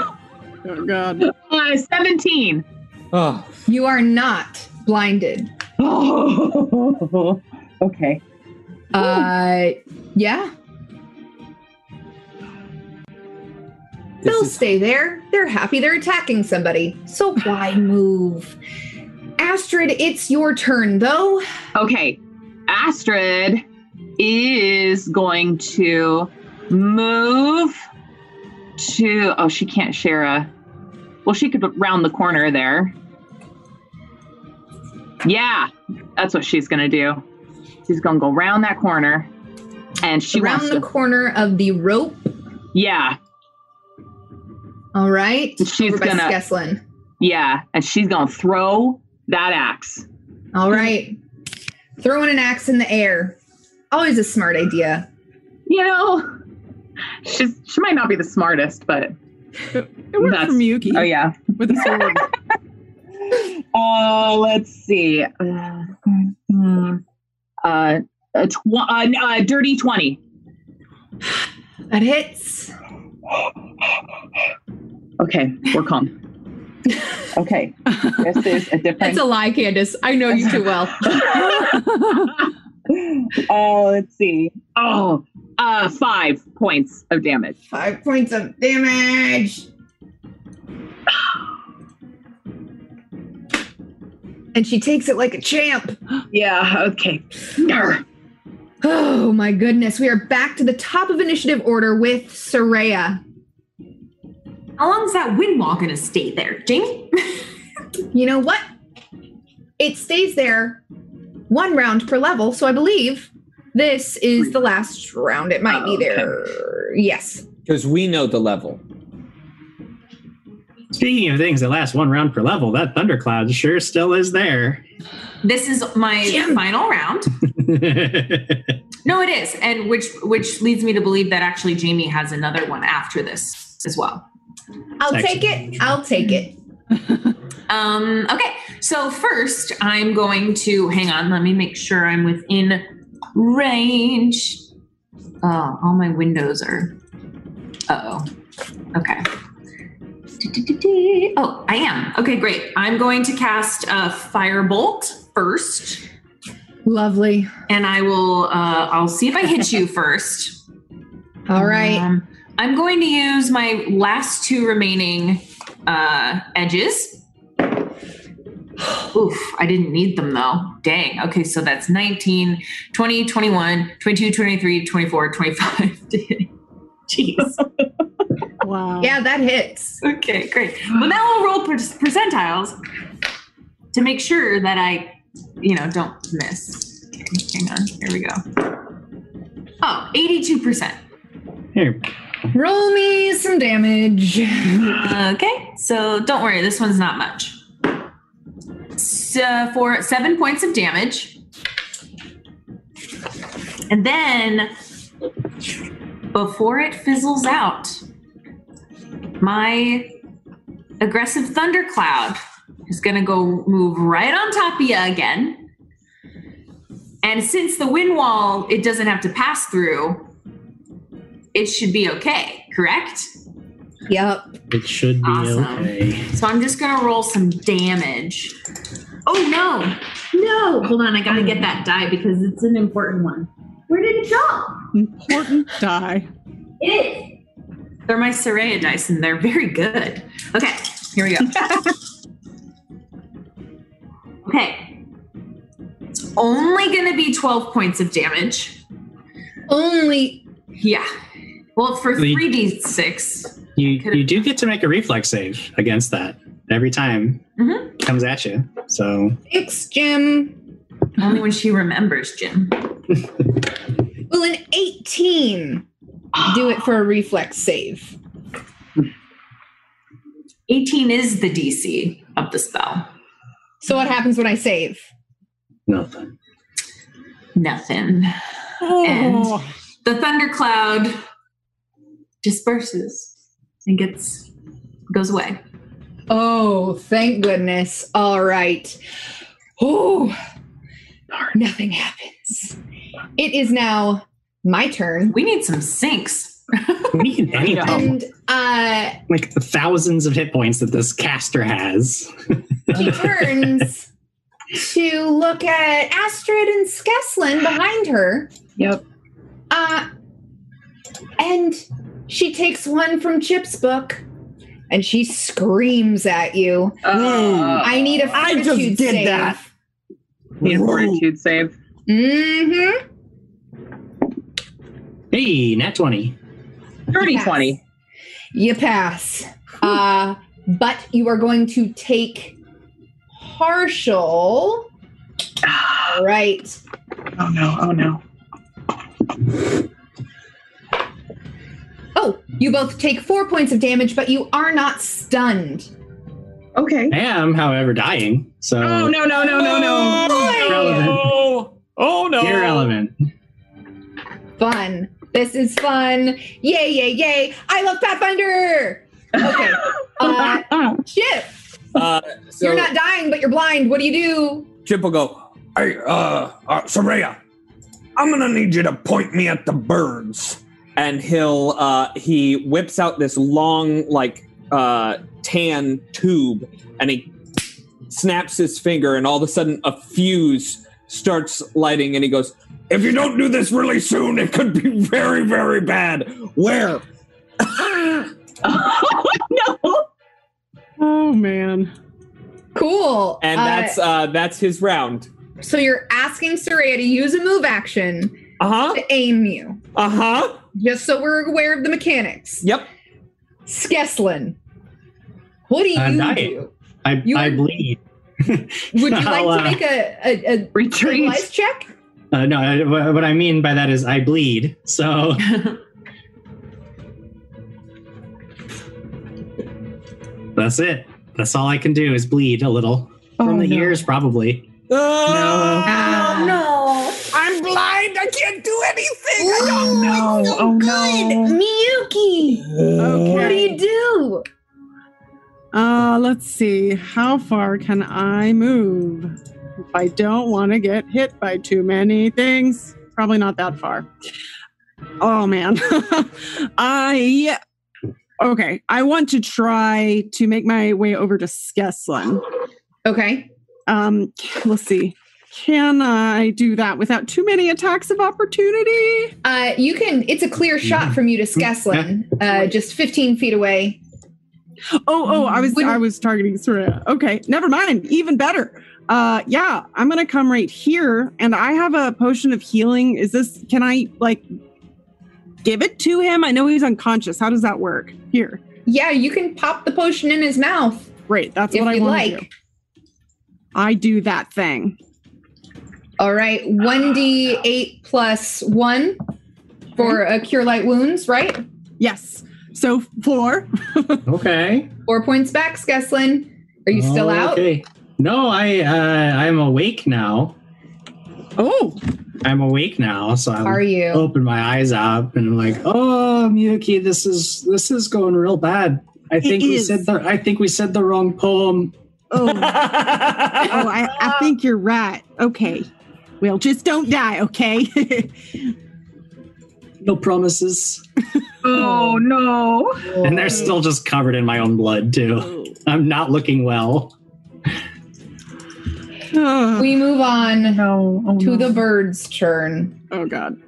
Speaker 5: Oh, God.
Speaker 4: Uh, Seventeen.
Speaker 8: Oh,
Speaker 2: You are not blinded.
Speaker 4: Oh. Okay.
Speaker 2: Uh, yeah,
Speaker 8: this
Speaker 2: they'll
Speaker 8: is-
Speaker 2: stay there. They're happy they're attacking somebody, so why move? Astrid, it's your turn though.
Speaker 4: Okay. Astrid is going to move to. Oh, she can't share a. Well, she could round the corner there. Yeah, that's what she's going to do. She's going to go round that corner. And she
Speaker 2: Around
Speaker 4: wants
Speaker 2: the
Speaker 4: to.
Speaker 2: corner of the rope.
Speaker 4: Yeah,
Speaker 2: All right,
Speaker 4: She's
Speaker 2: Over by
Speaker 4: gonna-
Speaker 2: Skeslin.
Speaker 4: yeah. And she's going to throw that axe.
Speaker 2: All right, throwing an axe in the air. Always a smart idea.
Speaker 4: You know, she's, she might not be the smartest, but.
Speaker 5: It worked
Speaker 4: That's-
Speaker 5: for Miyuki
Speaker 4: Oh, yeah.
Speaker 5: with a sword.
Speaker 4: Uh, let's see. Uh, uh, a, tw- uh, a dirty 20.
Speaker 2: That hits.
Speaker 4: Okay, we're calm. okay, this is a different.
Speaker 2: a lie, Candace. I know
Speaker 4: you too
Speaker 2: well.
Speaker 4: oh, let's see. Oh, uh, five points of damage.
Speaker 2: Five points of damage. And she takes it like a champ.
Speaker 4: Yeah, okay. Grr.
Speaker 2: Oh my goodness. We are back to the top of initiative order with Soraya.
Speaker 6: How long is that windwall going to stay there, Jamie?
Speaker 2: You know what? It stays there one round per level. So I believe this is the last round. It might be there. Yes.
Speaker 8: Because we know the level.
Speaker 7: Speaking of things that last one round per level, that thundercloud sure still is there.
Speaker 6: This is my
Speaker 2: Jim.
Speaker 6: final round.
Speaker 7: That's
Speaker 6: No, it is, and which which leads me to believe that actually Jamie has another one after this as well.
Speaker 2: I'll
Speaker 7: Excellent.
Speaker 2: take it. I'll take it.
Speaker 6: Um, okay, so first I'm going to hang on. Let me make sure I'm within range. Oh, all my windows are. Uh oh. Okay. Oh, I am. Okay, great. I'm going to cast a firebolt first,
Speaker 2: Lovely.
Speaker 6: and I will. Uh, I'll see if I hit you first.
Speaker 2: All right.
Speaker 6: Um, I'm going to use my last two remaining uh, edges. Oof, I didn't need them though. Dang. Okay, so that's 19, 20, 21, 22, 23, 24, 25. Jeez.
Speaker 5: wow.
Speaker 2: Yeah, that hits.
Speaker 6: Okay, great. Well, now I'll roll per- percentiles to make sure that I, you know, don't miss. Okay, hang on. Here we go. Oh, 82%.
Speaker 2: Roll me some damage.
Speaker 6: Uh, Okay, so don't worry, this one's not much. So for seven points of damage. And then before it fizzles out, my aggressive thundercloud is going to go move right on top of you again. And since the wind wall it doesn't have to pass through, it should be okay, correct?
Speaker 2: Yep.
Speaker 7: It should be
Speaker 6: Awesome.
Speaker 7: okay.
Speaker 6: So I'm just going to roll some damage. Oh no. No. Hold on, I got to get that die because it's an important one. Where did it go?
Speaker 5: Important die.
Speaker 6: It. They're my Soraya dice and they're very good. Okay, here we go. okay. It's only going to be 12 points of damage.
Speaker 2: Only
Speaker 6: Yeah. Well, for
Speaker 7: Wait.
Speaker 6: 3d6.
Speaker 7: You
Speaker 6: Could've-
Speaker 7: you do get to make a reflex save against that every time
Speaker 5: Mm-hmm.
Speaker 6: Mhm.
Speaker 7: it comes at you. So
Speaker 2: six, Jim.
Speaker 6: Only when she remembers, Jim.
Speaker 2: Will an 18 do it for a reflex save?
Speaker 6: 18 is the DC of the spell.
Speaker 2: So what happens when I save?
Speaker 7: nothing.
Speaker 6: Nothing. And the thundercloud disperses and gets goes away.
Speaker 2: Oh, thank goodness. All right. Oh, nothing happens. It is now my turn.
Speaker 6: We need some sinks.
Speaker 7: We need
Speaker 8: Oh.
Speaker 7: anything.
Speaker 2: And uh,
Speaker 7: Like the thousands of hit points that this caster has.
Speaker 2: she turns to look at Astrid and Skeslin behind her.
Speaker 4: Yep.
Speaker 2: Uh, and she takes one from Chip's book and she screams at you. I need a
Speaker 8: I
Speaker 2: fortitude
Speaker 8: just did
Speaker 2: save.
Speaker 8: that.
Speaker 4: Uh, Need a fortitude save.
Speaker 2: Mm-hmm.
Speaker 7: Hey, nat twenty.
Speaker 4: Dirty 20.
Speaker 2: You pass. Uh, but you are going to take partial. Right.
Speaker 4: Oh no, oh no.
Speaker 2: Oh, you both take four points of damage, but you are not stunned.
Speaker 4: Okay.
Speaker 7: I am, however, dying. So
Speaker 4: Oh no, no, no, no, no.
Speaker 7: irrelevant.
Speaker 8: Oh, oh no.
Speaker 7: Irrelevant.
Speaker 2: Fun. This is fun. Yay, yay, yay. I love Pathfinder. Okay. Uh, Chip,
Speaker 3: Uh, so
Speaker 2: you're not dying, but you're blind. What do you do?
Speaker 3: Chip will go, hey, uh, uh, Soraya, I'm gonna need you to point me at the birds.
Speaker 8: and he'll uh he whips out this long like uh tan tube and he snaps his finger and all of a sudden a fuse starts lighting and he goes
Speaker 3: If you don't do this really soon, it could be very, very bad. Where?
Speaker 5: Oh man.
Speaker 2: Cool.
Speaker 8: and
Speaker 2: Uh,
Speaker 8: that's uh that's his round
Speaker 2: so you're asking Soraya to use a move action
Speaker 8: uh-huh
Speaker 2: to aim you.
Speaker 8: uh-huh
Speaker 2: just so we're aware of the mechanics.
Speaker 8: yep
Speaker 2: Skeslin, what do you
Speaker 7: I'm dying.
Speaker 2: do?
Speaker 7: I,
Speaker 2: You
Speaker 7: I
Speaker 2: are-
Speaker 7: bleed.
Speaker 2: Would you
Speaker 7: I'll,
Speaker 2: like
Speaker 7: uh,
Speaker 2: to make a, a, a
Speaker 4: Retreat.
Speaker 2: life check?
Speaker 7: Uh, no, I, wha- what I mean by that is I bleed. So that's it. That's all I can do is bleed a little
Speaker 2: Oh,
Speaker 7: from the ears, probably.
Speaker 8: Uh,
Speaker 4: Ah.
Speaker 2: no.
Speaker 8: i'm blind i can't do anything
Speaker 4: no. Oh no.
Speaker 2: Miyuki, what do you do?
Speaker 5: Uh, let's see. How far can I move? If I don't want to get hit by too many things, probably not that far. Oh man. I okay. I want to try to make my way over to Skeslin.
Speaker 2: Okay.
Speaker 5: Um, let's see. Can I do that without too many attacks of opportunity?
Speaker 2: Uh, you can, it's a
Speaker 8: Mm-hmm.
Speaker 2: clear shot from you to Skeslin, uh, just 15 feet away.
Speaker 5: Oh, oh, I was
Speaker 2: Wouldn't-
Speaker 5: I was targeting Soraya. Okay, never mind. Even better. Uh yeah, I'm gonna come right here and I have a potion of healing. Is this can I like give it to him? I know he's unconscious. How does that work? Here.
Speaker 2: Yeah, you can pop the potion in his mouth
Speaker 5: Great, that's
Speaker 2: if
Speaker 5: what I
Speaker 2: you'd
Speaker 5: want
Speaker 2: like.
Speaker 5: to do. I do that thing.
Speaker 2: All right, 1d8 plus 1 for a cure light wounds, right?
Speaker 5: Yes. So four.
Speaker 7: Okay.
Speaker 2: Four points back, Skeslin. Are you still out?
Speaker 7: Oh, Okay. No, I uh, I'm awake now.
Speaker 5: Oh,
Speaker 7: I'm awake now, so I'm
Speaker 2: Are you?
Speaker 7: open my eyes up and I'm like, oh Miyuki, this is this is going real bad. I think we
Speaker 5: is.
Speaker 7: said the I think we said the wrong poem.
Speaker 5: Oh, oh I, I think you're right. Okay. Well, just don't die, okay?
Speaker 7: No promises.
Speaker 4: Oh no.
Speaker 7: And they're still just covered in my own blood too.
Speaker 2: Oh.
Speaker 7: I'm not looking well.
Speaker 5: oh,
Speaker 2: We move on
Speaker 4: No. Oh,
Speaker 2: to
Speaker 4: no.
Speaker 2: the bird's turn.
Speaker 5: oh, God.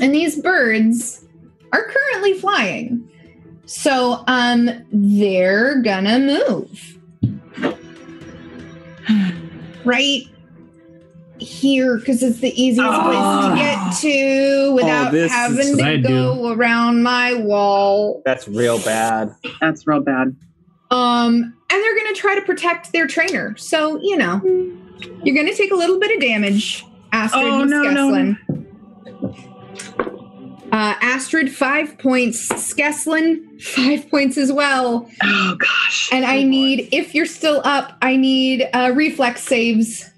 Speaker 2: And these birds are currently flying. So um they're gonna move. Right here, because it's the easiest place to get to without
Speaker 8: this is
Speaker 2: having
Speaker 7: Oh, what I
Speaker 2: to
Speaker 7: do.
Speaker 2: go around my wall.
Speaker 8: That's real bad.
Speaker 4: That's real bad.
Speaker 2: Um, and they're gonna try to protect their trainer. So, you know, you're gonna take a little bit of damage, Astrid
Speaker 4: Oh,
Speaker 2: Miss
Speaker 4: no, no,
Speaker 2: Skeslin. Uh, Astrid, five points. Skeslin, five points as well.
Speaker 4: Oh gosh.
Speaker 2: And I need, if you're still up, I need uh, reflex saves.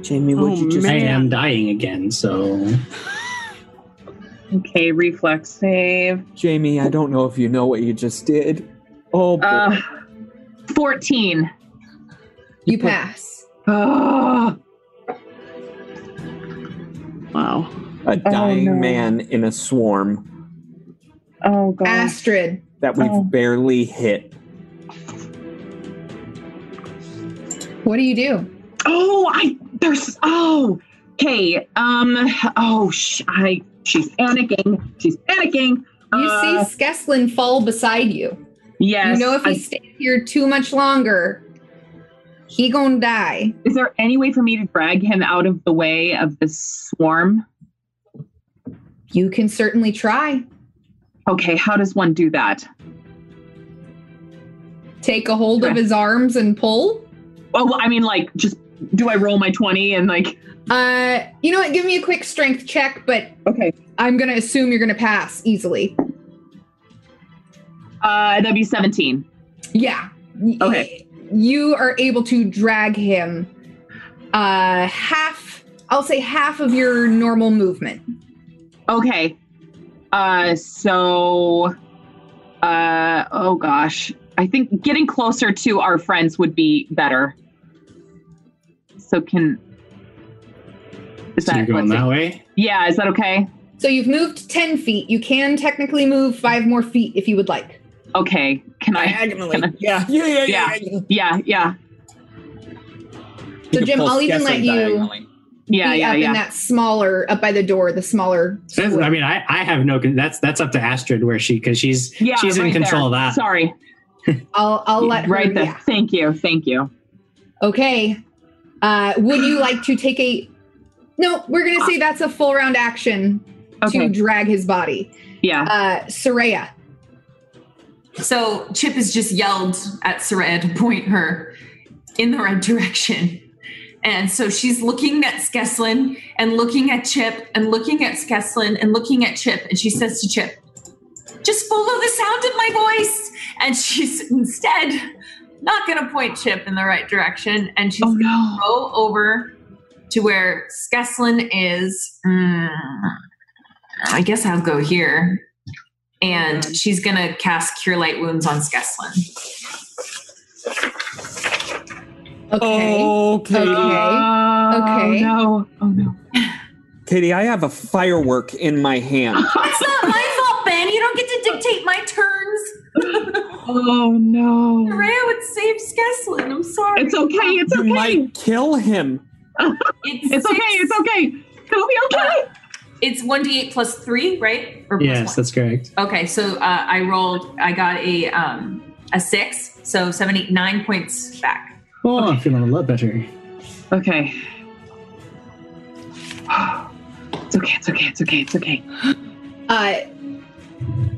Speaker 8: Jamie, would
Speaker 5: Oh,
Speaker 8: you just
Speaker 7: I am
Speaker 5: man.
Speaker 7: dying again, so
Speaker 4: Okay, reflex save.
Speaker 8: Jamie, I don't know if you know what you just did. Oh boy.
Speaker 4: Uh 14.
Speaker 2: You pass.
Speaker 4: Oh,
Speaker 5: Wow.
Speaker 8: a dying
Speaker 4: Oh, no.
Speaker 8: man in a swarm
Speaker 4: oh gosh.
Speaker 2: Astrid,
Speaker 8: that we've
Speaker 4: Oh.
Speaker 8: barely hit.
Speaker 2: what do you do?
Speaker 4: Oh, I there's oh okay. Um oh sh- I she's panicking. She's panicking.
Speaker 2: You
Speaker 4: Uh,
Speaker 2: see Skeslin fall beside you.
Speaker 4: Yes.
Speaker 2: you know, if
Speaker 4: I-
Speaker 2: he stays here too much longer, he gonna die.
Speaker 4: is there any way for me to drag him out of the way of this swarm?
Speaker 2: You can certainly try.
Speaker 4: Okay, how does one do that?
Speaker 2: Take a hold of
Speaker 4: Okay.
Speaker 2: his arms and pull.
Speaker 4: Oh, I mean, like, just do I roll my twenty and like?
Speaker 2: Uh, you know what? Give me a quick strength check, but
Speaker 4: Okay,
Speaker 2: I'm gonna assume you're gonna pass easily.
Speaker 4: uh, that'd be seventeen.
Speaker 2: Yeah. Y-
Speaker 4: Okay.
Speaker 2: You are able to drag him uh half I'll say half of your normal movement.
Speaker 4: Okay. Uh, so, uh, oh gosh, I think getting closer to our friends would be better. So can. Is
Speaker 7: so you're going
Speaker 4: let's see.
Speaker 7: that way.
Speaker 4: Yeah, is that okay?
Speaker 2: So you've moved 10 feet. You can technically move five more feet if you would like.
Speaker 4: Okay. Can I?
Speaker 8: Diagonally. Yeah. Yeah, yeah,
Speaker 4: Yeah. Yeah, yeah,
Speaker 2: So Jim, I'll even let you
Speaker 4: yeah,
Speaker 2: be
Speaker 4: yeah,
Speaker 2: up in
Speaker 4: yeah.
Speaker 2: that smaller up by the door, the smaller
Speaker 7: That's- I mean, I, I have no. con- That's that's up to Astrid where she because she's
Speaker 4: Yeah,
Speaker 7: she's in
Speaker 4: right
Speaker 7: control
Speaker 4: there.
Speaker 7: of that.
Speaker 4: Sorry,
Speaker 2: I'll I'll let her
Speaker 4: right there.
Speaker 2: yeah.
Speaker 4: Thank you, thank you.
Speaker 2: Okay. Uh, would you like to take a? No, we're gonna say that's a full round action to
Speaker 4: Okay,
Speaker 2: drag his body.
Speaker 4: yeah.
Speaker 2: Uh, Soraya,
Speaker 6: So Chip has just yelled at Soraya to point her in the right direction. And so she's looking at Skeslin and looking at Chip and looking at Skeslin and looking at Chip. And she says to Chip, just follow the sound of my voice. And she's instead not going to point Chip in the right direction. And she's
Speaker 4: Oh no.
Speaker 6: go over to where Skeslin is. Mm, I guess I'll go here. And she's going to cast Cure Light Wounds on Skeslin.
Speaker 2: okay.
Speaker 8: Okay.
Speaker 4: Oh,
Speaker 2: Okay.
Speaker 4: No. Oh no.
Speaker 8: Katie, I have a firework in my hand.
Speaker 6: It's not my fault, Ben. You don't get to dictate my turns.
Speaker 4: Oh no.
Speaker 6: Rhea would save Skeslin. I'm sorry.
Speaker 4: It's okay. It's
Speaker 8: You
Speaker 4: okay.
Speaker 8: might kill him.
Speaker 6: It's,
Speaker 4: It's okay.
Speaker 6: six-
Speaker 4: It's okay. It'll be okay.
Speaker 6: It's 1d8 plus 3, right? Or plus
Speaker 7: Yes,
Speaker 6: one.
Speaker 7: that's correct.
Speaker 6: Okay, so uh, I rolled, I got a um, a 6, so seven, eight, nine points back.
Speaker 7: Oh, I'm feeling a lot better.
Speaker 4: Okay. It's okay. It's okay. It's okay. It's okay.
Speaker 2: Uh,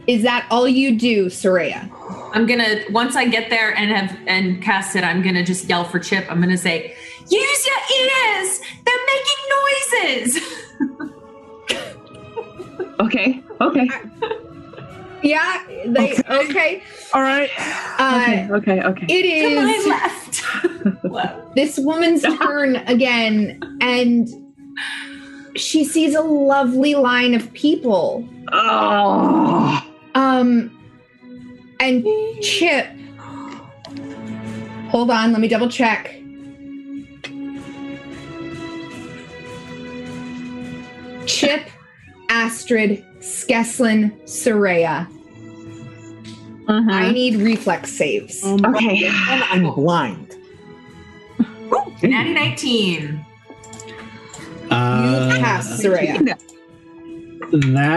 Speaker 2: is that all you do, Soraya?
Speaker 6: I'm gonna once I get there and have and cast it, I'm gonna just yell for Chip. I'm gonna say, use your ears! They're making noises!
Speaker 4: Okay. Okay.
Speaker 2: Yeah. They, okay.
Speaker 8: All right.
Speaker 2: Uh,
Speaker 4: Okay. Okay. Okay.
Speaker 2: It
Speaker 6: To my
Speaker 2: is
Speaker 6: left. Whoa.
Speaker 2: this woman's turn again, and she sees a lovely line of people.
Speaker 4: Oh.
Speaker 2: Um, And Chip, hold on, let me double check. Chip, Astrid, Skeslin, Soraya. I need reflex saves.
Speaker 5: Oh my-
Speaker 4: Okay.
Speaker 8: And
Speaker 4: Oh.
Speaker 8: I'm blind.
Speaker 6: Natty 19.
Speaker 2: you
Speaker 7: Uh,
Speaker 2: pass, Soraya.
Speaker 7: that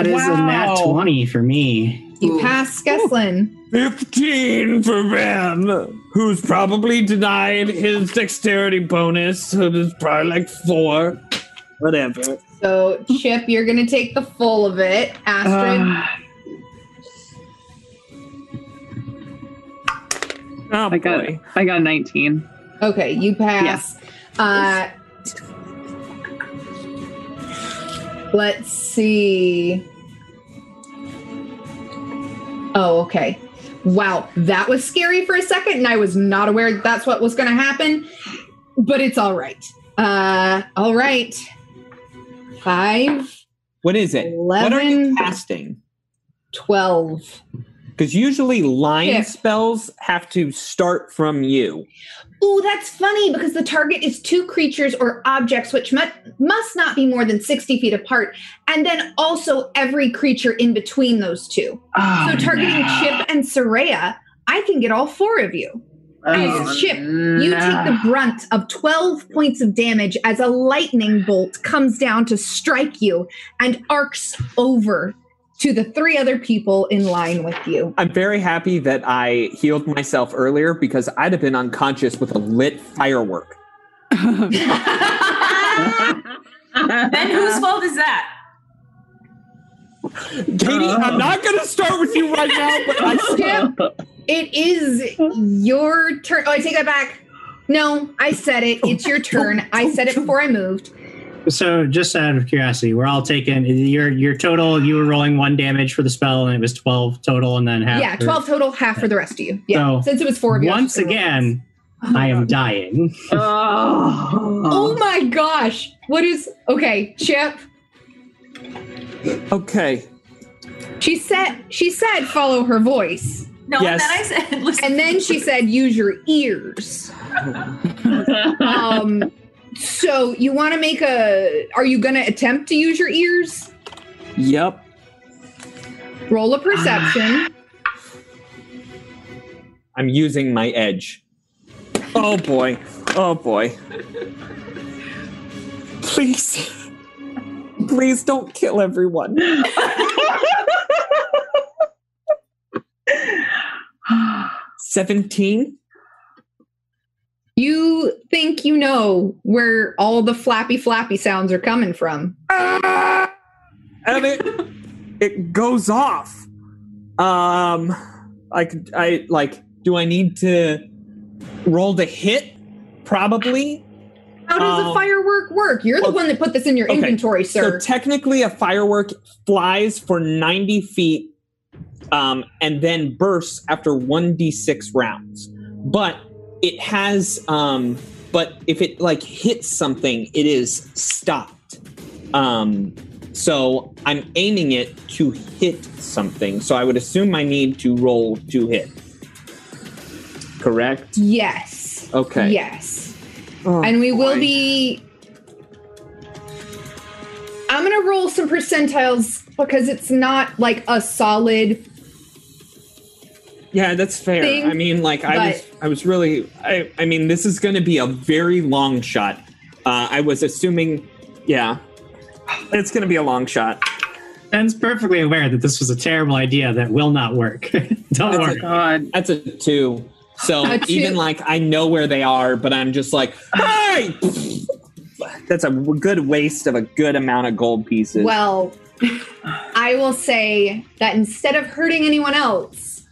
Speaker 7: is a nat
Speaker 4: Wow.
Speaker 7: 20 for me.
Speaker 2: You
Speaker 6: Ooh.
Speaker 2: pass, Skeslin.
Speaker 8: 15 for Ben, who's probably denied his dexterity bonus, so there's probably like four. Whatever.
Speaker 2: So, Chip, you're going to take the full of it. Astrid,
Speaker 4: Uh,
Speaker 8: Oh,
Speaker 4: I got
Speaker 8: boy.
Speaker 4: I got 19.
Speaker 2: Okay, you pass. Uh, let's see. Oh, okay. Wow, that was scary for a second, and I was not aware that's what was going to happen. But it's all right. Uh, all right. Five,
Speaker 8: What is it? What are you
Speaker 2: Eleven.
Speaker 8: casting?
Speaker 2: twelve.
Speaker 8: Because usually line
Speaker 2: Yeah.
Speaker 8: spells have to start from you.
Speaker 2: Ooh, that's funny because the target is two creatures or objects which mu- must not be more than 60 feet apart, and then also every creature in between those two.
Speaker 4: Oh,
Speaker 2: so, targeting
Speaker 4: no.
Speaker 2: Chip and Soraya, I can get all four of you.
Speaker 4: Oh,
Speaker 2: Chip, You
Speaker 4: no.
Speaker 2: take the brunt of 12 points of damage as a lightning bolt comes down to strike you and arcs over to the three other people in line with you.
Speaker 8: I'm very happy that I healed myself earlier because I'd have been unconscious with a lit firework.
Speaker 6: then whose fault is that?
Speaker 8: Katie,
Speaker 4: Oh.
Speaker 8: I'm not going to start with you right now, but I
Speaker 2: Skip. It is your turn. Oh, I take that back. No, I said it. It's your turn. I said it before I moved.
Speaker 7: So, just out of curiosity, we're all taking your your total. You were rolling one damage for the spell, and it was twelve total, and then half.
Speaker 2: Yeah,
Speaker 7: for-
Speaker 2: 12 total, half for the rest of you. Yeah,
Speaker 7: So,
Speaker 2: since it was four of you. I was
Speaker 7: Once
Speaker 2: just gonna roll this.
Speaker 7: again, I am dying.
Speaker 2: Oh
Speaker 4: Oh.
Speaker 2: my gosh. What is. Okay, Chip.
Speaker 8: Okay.
Speaker 2: She said, she said, follow her voice.
Speaker 6: No,
Speaker 8: Yes.
Speaker 6: that I said. Listen,
Speaker 2: And then she said, use your ears. Um, so you want to make a. Are you going to attempt to use your ears?
Speaker 8: Yep.
Speaker 2: Roll a perception.
Speaker 8: I'm using my edge. Oh boy. Oh boy. Please. Please don't kill everyone.
Speaker 2: Oh.
Speaker 4: I
Speaker 8: 17?
Speaker 2: You think you know where all the flappy flappy sounds are coming from.
Speaker 8: Ah! And it it goes off. Um I could I like do I need to roll to hit? Probably.
Speaker 2: How does
Speaker 8: Oh.
Speaker 2: a firework work? You're the
Speaker 8: Oh.
Speaker 2: one that put this in your
Speaker 8: Okay.
Speaker 2: inventory, sir.
Speaker 8: So technically, a firework flies for 90 feet um, and then bursts after 1d6 rounds. But it has, um, but if it like hits something, it is stopped. Um, so I'm aiming it to hit something. So I would assume I need to roll to hit. Correct?
Speaker 2: yes.
Speaker 8: Okay.
Speaker 2: Yes. and we will be. I'm going to roll some percentiles because it's not like a solid.
Speaker 8: Yeah, that's fair.
Speaker 2: thing,
Speaker 8: I mean, like I was, I was really, I, I mean, this is going to be a very long shot. Uh, I was assuming, yeah, it's going to be a long shot.
Speaker 7: Ben's perfectly aware that this was a terrible idea that will not work. Don't
Speaker 8: That's
Speaker 7: worry.
Speaker 4: God.
Speaker 8: That's a two. So
Speaker 2: A two.
Speaker 8: even like I know where they are, but I'm just like, hey, that's a good waste of a good amount of gold pieces.
Speaker 2: Well, I will say that instead of hurting anyone else,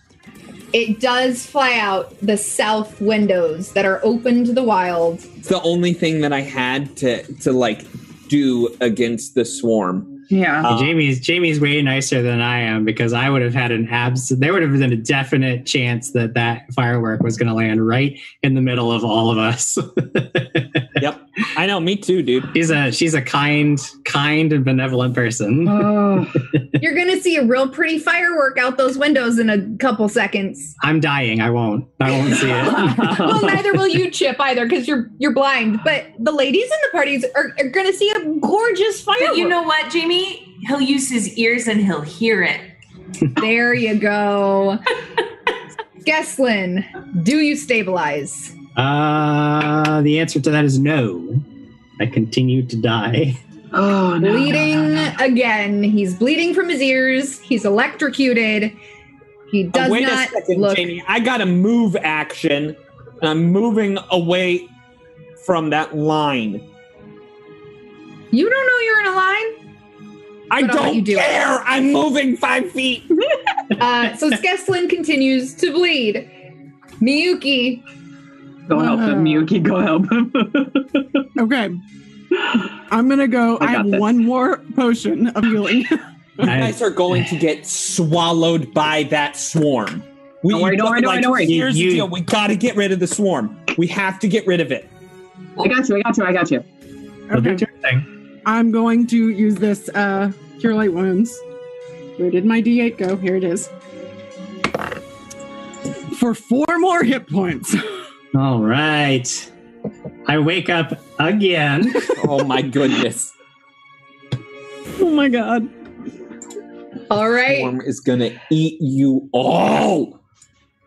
Speaker 2: it does fly out the south windows that are open to the wild.
Speaker 8: it's the only thing that I had to to like do against the swarm.
Speaker 4: Yeah.
Speaker 8: Uh,
Speaker 7: Jamie's Jamie's way nicer than I am because I would have had an abs. There would have been a definite chance that that firework was going to land right in the middle of all of us.
Speaker 8: yep. I know, me too, dude.
Speaker 7: She's a she's a kind, kind and benevolent person.
Speaker 5: Oh,
Speaker 2: You're gonna see a real pretty firework out those windows in a couple seconds.
Speaker 7: I'm dying. I won't. I won't see it.
Speaker 2: Well, neither will you, Chip, either, because you're you're blind. But the ladies in the parties are, are gonna see a gorgeous firework.
Speaker 6: But you know what, Jamie? He'll use his ears and he'll hear it.
Speaker 2: there you go. Gesslin, do you stabilize?
Speaker 7: Uh, the answer to that is no. I continue to die.
Speaker 5: oh no, no,
Speaker 2: Bleeding
Speaker 5: no, no.
Speaker 2: again. He's bleeding from his ears. He's electrocuted. He
Speaker 8: Uh,
Speaker 2: does
Speaker 8: wait
Speaker 2: not
Speaker 8: a second,
Speaker 2: look.
Speaker 8: Jamie. I got a move action. and I'm moving away from that line.
Speaker 2: You don't know you're in a line. But I'll
Speaker 8: I
Speaker 2: let
Speaker 8: don't
Speaker 2: you do it.
Speaker 8: care. I'm moving five feet.
Speaker 2: Uh, so Skeslin continues to bleed. Miyuki,
Speaker 4: Go help him, Yuki. Go help him.
Speaker 5: Okay. I'm gonna go.
Speaker 4: I
Speaker 5: I,
Speaker 4: got
Speaker 5: have
Speaker 4: this.
Speaker 5: one more potion of healing.
Speaker 8: You
Speaker 7: I-
Speaker 8: guys are going to get swallowed by that swarm. We,
Speaker 4: Don't worry, don't worry, don't worry, don't worry.
Speaker 8: Here's
Speaker 7: You-
Speaker 8: the deal. We got to get rid of the swarm. We have to get rid of it.
Speaker 4: I got you. I got you. I got you.
Speaker 7: I'll do
Speaker 5: Okay.
Speaker 7: your thing.
Speaker 5: I'm going to use this uh, cure light wounds. Where did my D8 go? Here it is. For four more hit points.
Speaker 7: All right. I wake up again.
Speaker 8: Oh my goodness.
Speaker 5: oh my god.
Speaker 2: all right.
Speaker 8: Swarm is going to eat you all.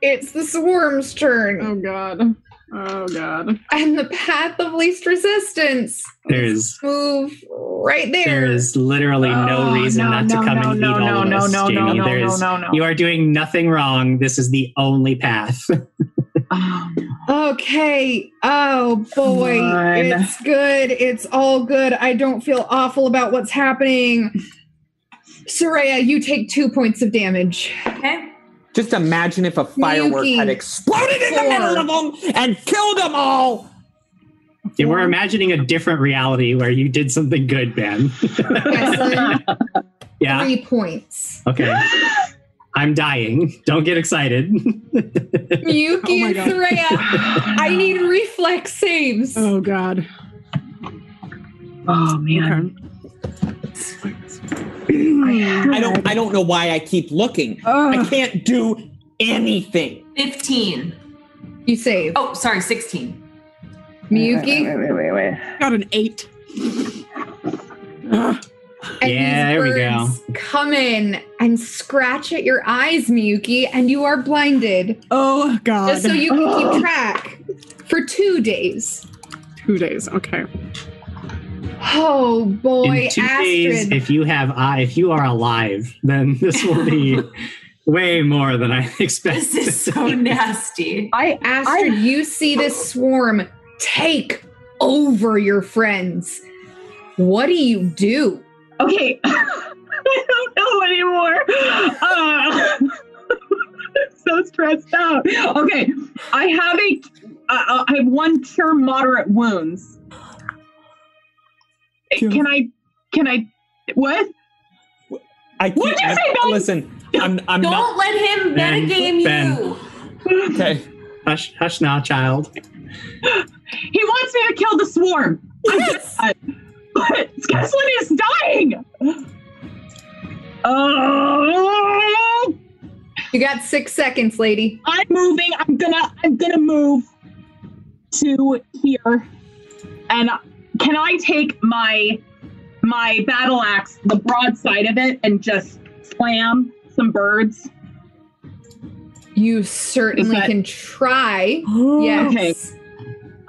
Speaker 2: It's the swarm's turn
Speaker 5: Oh god. Oh god.
Speaker 2: and the path of least resistance.
Speaker 7: There's
Speaker 2: Move right there.
Speaker 7: there's literally no
Speaker 4: Oh,
Speaker 7: reason
Speaker 4: no,
Speaker 7: not to
Speaker 4: no,
Speaker 7: come
Speaker 4: no,
Speaker 7: and
Speaker 4: no,
Speaker 7: eat all
Speaker 4: no,
Speaker 7: of us,
Speaker 4: no, no,
Speaker 7: Jamie.
Speaker 4: no, no,
Speaker 7: There's
Speaker 4: no, no, no.
Speaker 7: you are doing nothing wrong. This is the only path.
Speaker 4: Oh, no.
Speaker 2: Okay. Oh boy.
Speaker 4: Come on.
Speaker 2: It's good. It's all good. I don't feel awful about what's happening. Soraya, you take two points of damage.
Speaker 6: Okay?
Speaker 8: Just imagine if a firework
Speaker 2: Miyuki.
Speaker 8: had exploded in the
Speaker 2: Four.
Speaker 8: middle of them and killed them all.
Speaker 7: Yeah, we're imagining a different reality where you did something good, Ben.
Speaker 2: Kesslin,
Speaker 7: yeah.
Speaker 2: three points.
Speaker 7: Okay. I'm dying. Don't get excited.
Speaker 5: Oh
Speaker 2: Miyuki
Speaker 5: my
Speaker 2: and
Speaker 5: God.
Speaker 2: Soraya, I need reflex saves.
Speaker 5: Oh god.
Speaker 4: oh man.
Speaker 5: Okay.
Speaker 8: I don't I don't know why I keep looking. I
Speaker 5: Ugh.
Speaker 8: can't do anything.
Speaker 6: 15.
Speaker 2: You save.
Speaker 6: Oh, sorry, 16.
Speaker 2: Miyuki,
Speaker 4: Wait, wait, wait, wait, wait.
Speaker 5: Got an eight. Ugh.
Speaker 2: And
Speaker 7: Yeah, there
Speaker 2: these
Speaker 7: we go.
Speaker 2: birds Come in and scratch at your eyes, Miyuki, and you are blinded.
Speaker 5: Oh god.
Speaker 2: Just so you can keep track for two days.
Speaker 5: Two days. Okay.
Speaker 2: Oh boy,
Speaker 7: In two
Speaker 2: Astrid.
Speaker 7: days, if you have eye, if you are alive, then this will be way more than I expected.
Speaker 6: This is so nasty.
Speaker 4: I
Speaker 2: Astrid, you see this swarm take over your friends. What do you do?
Speaker 4: okay. I don't know anymore. Uh, I'm so stressed out. Okay, I have a, uh, I have one cure moderate wounds.
Speaker 8: Cure-
Speaker 4: Can I? Can I? What?
Speaker 8: I can't
Speaker 4: What'd you
Speaker 8: I-
Speaker 4: say, Ben?
Speaker 8: listen. I'm I'm
Speaker 6: Don't
Speaker 8: not
Speaker 6: let him
Speaker 7: Ben,
Speaker 6: metagame
Speaker 7: Ben.
Speaker 6: you.
Speaker 8: okay.
Speaker 7: Hush, hush now, child.
Speaker 4: He wants me to kill the swarm. Yes. but Skeslin is dying. Oh,
Speaker 2: You got six seconds, lady.
Speaker 4: I'm moving. I'm gonna. I'm gonna move to here. And can I take my my battle axe, the broadside of it, and just slam some birds?
Speaker 2: You certainly
Speaker 4: that-
Speaker 2: can try. Yes.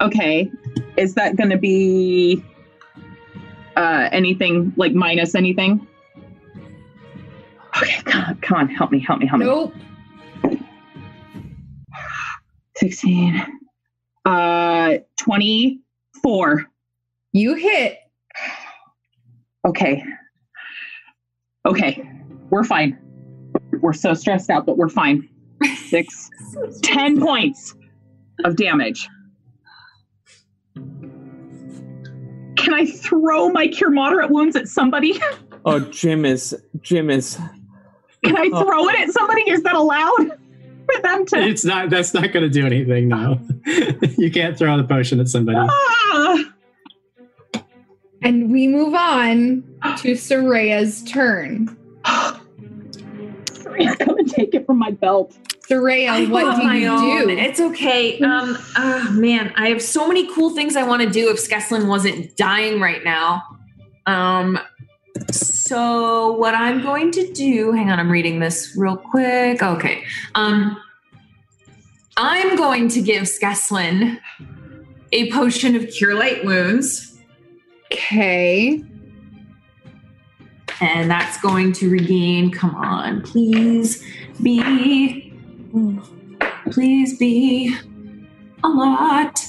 Speaker 4: Okay. Okay. Is that gonna be uh, anything like minus anything? Okay, come on, come on, help me, help me, help me.
Speaker 2: Nope.
Speaker 4: 16 uh 24
Speaker 2: You hit.
Speaker 4: okay okay we're fine we're so stressed out but we're fine six 10 points of damage can i throw my cure moderate wounds at somebody
Speaker 8: Oh Jim is Jim is
Speaker 4: can i
Speaker 8: Oh.
Speaker 4: throw it at somebody is that allowed for them to
Speaker 7: It's not. That's not going to do anything now. you can't throw the potion at somebody.
Speaker 4: Ah!
Speaker 2: And we move on to Soraya's turn.
Speaker 4: He's gonna take it from my belt.
Speaker 2: Soraya, what
Speaker 6: Well,
Speaker 2: do Mm-hmm.
Speaker 6: my
Speaker 2: you do?
Speaker 6: own. It's okay. Um, ah, man, I have so many cool things I want to do if Skeslin wasn't dying right now. Um, so what I'm going to do, hang on, I'm reading this real quick. Okay. Um, I'm going to give Skeslin a potion of cure light wounds,
Speaker 2: Okay.
Speaker 6: and that's going to regain, come on, please be, please be a lot.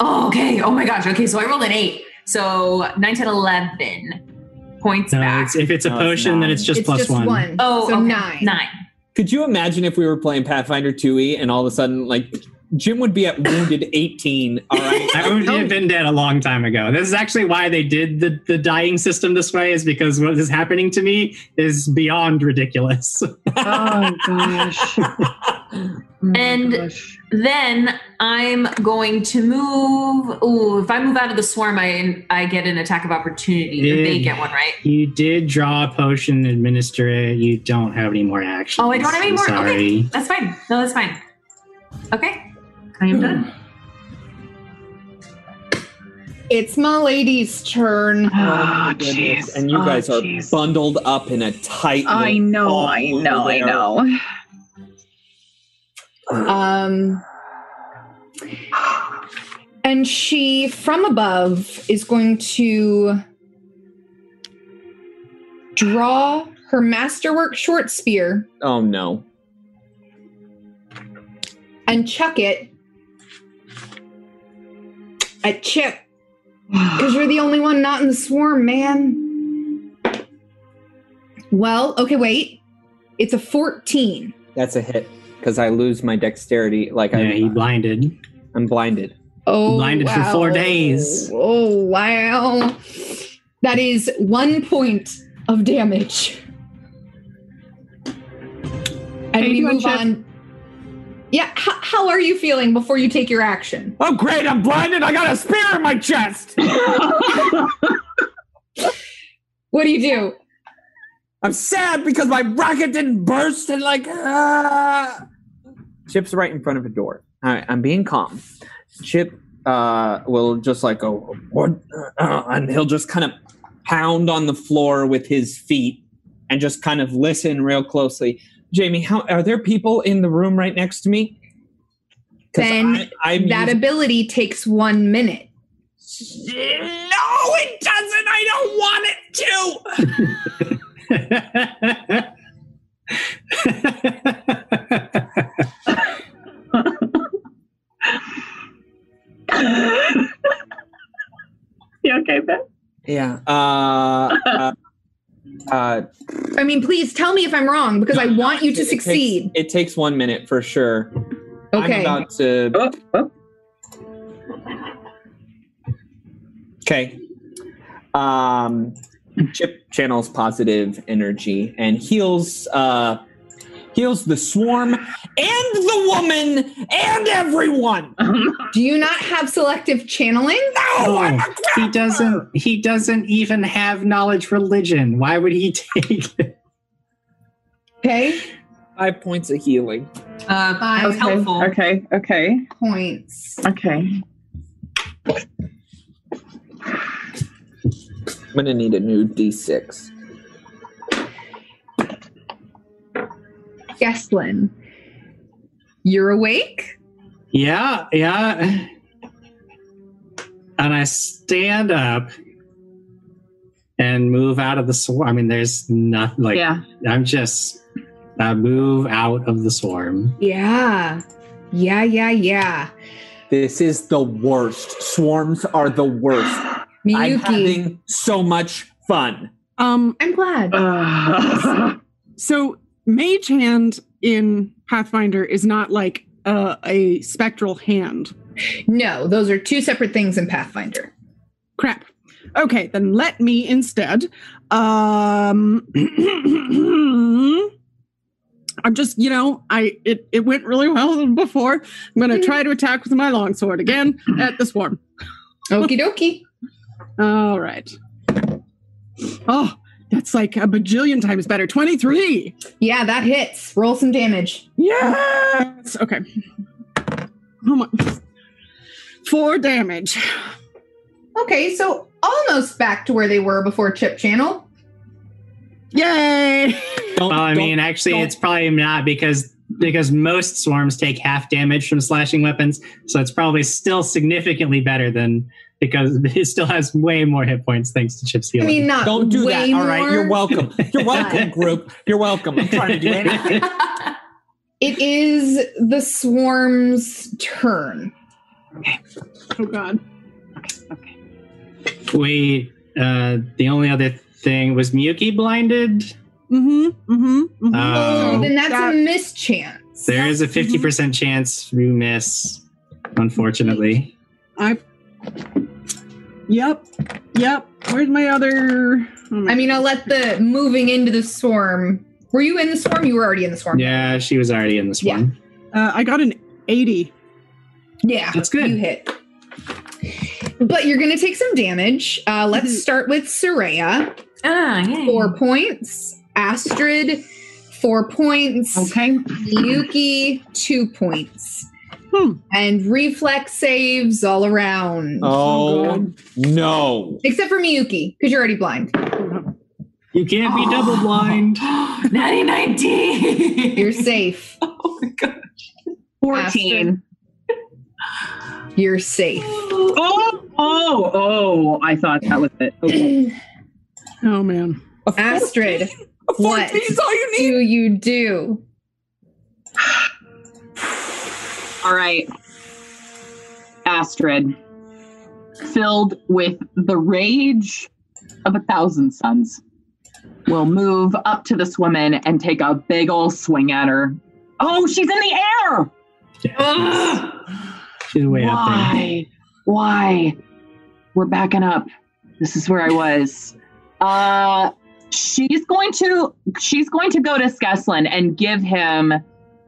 Speaker 6: Oh, okay. Oh my gosh. Okay. So I rolled an eight. So 9, 10, 11 points
Speaker 7: No,
Speaker 6: back.
Speaker 7: it's, if it's a
Speaker 8: No, it's
Speaker 7: potion, then
Speaker 8: not.
Speaker 7: it's just
Speaker 2: it's
Speaker 7: plus
Speaker 2: just
Speaker 7: one.
Speaker 2: one.
Speaker 6: Oh,
Speaker 2: so
Speaker 6: okay.
Speaker 2: nine.
Speaker 6: Nine.
Speaker 8: Could you imagine if we were playing Pathfinder 2e and all of a sudden, like, Jim would be at wounded 18. All right.
Speaker 7: I would have been dead a long time ago. This is actually why they did the, the dying system this way, is because what is happening to me is beyond ridiculous.
Speaker 5: Oh gosh.
Speaker 8: Oh,
Speaker 6: And- Then I'm going to move. Ooh, if I move out of the swarm, I I get an attack of opportunity. Or They
Speaker 7: Yeah.
Speaker 6: get one, right?
Speaker 7: you did draw a potion, administer it. You don't have any more actions.
Speaker 6: Oh, I don't have any
Speaker 7: I'm
Speaker 6: more.
Speaker 7: Sorry.
Speaker 6: Okay, that's fine. No, that's fine. Okay, I am done.
Speaker 8: Oh,
Speaker 2: It's my lady's turn.
Speaker 4: Oh,
Speaker 8: Goodness,
Speaker 4: jeez.
Speaker 8: and you
Speaker 4: Oh,
Speaker 8: guys are
Speaker 4: jeez.
Speaker 8: bundled up in a tight.
Speaker 4: I
Speaker 8: little
Speaker 4: know,
Speaker 8: ball
Speaker 4: I know, I
Speaker 8: there.
Speaker 4: know.
Speaker 7: Uh-huh.
Speaker 2: Um, and she, from above, is going to draw her masterwork short spear
Speaker 8: Oh no!
Speaker 2: and chuck it at Chip. Because you're the only one not in the swarm, man. Well, okay, wait. It's a 14.
Speaker 8: That's a hit because I lose my dexterity. Like
Speaker 7: Yeah, he
Speaker 8: I'm,
Speaker 7: blinded.
Speaker 8: I'm blinded.
Speaker 2: Oh,
Speaker 7: Blinded for four days.
Speaker 2: Oh, wow. That is one point of damage. And
Speaker 5: How you
Speaker 2: we
Speaker 5: doing,
Speaker 2: move
Speaker 5: Chip?
Speaker 2: on. Yeah, h- how are you feeling before you take your action?
Speaker 3: Oh, great! I'm blinded. I got a spear in my chest.
Speaker 2: What do you do?
Speaker 8: I'm sad because my rocket didn't burst and like. ah. Chip's right in front of a door. All right, I'm being calm. Chip uh, will just like go what, uh, and he'll just kind of pound on the floor with his feet and just kind of listen real closely. Jamie, how are there people in the room right next to me? 'Cause
Speaker 2: Ben,
Speaker 8: I- I'm
Speaker 2: That
Speaker 8: using-
Speaker 2: ability takes one minute.
Speaker 8: no, it doesn't. I don't want it to.
Speaker 4: you okay, Ben?
Speaker 8: Yeah. Uh, uh, uh,
Speaker 2: I mean, please tell me if I'm wrong because I
Speaker 8: No, no,
Speaker 2: want you
Speaker 8: it-
Speaker 2: to
Speaker 8: it takes-
Speaker 2: succeed.
Speaker 8: It takes one minute for sure. I'm
Speaker 2: Okay.
Speaker 8: about to.
Speaker 4: Oh, oh.
Speaker 8: Okay. Um, Chip channels positive energy and heals. Uh, heals the swarm and the woman and everyone.
Speaker 2: Do you not have selective channeling?
Speaker 8: No, I'm a
Speaker 7: Oh, he doesn't. He doesn't even have knowledge religion. Why would he take it?
Speaker 2: Okay.
Speaker 8: Five points of healing.
Speaker 6: Uh, that was
Speaker 2: Okay.
Speaker 6: helpful.
Speaker 4: okay, okay,
Speaker 2: Points.
Speaker 4: okay.
Speaker 8: I'm gonna need a new D6.
Speaker 2: Gesslin, you're awake?
Speaker 7: Yeah, yeah. And I stand up and move out of the swarm. I mean, there's nothing. Like
Speaker 4: yeah.
Speaker 7: I'm just. I move out of the swarm.
Speaker 2: Yeah. Yeah, yeah, yeah.
Speaker 8: This is the worst. Swarms are the worst. I'm
Speaker 2: Miyuki,
Speaker 8: having so much fun.
Speaker 5: Um.
Speaker 2: I'm glad.
Speaker 4: Uh,
Speaker 5: So mage hand in Pathfinder is not like uh, a spectral hand.
Speaker 2: No, those are two separate things in Pathfinder.
Speaker 5: Crap. Okay, then let me instead. Um, I'm just, you know, I it, it went really well before. I'm gonna try to attack with my longsword again at the swarm.
Speaker 2: Okie dokie.
Speaker 5: All right. Oh, that's like a bajillion times better. 23.
Speaker 2: Yeah, that hits. Roll some damage.
Speaker 5: Yes. Okay. Oh my. Four damage.
Speaker 2: Okay, so almost back to where they were before Chip Channel.
Speaker 5: Yay.
Speaker 7: Well, I mean, actually, it's probably not because because most swarms take half damage from slashing weapons, so it's probably still significantly better than because it still has way more hit points thanks to Chip's
Speaker 2: I
Speaker 7: healing.
Speaker 2: mean, not
Speaker 8: Don't do
Speaker 2: way
Speaker 8: that. All right.
Speaker 2: more.
Speaker 8: You're welcome. You're welcome, group. You're welcome. I'm trying to do anything.
Speaker 2: It is the swarm's turn.
Speaker 5: Oh, God.
Speaker 7: we uh, the only other thing was Miyuki blinded.
Speaker 5: Mm hmm. Mm hmm. Mm-hmm.
Speaker 7: Oh.
Speaker 2: then that's
Speaker 5: that-
Speaker 2: a mischance.
Speaker 7: There
Speaker 4: mm-hmm.
Speaker 7: is a fifty percent chance you miss, unfortunately.
Speaker 5: I. Yep. Yep. Where's my other? Oh my-
Speaker 2: I mean, I'll let the moving into the swarm. Were you in the swarm? You were already in the swarm.
Speaker 7: Yeah, she was already in this
Speaker 2: Yeah.
Speaker 7: one.
Speaker 5: uh, I got an eighty.
Speaker 2: Yeah.
Speaker 7: That's good.
Speaker 2: You hit. But you're going to take some damage. Uh, let's
Speaker 8: Mm-hmm.
Speaker 5: Mhm.
Speaker 2: start with Soraya.
Speaker 6: ah, yay.
Speaker 8: Mm.
Speaker 2: Four points. Astrid, four points.
Speaker 4: Okay.
Speaker 2: Yuki, two points.
Speaker 5: Hmm.
Speaker 2: And reflex saves all around.
Speaker 8: Oh
Speaker 5: God.
Speaker 8: no!
Speaker 2: Except for Miyuki, because you're already blind.
Speaker 7: You can't be
Speaker 4: Ah.
Speaker 7: double blind.
Speaker 6: 99 D.
Speaker 2: You're safe.
Speaker 6: oh my god.
Speaker 4: 14.
Speaker 2: You're safe.
Speaker 4: Oh, oh, oh. I thought that was it. Okay.
Speaker 5: Oh man.
Speaker 2: Astrid,
Speaker 8: A
Speaker 2: what?
Speaker 8: 14 is all you need.
Speaker 2: do you do?
Speaker 4: All right. Astrid, filled with the rage of a thousand suns, will move up to this woman and take a big ol' swing at her. Oh, she's in the air!
Speaker 8: Ah!
Speaker 7: Yeah, she's, she's way up there.
Speaker 4: Ah. Why? Why? We're backing up. This is where I was. Uh she's going to she's going to go to Skeslin and give him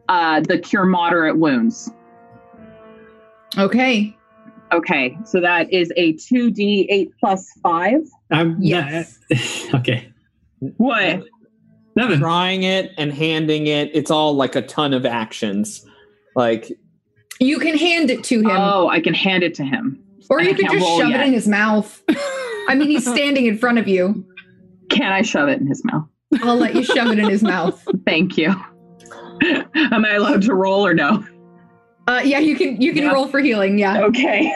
Speaker 4: uh the cure moderate wounds.
Speaker 2: Okay.
Speaker 4: Okay, so that is a 2d8 plus 5.
Speaker 7: I'm
Speaker 2: Yes.
Speaker 7: okay.
Speaker 4: What?
Speaker 7: Nothing.
Speaker 8: Drawing it and handing it. It's all like a ton of actions. Like
Speaker 2: You can hand it to him,
Speaker 4: Oh, I can hand it to him.
Speaker 2: or you
Speaker 4: I
Speaker 2: can
Speaker 4: can't
Speaker 2: just
Speaker 4: roll
Speaker 2: shove
Speaker 4: yet.
Speaker 2: it in his mouth. I mean, he's standing in front of you.
Speaker 4: Can I shove it in his mouth?
Speaker 2: I'll let you shove it in his mouth.
Speaker 4: Thank you. Am I allowed to roll or no?
Speaker 2: Uh, yeah, you can. You can
Speaker 4: Yeah.
Speaker 2: roll for healing. Yeah.
Speaker 4: Okay.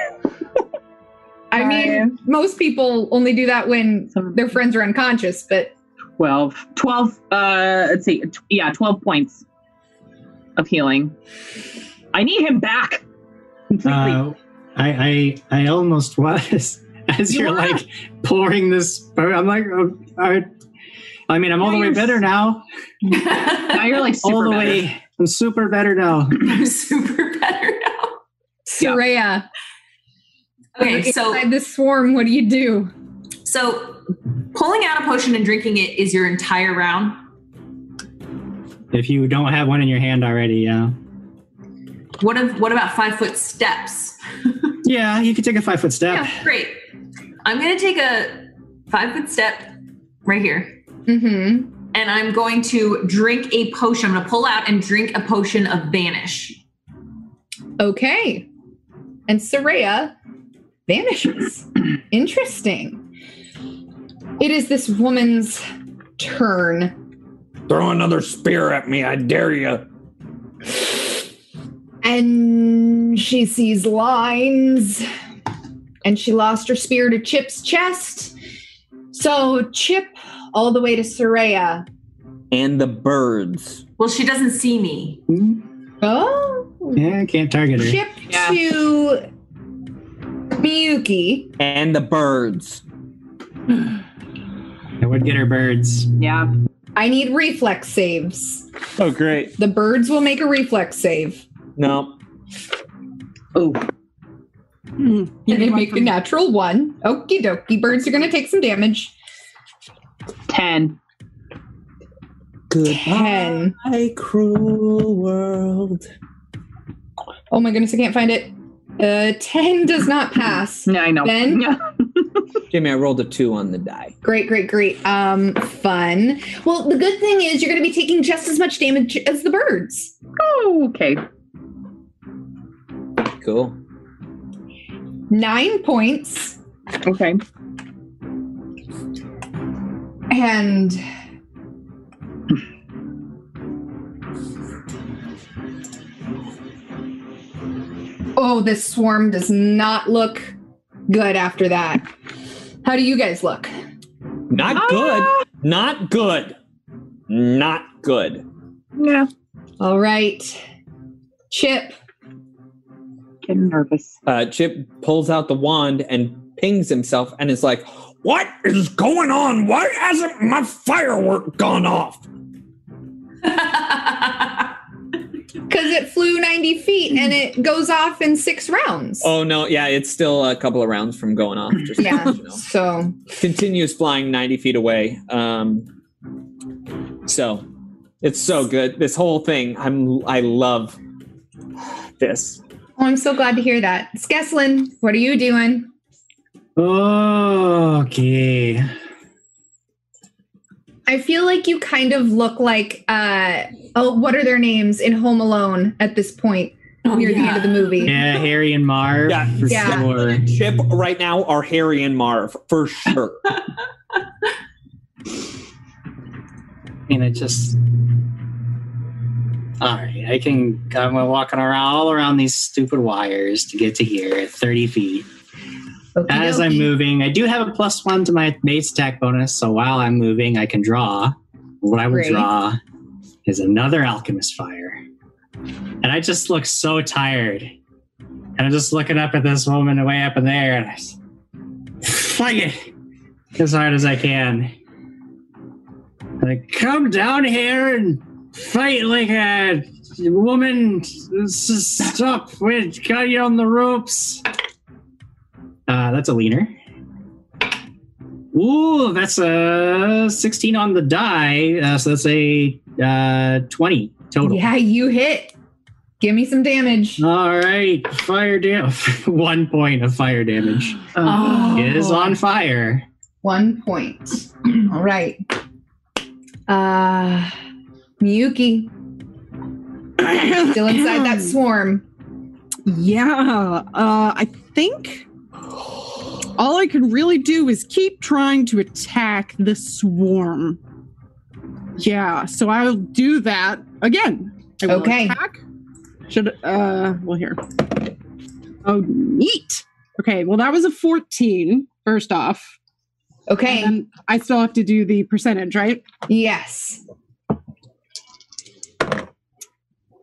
Speaker 2: I mean, most people only do that when their friends are unconscious, but
Speaker 4: 12 12 uh let's see tw- yeah 12 points of healing i need him back completely
Speaker 7: Uh, I, I I almost was as
Speaker 4: You
Speaker 7: you're
Speaker 4: were.
Speaker 7: like pouring this. I'm like, oh, I, I mean, I'm all
Speaker 4: Yeah,
Speaker 7: the way
Speaker 4: you're
Speaker 7: better
Speaker 4: s-
Speaker 7: now.
Speaker 4: now you're like super
Speaker 7: all the
Speaker 4: better.
Speaker 7: way. I'm super better now.
Speaker 6: I'm super better now.
Speaker 4: Yeah.
Speaker 2: Soraya,
Speaker 6: Okay, so
Speaker 2: inside the swarm, what do you do?
Speaker 6: so pulling out a potion and drinking it is your entire round.
Speaker 7: If you don't have one in your hand already, yeah,
Speaker 6: What of what about five foot steps?
Speaker 7: yeah, you could take a five foot step.
Speaker 6: Yeah, great. I'm gonna take a five foot step right here,
Speaker 2: Mm-hmm.
Speaker 6: and I'm going to drink a potion. I'm gonna pull out and drink a potion of vanish.
Speaker 2: Okay. And Soraya vanishes. Interesting. It is this woman's turn.
Speaker 3: Throw another spear at me. I dare you.
Speaker 2: And she sees lines. And she lost her spear to Chip's chest. So Chip all the way to Soraya.
Speaker 8: and the birds.
Speaker 6: Well, she doesn't see me.
Speaker 7: Hmm?
Speaker 2: Oh.
Speaker 7: Yeah, can't target her.
Speaker 2: Chip
Speaker 4: Yeah.
Speaker 2: to Miyuki.
Speaker 8: And the birds.
Speaker 7: I would get her birds.
Speaker 4: yeah
Speaker 2: I need reflex saves.
Speaker 8: Oh great.
Speaker 2: The birds will make a reflex save.
Speaker 8: No.
Speaker 4: oh
Speaker 5: Hmm.
Speaker 2: And they make a natural one. Okie dokie. Birds are going to take some damage.
Speaker 4: 10
Speaker 2: Ten.
Speaker 8: Goodbye, cruel world.
Speaker 2: Oh my goodness, I can't find it. Uh, 10 does not pass.
Speaker 4: no i know
Speaker 2: Ben?
Speaker 8: Jamie, I rolled a two on the die.
Speaker 2: Great, great, great. Um, fun. Well, the good thing is you're going to be taking just as much damage as the birds.
Speaker 4: Oh, okay.
Speaker 8: Cool.
Speaker 2: Nine points.
Speaker 4: Okay.
Speaker 2: And oh, this swarm does not look good after that. How do you guys look?
Speaker 8: Not
Speaker 2: Ah!
Speaker 8: good. Not good. Not good.
Speaker 4: Yeah.
Speaker 2: All right, Chip.
Speaker 4: Getting nervous.
Speaker 8: Uh, Chip pulls out the wand and pings himself and is like, What is going on? Why hasn't my firework gone off?
Speaker 2: Because it flew 90 feet and it goes off in six rounds.
Speaker 8: Oh, no. Yeah, it's still a couple of rounds from going off. Just
Speaker 2: Yeah.
Speaker 8: so you know.
Speaker 2: So,
Speaker 8: Continues flying 90 feet away. Um, so it's so good. This whole thing, I'm I love this.
Speaker 2: oh, I'm so glad to hear that. Skeslin, what are you doing?
Speaker 7: Okay.
Speaker 2: I feel like you kind of look like, uh, oh, what are their names in Home Alone at this point
Speaker 6: Oh,
Speaker 2: near the end of the movie?
Speaker 7: Yeah, Harry and Marv.
Speaker 8: Yeah.
Speaker 7: for
Speaker 2: Yeah.
Speaker 7: sure.
Speaker 8: Chip right now are Harry and Marv for sure.
Speaker 7: And it just. All right, I can. I'm walking around all around these stupid wires to get to here at 30 feet.
Speaker 2: Okey
Speaker 7: As I'm
Speaker 2: dokey.
Speaker 7: moving, I do have a plus one to my mate's attack bonus. So while I'm moving, I can draw. What I will
Speaker 2: Great.
Speaker 7: draw is another alchemist fire. And I just look so tired. And I'm just looking up at this woman way up in there, and I just fling it as hard as I can. Like, come down here and fight like a woman. Just stop. We got you on the ropes. Uh, that's a leaner. Ooh, that's a 16 on the die. Uh, so that's a uh, 20 total.
Speaker 2: Yeah, you hit. Give me some damage.
Speaker 7: All right, fire damage. One point of fire damage.
Speaker 6: Oh.
Speaker 7: It is on fire.
Speaker 2: One point. All right. Uh, Miyuki, still inside that swarm.
Speaker 5: Yeah, uh, I think all I can really do is keep trying to attack the swarm. Yeah, so I'll do that again. I will
Speaker 2: Okay.
Speaker 5: Attack. Should uh, well here. Oh, neat. Okay, well that was a fourteen. First off,
Speaker 2: Okay.
Speaker 5: and then I still have to do the percentage, right?
Speaker 2: yes.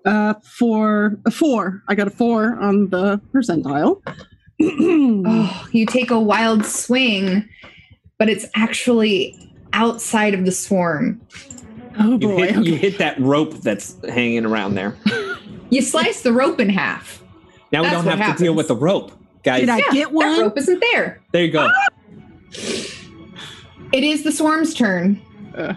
Speaker 5: Uh, for a four, I got a four on the percentile.
Speaker 2: Oh, you take a wild swing, but it's actually outside of the swarm.
Speaker 5: oh
Speaker 8: You
Speaker 5: boy.
Speaker 8: hit, you hit that rope that's hanging around there.
Speaker 2: You slice the rope in half.
Speaker 8: Now we
Speaker 2: That's
Speaker 8: don't
Speaker 2: what
Speaker 8: have to deal
Speaker 2: happens.
Speaker 8: with the rope, guys.
Speaker 5: Did I
Speaker 2: Yeah,
Speaker 5: get
Speaker 2: That
Speaker 5: one?
Speaker 2: rope isn't there.
Speaker 8: there you go.
Speaker 2: It is the swarm's turn.
Speaker 5: Uh.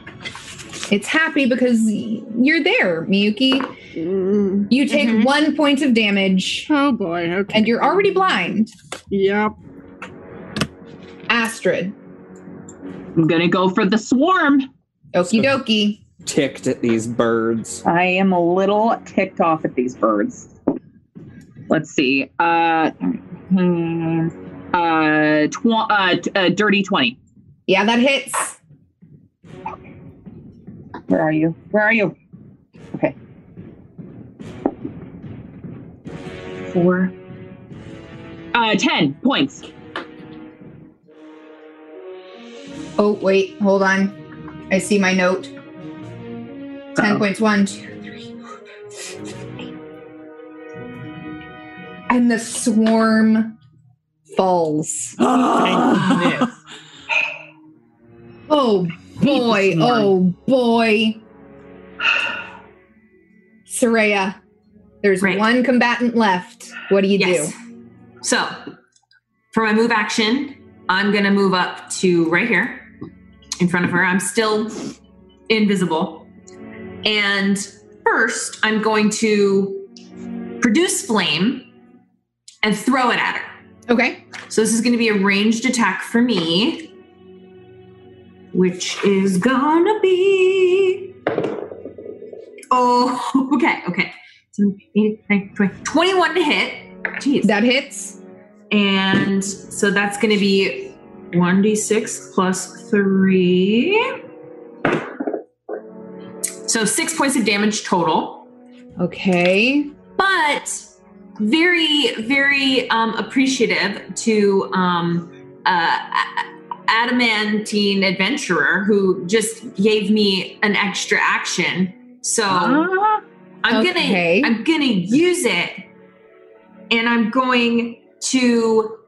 Speaker 2: It's happy because y- you're there, Miyuki.
Speaker 5: Mm.
Speaker 2: You take
Speaker 6: Mhm.
Speaker 2: one point of damage,
Speaker 5: Oh boy. Okay.
Speaker 2: and you're already blind.
Speaker 5: Yep.
Speaker 2: Astrid,
Speaker 4: I'm gonna go for the swarm.
Speaker 2: okie dokie.
Speaker 8: Ticked at these birds.
Speaker 4: I am a little ticked off at these birds. Let's see. Uh, hmm, uh, tw- uh, t- uh dirty 20.
Speaker 2: Yeah, that hits.
Speaker 4: Where are you? Where are you? Okay. Four. Uh, 10 points.
Speaker 2: Oh, wait, hold on. I see my note. 10 points. One, two, three, four, five, eight. And the swarm falls.
Speaker 8: Thank goodness.
Speaker 2: Oh boy, oh boy. Soraya, there's
Speaker 6: Right.
Speaker 2: one combatant left. What do you
Speaker 6: yes. So, for my move action, I'm going to move up to right here in front of her. I'm still invisible. And first, I'm going to produce flame and throw it at her.
Speaker 2: Okay.
Speaker 6: So this is going to be a ranged attack for me, which is going to be. Oh, okay, okay. Seven, eight, nine, 20, 21 to hit. Jeez.
Speaker 2: That hits.
Speaker 6: and so that's going to be 1d6 plus 3. So six points of damage total
Speaker 2: Okay.
Speaker 6: but very very um, appreciative to um, uh, a- adamantine adventurer who just gave me an extra action so
Speaker 4: Ah,
Speaker 6: i'm
Speaker 2: okay.
Speaker 6: gonna i'm gonna use it and i'm going to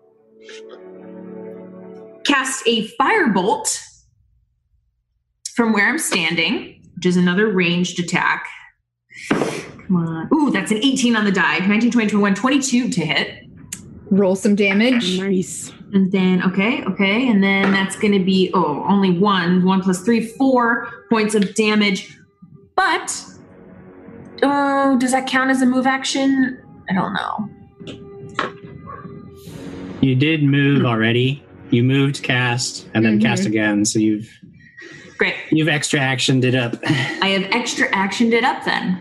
Speaker 6: cast a firebolt from where i'm standing which is another ranged attack Come on. Ooh, that's an 18 on the die. 19, 20, 21, 22 to hit.
Speaker 2: Roll some damage.
Speaker 5: Nice.
Speaker 6: And then, okay, okay. And then that's going to be, oh, only one. One plus three, four points of damage. But, oh, does that count as a move action? I don't know.
Speaker 7: You did move already. You moved, cast, and then cast again. So you've
Speaker 6: Great.
Speaker 7: you've extra actioned it up.
Speaker 6: I have extra actioned it up then.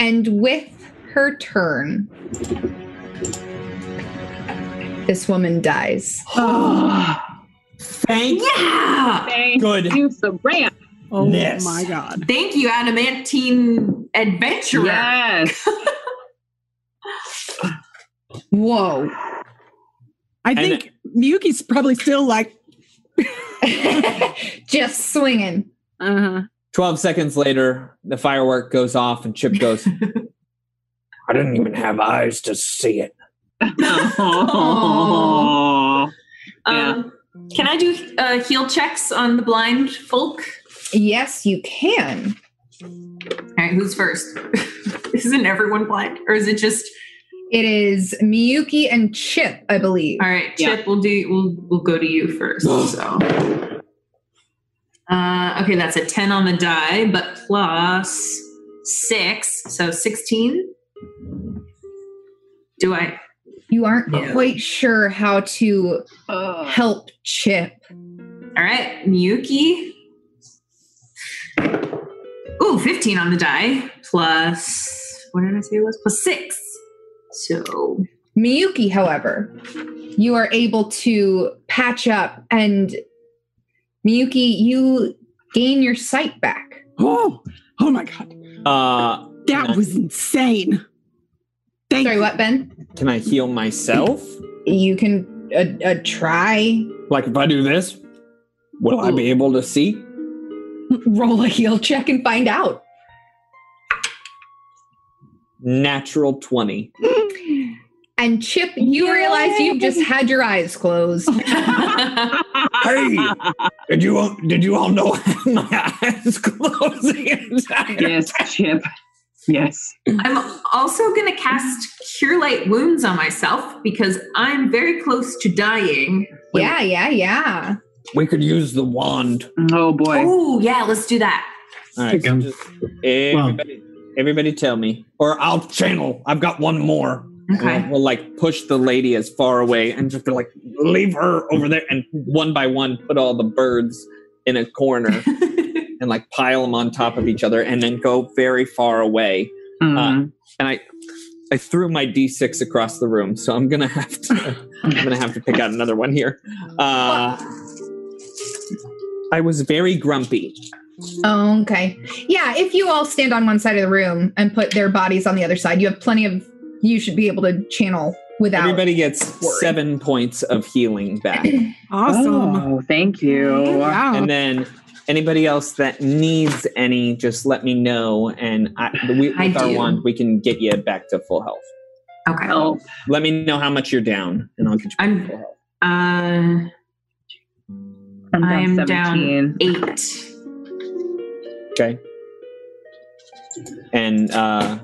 Speaker 2: And with her turn, this woman dies.
Speaker 4: Ah.
Speaker 8: Thank
Speaker 6: Yeah!
Speaker 5: Thank
Speaker 8: Good.
Speaker 5: you, Saran. Oh
Speaker 8: Yes.
Speaker 5: my god.
Speaker 6: Thank you, Adamantine Adventurer.
Speaker 4: yes.
Speaker 2: Whoa.
Speaker 5: I
Speaker 8: And-
Speaker 5: think Miyuki's probably still like,
Speaker 2: Just swinging.
Speaker 5: uh huh.
Speaker 8: 12 seconds later, the firework goes off and Chip goes, I didn't even have eyes to see it.
Speaker 4: Oh.
Speaker 6: Um, Can I do uh, heal checks on the blind folk?
Speaker 2: Yes, you can.
Speaker 6: All right, who's first? Isn't everyone blind, or is it just
Speaker 2: It is Miyuki and Chip, I believe.
Speaker 6: all right? Chip, we'll do. We'll we'll go to you first. So, uh, okay, that's a ten on the die, but plus six, so sixteen. Do I?
Speaker 2: You aren't
Speaker 6: Yeah.
Speaker 2: quite sure how to
Speaker 4: Oh.
Speaker 2: help Chip.
Speaker 6: All right, Miyuki. Ooh, 15 on the die, plus what did I say it was? Plus six. So
Speaker 2: Miyuki, however, you are able to patch up and Miyuki, you gain your sight back.
Speaker 5: Oh, oh my god.
Speaker 8: Uh,
Speaker 5: That was insane. Thank
Speaker 2: Sorry,
Speaker 5: you.
Speaker 2: what, Ben?
Speaker 8: can I heal myself?
Speaker 2: You can uh, uh, try
Speaker 8: Like, if I do this, will I be able to see?
Speaker 2: roll a heal check and find out.
Speaker 8: Natural 20.
Speaker 2: And Chip, you realize you've just had your eyes closed.
Speaker 6: Oh,
Speaker 8: Hey, did you all, did you all know my eyes closing? entire-
Speaker 4: yes, Chip. Yes.
Speaker 6: I'm also going to cast Cure Light Wounds on myself because I'm very close to dying.
Speaker 2: yeah, yeah, yeah.
Speaker 8: We could use the wand.
Speaker 4: Oh boy.
Speaker 6: Oh, yeah, let's do that.
Speaker 8: All right, so just- everybody, everybody tell me, or I'll channel. I've got one more.
Speaker 6: Okay.
Speaker 8: We'll, we'll, like push the lady as far away and just be like, leave her over there, and one by one put all the birds in a corner and like pile them on top of each other, and then go very far away.
Speaker 5: Oh,
Speaker 4: Mm.
Speaker 8: And I, I threw my d6 across the room, so I'm gonna have to, I'm gonna have to pick out another one here. Uh, I was very grumpy.
Speaker 2: Oh, okay. Yeah, if you all stand on one side of the room and put their bodies on the other side, you have plenty of, you should be able to channel without.
Speaker 8: Everybody gets
Speaker 2: Worry.
Speaker 8: seven points of healing back.
Speaker 5: Awesome.
Speaker 4: Oh, thank you.
Speaker 5: Wow.
Speaker 8: and then anybody else that needs any just let me know and I, we, with
Speaker 6: I
Speaker 8: our
Speaker 6: do.
Speaker 8: wand we can get you back to full health
Speaker 6: Okay.
Speaker 4: Help.
Speaker 8: let me know how much you're down and i'll get you back to
Speaker 6: I'm,
Speaker 8: full health
Speaker 6: uh,
Speaker 4: I'm down
Speaker 6: I'm
Speaker 4: 17.
Speaker 6: down eight.
Speaker 8: okay and uh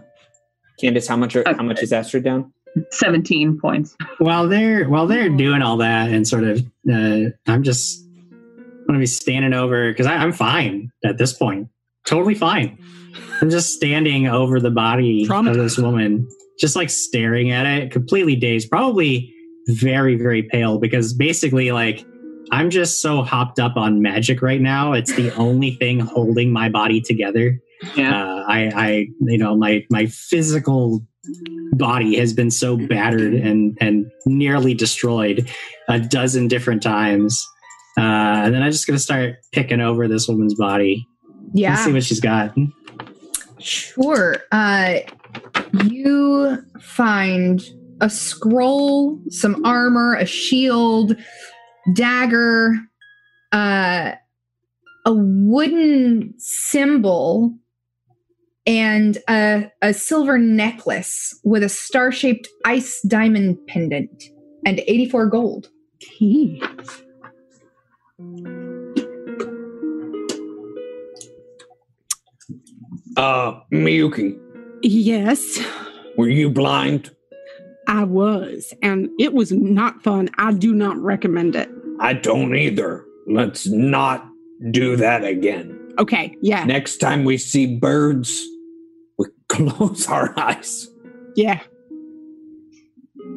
Speaker 8: candace how much are, how
Speaker 4: Okay.
Speaker 8: much is astrid down
Speaker 4: 17 points.
Speaker 7: while they're while they're doing all that and sort of uh, i'm just gonna be standing over because i'm fine at this point totally fine i'm just standing over the body
Speaker 5: Trauma.
Speaker 7: of this woman just like staring at it completely dazed probably very, very pale because basically, like, I'm just so hopped up on magic right now. It's the only thing holding my body together.
Speaker 4: Yeah.
Speaker 7: Uh, I, I, you know, my my physical body has been so battered and and nearly destroyed a dozen different times. Uh, and then I'm just gonna start picking over this woman's body. and
Speaker 2: Yeah.
Speaker 7: see what she's got.
Speaker 2: Sure. Uh, you find a scroll, some armor, a shield, dagger, uh, a wooden symbol, and a, a silver necklace with a star shaped ice diamond pendant and 84 gold.
Speaker 3: Uh, Miyuki,
Speaker 5: Yes,
Speaker 3: were you blind?
Speaker 5: I was, and it was not fun. I do not recommend it.
Speaker 3: I don't either. Let's not do that again.
Speaker 5: Okay, yeah,
Speaker 3: Next time we see birds, we close our eyes.
Speaker 5: yeah.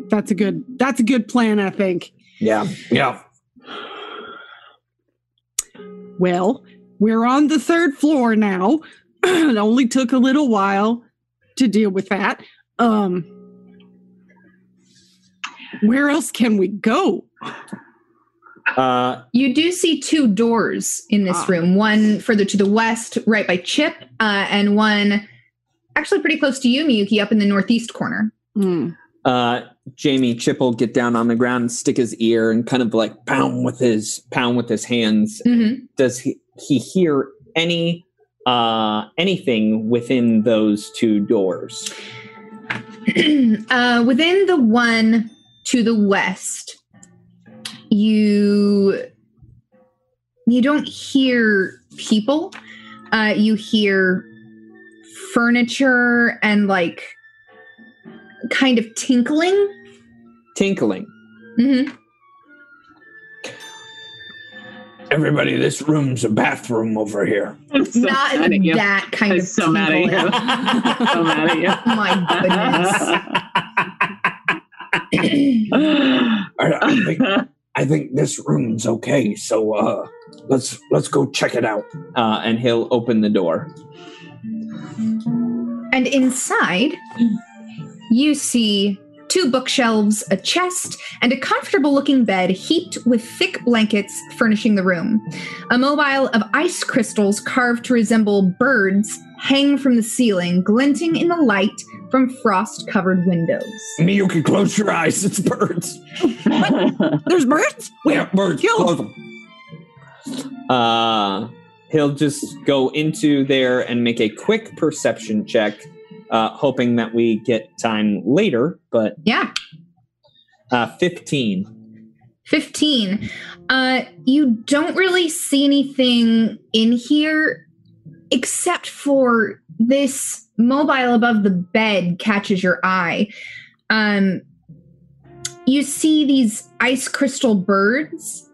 Speaker 5: That's a good. That's a good plan, I think.
Speaker 3: Yeah, yeah.
Speaker 5: Well, we're on the third floor now. it only took a little while to deal with that. Um Where else can we go?
Speaker 8: Uh,
Speaker 2: You do see two doors in this
Speaker 5: Ah.
Speaker 2: room one further to the west, right by Chip, uh, and one actually pretty close to you, Miyuki, up in the northeast corner.
Speaker 5: Hmm.
Speaker 8: uh, Jamie Chip will get down on the ground and stick his ear and kind of like pound with his pound with his hands.
Speaker 4: Mm-hmm.
Speaker 2: Mhm.
Speaker 8: Does he, he hear any uh, anything within those two doors?
Speaker 2: uh, within the one to the west, you you don't hear people. Uh, you hear furniture and like kind of tinkling.
Speaker 8: Tinkling.
Speaker 2: Mhm.
Speaker 4: Mm-hmm.
Speaker 3: Everybody, this room's a bathroom over here.
Speaker 4: I'm so
Speaker 2: Not
Speaker 4: mad at you.
Speaker 2: that kind
Speaker 4: I'm
Speaker 2: of
Speaker 4: so mad at
Speaker 2: tinkling.
Speaker 4: you. I'm so mad at you.
Speaker 2: Oh My goodness.
Speaker 4: I,
Speaker 3: I, I think I think this room's okay. So uh, let's let's go check it out.
Speaker 8: Uh, and he'll open the door.
Speaker 2: And inside, you see two bookshelves, a chest, and a comfortable looking bed heaped with thick blankets furnishing the room. A mobile of ice crystals carved to resemble birds hang from the ceiling, glinting in the light from frost covered windows.
Speaker 3: Miyuki, close your eyes. It's birds.
Speaker 5: There's birds?
Speaker 3: Yeah, birds.
Speaker 5: Kill 'em.
Speaker 3: Close 'em.
Speaker 8: Uh, he'll just go into there and make a quick perception check, uh, hoping that we get time later. But
Speaker 2: Yeah.
Speaker 8: uh, fifteen.
Speaker 2: 15. Uh, you don't really see anything in here except for this mobile above the bed catches your eye. Um, you see these ice crystal birds,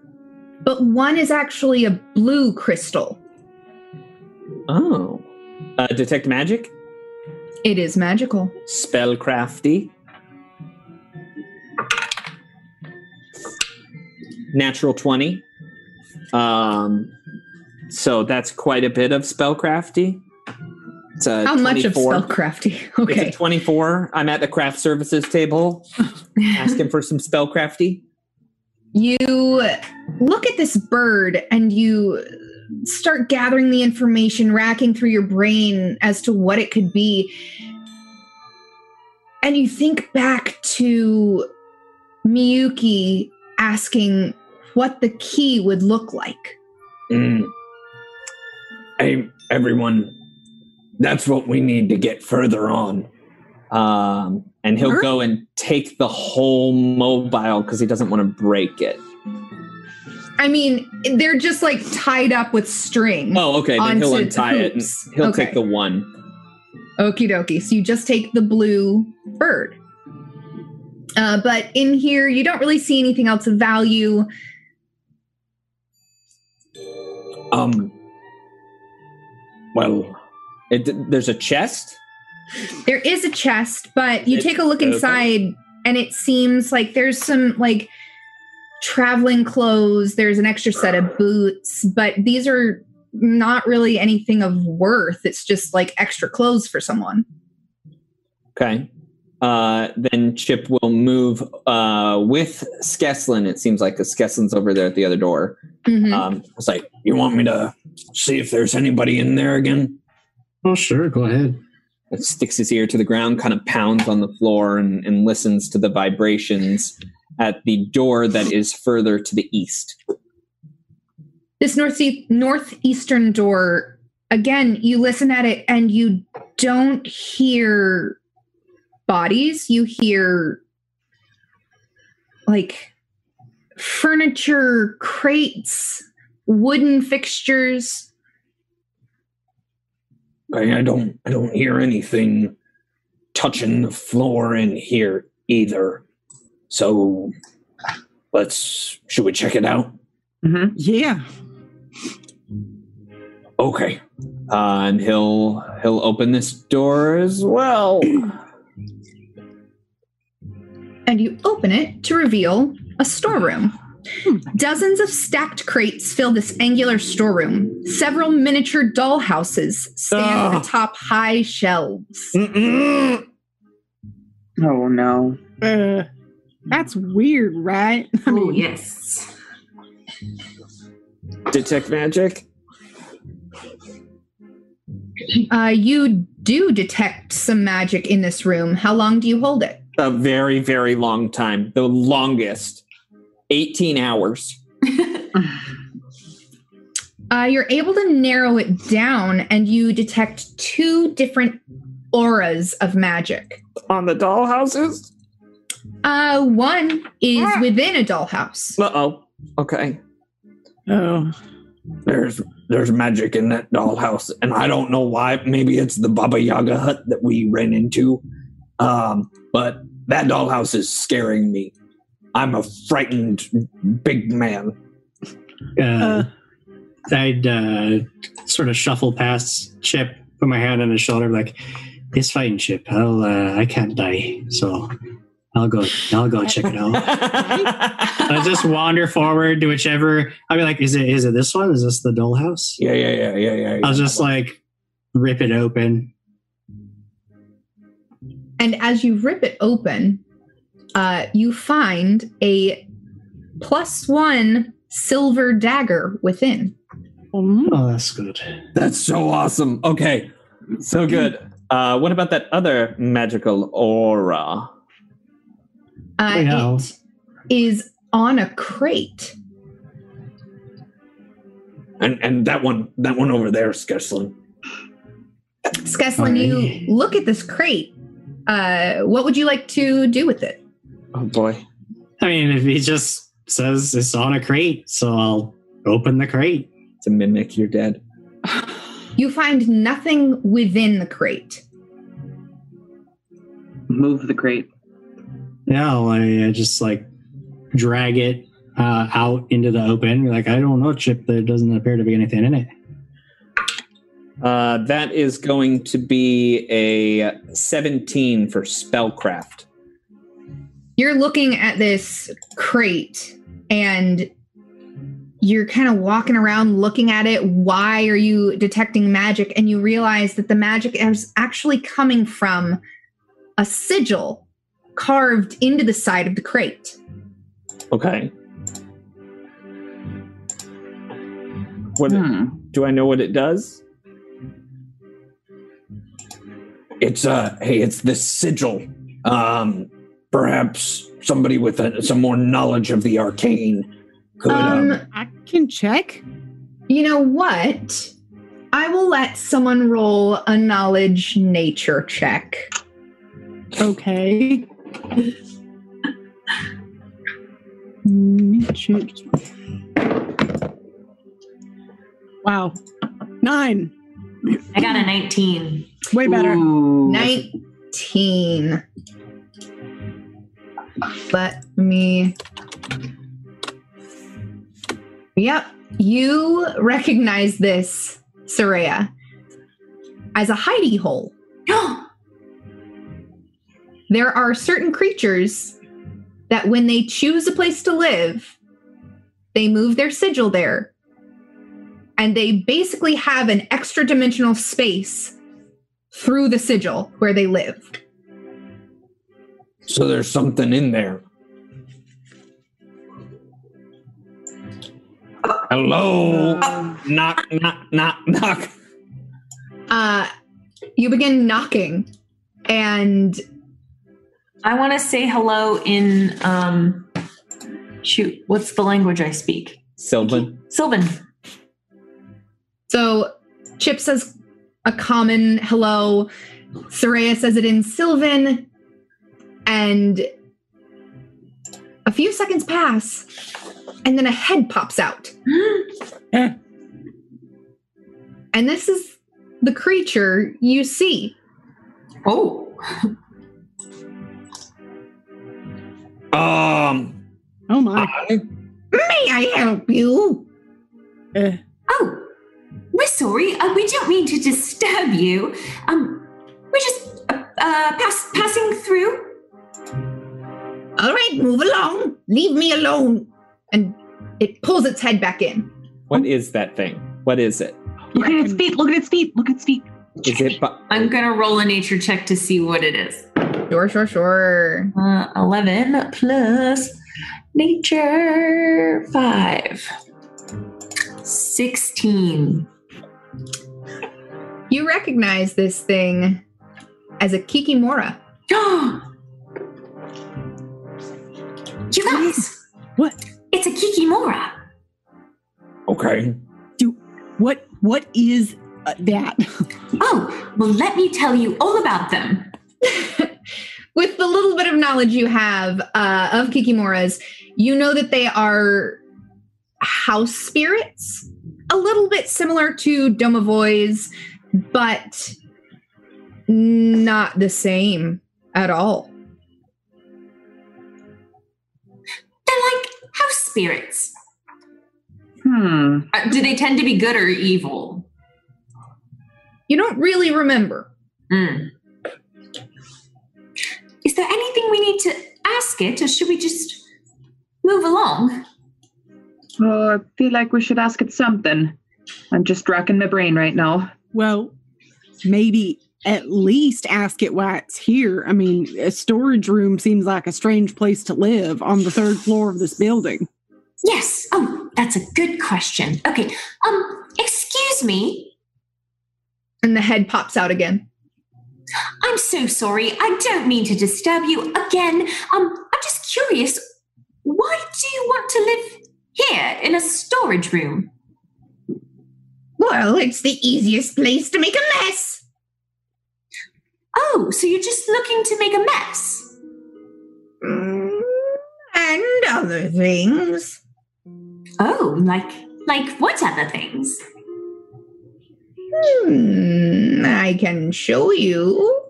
Speaker 2: but one is actually a blue crystal.
Speaker 8: Oh, uh, detect magic,
Speaker 2: It is magical.
Speaker 8: spellcrafty, natural twenty. Um, so that's quite a bit of spellcrafty. It's a
Speaker 2: How much of
Speaker 8: 24.
Speaker 2: spellcrafty?
Speaker 8: It's
Speaker 2: Okay.
Speaker 8: a 24. I'm at the craft services table asking for some spellcrafty.
Speaker 2: You look at this bird and you start gathering the information, racking through your brain as to what it could be. And you think back to Miyuki asking what the key would look like.
Speaker 3: Mm. Hey, everyone. That's what we need to get further on.
Speaker 8: Um, and he'll go and take the whole mobile because he doesn't want to break it.
Speaker 2: I mean, they're just like tied up with string.
Speaker 8: Oh, okay. Then
Speaker 2: Onto
Speaker 8: he'll
Speaker 2: the
Speaker 8: untie it and
Speaker 2: hoops.
Speaker 8: he'll
Speaker 2: Okay.
Speaker 8: take the one.
Speaker 2: Okie dokie. So you just take the blue bird. Uh, but in here, you don't really see anything else of value.
Speaker 3: Um. Well,
Speaker 8: It, there's a chest.
Speaker 2: There is a chest, but you take a look inside and it seems like there's some like traveling clothes there's an extra set of boots but these are not really anything of worth it's just like extra clothes for someone
Speaker 8: Okay. Uh, then Chip will move uh, with Skeslin. It seems like 'cause Skeslin's over there at the other door.
Speaker 2: Mhm.
Speaker 8: Um, it's like, you want me to see if there's anybody in there again?
Speaker 7: Oh, sure. Go ahead.
Speaker 8: It sticks his ear to the ground, kind of pounds on the floor, and, and listens to the vibrations at the door that is further to the east.
Speaker 2: this northeast northeastern door again you listen at it and you don't hear bodies you hear like furniture crates wooden fixtures
Speaker 3: I, I don't I don't hear anything touching the floor in here either. So let's should we check it out?
Speaker 4: Mhm.
Speaker 5: Yeah.
Speaker 3: Okay.
Speaker 8: Uh, and he'll he'll open this door as well.
Speaker 2: and you open it to reveal a storeroom
Speaker 5: Hmm.
Speaker 2: Dozens of stacked crates fill this angular storeroom. Several miniature dollhouses stand
Speaker 8: Ah.
Speaker 2: atop high shelves.
Speaker 8: Mm-mm.
Speaker 4: Oh no.
Speaker 5: Uh, that's weird, right? I
Speaker 6: Oh,
Speaker 5: mean,
Speaker 6: yes.
Speaker 8: Detect magic.
Speaker 2: Uh, you do detect some magic in this room. How long do you hold it?
Speaker 8: a very very long time the longest 18 hours
Speaker 2: Uh, you're able to narrow it down and you detect two different auras of magic.
Speaker 8: on the dollhouses
Speaker 2: Uh, one is within a dollhouse.
Speaker 8: uh-oh okay
Speaker 5: Oh,
Speaker 3: There's there's magic in that dollhouse, and I don't know why. Maybe it's the Baba Yaga hut that we ran into. Um, but that dollhouse is scaring me. I'm a frightened big man.
Speaker 7: Uh,
Speaker 5: Uh.
Speaker 7: I'd uh, sort of shuffle past Chip, put my hand on his shoulder, like, "It's fine, Chip. I'll. Uh, I can't die, so I'll go. I'll go check it out." I just wander forward to whichever. I'll be like, "Is it? Is it this one? Is this the dollhouse?"
Speaker 3: Yeah, yeah, yeah, yeah, yeah. yeah.
Speaker 7: I'll just like rip it open.
Speaker 2: And as you rip it open, uh, you find a plus one silver dagger within.
Speaker 5: mm,
Speaker 7: Oh, that's good.
Speaker 8: that's so awesome
Speaker 3: Oh,
Speaker 8: okay so good uh what about that other magical aura
Speaker 2: Uh,
Speaker 7: Oh, yeah.
Speaker 2: It is on a crate.
Speaker 3: And and that one, that one over there, Skeslin.
Speaker 2: Skeslin,
Speaker 7: Alright.
Speaker 2: you look at this crate. Uh, what would you like to do with it?
Speaker 8: oh boy
Speaker 7: I mean, if he just says it's on a crate, so I'll open the crate.
Speaker 8: to mimic your dad
Speaker 2: You find nothing within the crate.
Speaker 4: Move the crate.
Speaker 7: Yeah, I'll, I, I just like drag it uh, out into the open. Like I don't know, Chip. There doesn't appear to be anything in it.
Speaker 8: uh that is going to be a 17 for spellcraft
Speaker 2: You're looking at this crate and you're kind of walking around looking at it. Why are you detecting magic? And you realize that the magic is actually coming from a sigil carved into the side of the crate.
Speaker 8: okay what
Speaker 4: Hmm.
Speaker 8: do i know what it does
Speaker 3: It's uh, hey, it's the sigil. Um, perhaps somebody with a, some more knowledge of the arcane could. Um,
Speaker 2: Um,
Speaker 5: I can check.
Speaker 2: you know what? I will let someone roll a knowledge nature check.
Speaker 5: Okay. Hmm, Mm, shoot. Wow. Nine.
Speaker 6: I got a 19.
Speaker 5: Way better.
Speaker 4: Ooh.
Speaker 2: 19. Let me. Yep, you recognize this, Soraya, as a hidey hole. There are certain creatures that when they choose a place to live, they move their sigil there. And they basically have an extra dimensional space through the sigil where they live.
Speaker 3: So there's something in there. Hello. knock, knock, knock, knock.
Speaker 2: Uh, you begin knocking, and
Speaker 9: I want to say hello in um shoot, what's the language I speak?
Speaker 8: Sylvan.
Speaker 9: Sylvan.
Speaker 2: So Chip says a common hello. Soraya says it in Sylvan. And a few seconds pass, and then a head pops out.
Speaker 8: Eh.
Speaker 2: and this is the creature you see.
Speaker 9: Oh.
Speaker 3: Um,
Speaker 10: Oh my.
Speaker 2: May I help you?
Speaker 9: Oh. We're sorry. Uh, we don't mean to disturb you. Um we're just uh, uh pass- passing through.
Speaker 2: All right, move along. Leave me alone. And it pulls its head back in.
Speaker 8: What is that thing? What is it?
Speaker 4: Look at its feet. Look at its feet. Look at its feet.
Speaker 8: Is it? bu-
Speaker 9: I'm going to roll a nature check to see what it is.
Speaker 2: Sure, sure, sure.
Speaker 9: Uh, 11 plus nature 5. 16.
Speaker 2: You recognize this thing as a Kikimora.
Speaker 9: you guys!
Speaker 5: What?
Speaker 9: It's a Kikimora.
Speaker 3: okay.
Speaker 5: What what is uh, that?
Speaker 9: Oh, well, let me tell you all about them.
Speaker 2: with the little bit of knowledge you have uh, of Kikimoras, you know that they are house spirits, a little bit similar to Domovoys, but not the same at all.
Speaker 9: They're like house spirits.
Speaker 4: Hmm.
Speaker 9: Uh, do they tend to be good or evil?
Speaker 2: You don't really remember.
Speaker 9: Mm. Is there anything we need to ask it, or should we just move along?
Speaker 4: Oh, I feel like we should ask it something. I'm just racking my brain right now.
Speaker 5: Well, maybe at least ask it why it's here. I mean, a storage room seems like a strange place to live on the third floor of this building.
Speaker 9: Yes. Oh, that's a good question. Okay. Um, excuse me.
Speaker 2: And the head pops out again.
Speaker 9: I'm so sorry. I don't mean to disturb you again. Um, I'm just curious. Why do you want to live here in a storage room?
Speaker 2: Well, it's the easiest place to make a mess.
Speaker 9: Oh, so you're just looking to make a mess?
Speaker 2: Mm, and other things.
Speaker 9: Oh, like like what other things?
Speaker 2: Hmm, I can show you.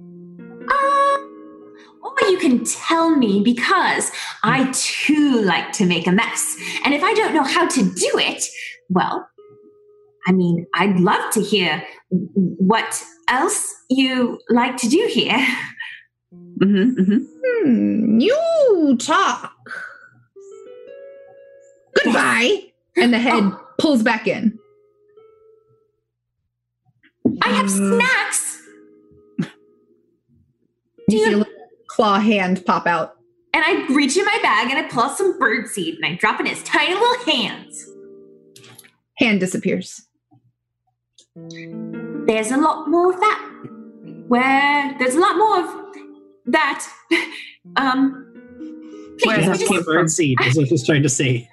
Speaker 9: Um, or you can tell me because I too like to make a mess. And if I don't know how to do it, well, I mean, I'd love to hear w- what else you like to do here.
Speaker 4: hmm hmm
Speaker 2: Hmm, you talk. Goodbye. And the head
Speaker 9: Oh.
Speaker 2: pulls back in.
Speaker 9: I have
Speaker 2: Mm.
Speaker 9: snacks. Do
Speaker 2: You see a
Speaker 9: you,
Speaker 2: little claw hand pop out.
Speaker 9: and I reach in my bag and I pull out some bird seed and I drop it in his tiny little hands.
Speaker 2: Hand disappears.
Speaker 9: there's a lot more of that. Where there's a lot more of that. Um,
Speaker 4: Where the
Speaker 9: please, we,
Speaker 7: That's
Speaker 9: just,
Speaker 7: what bird seed is what I was trying to say.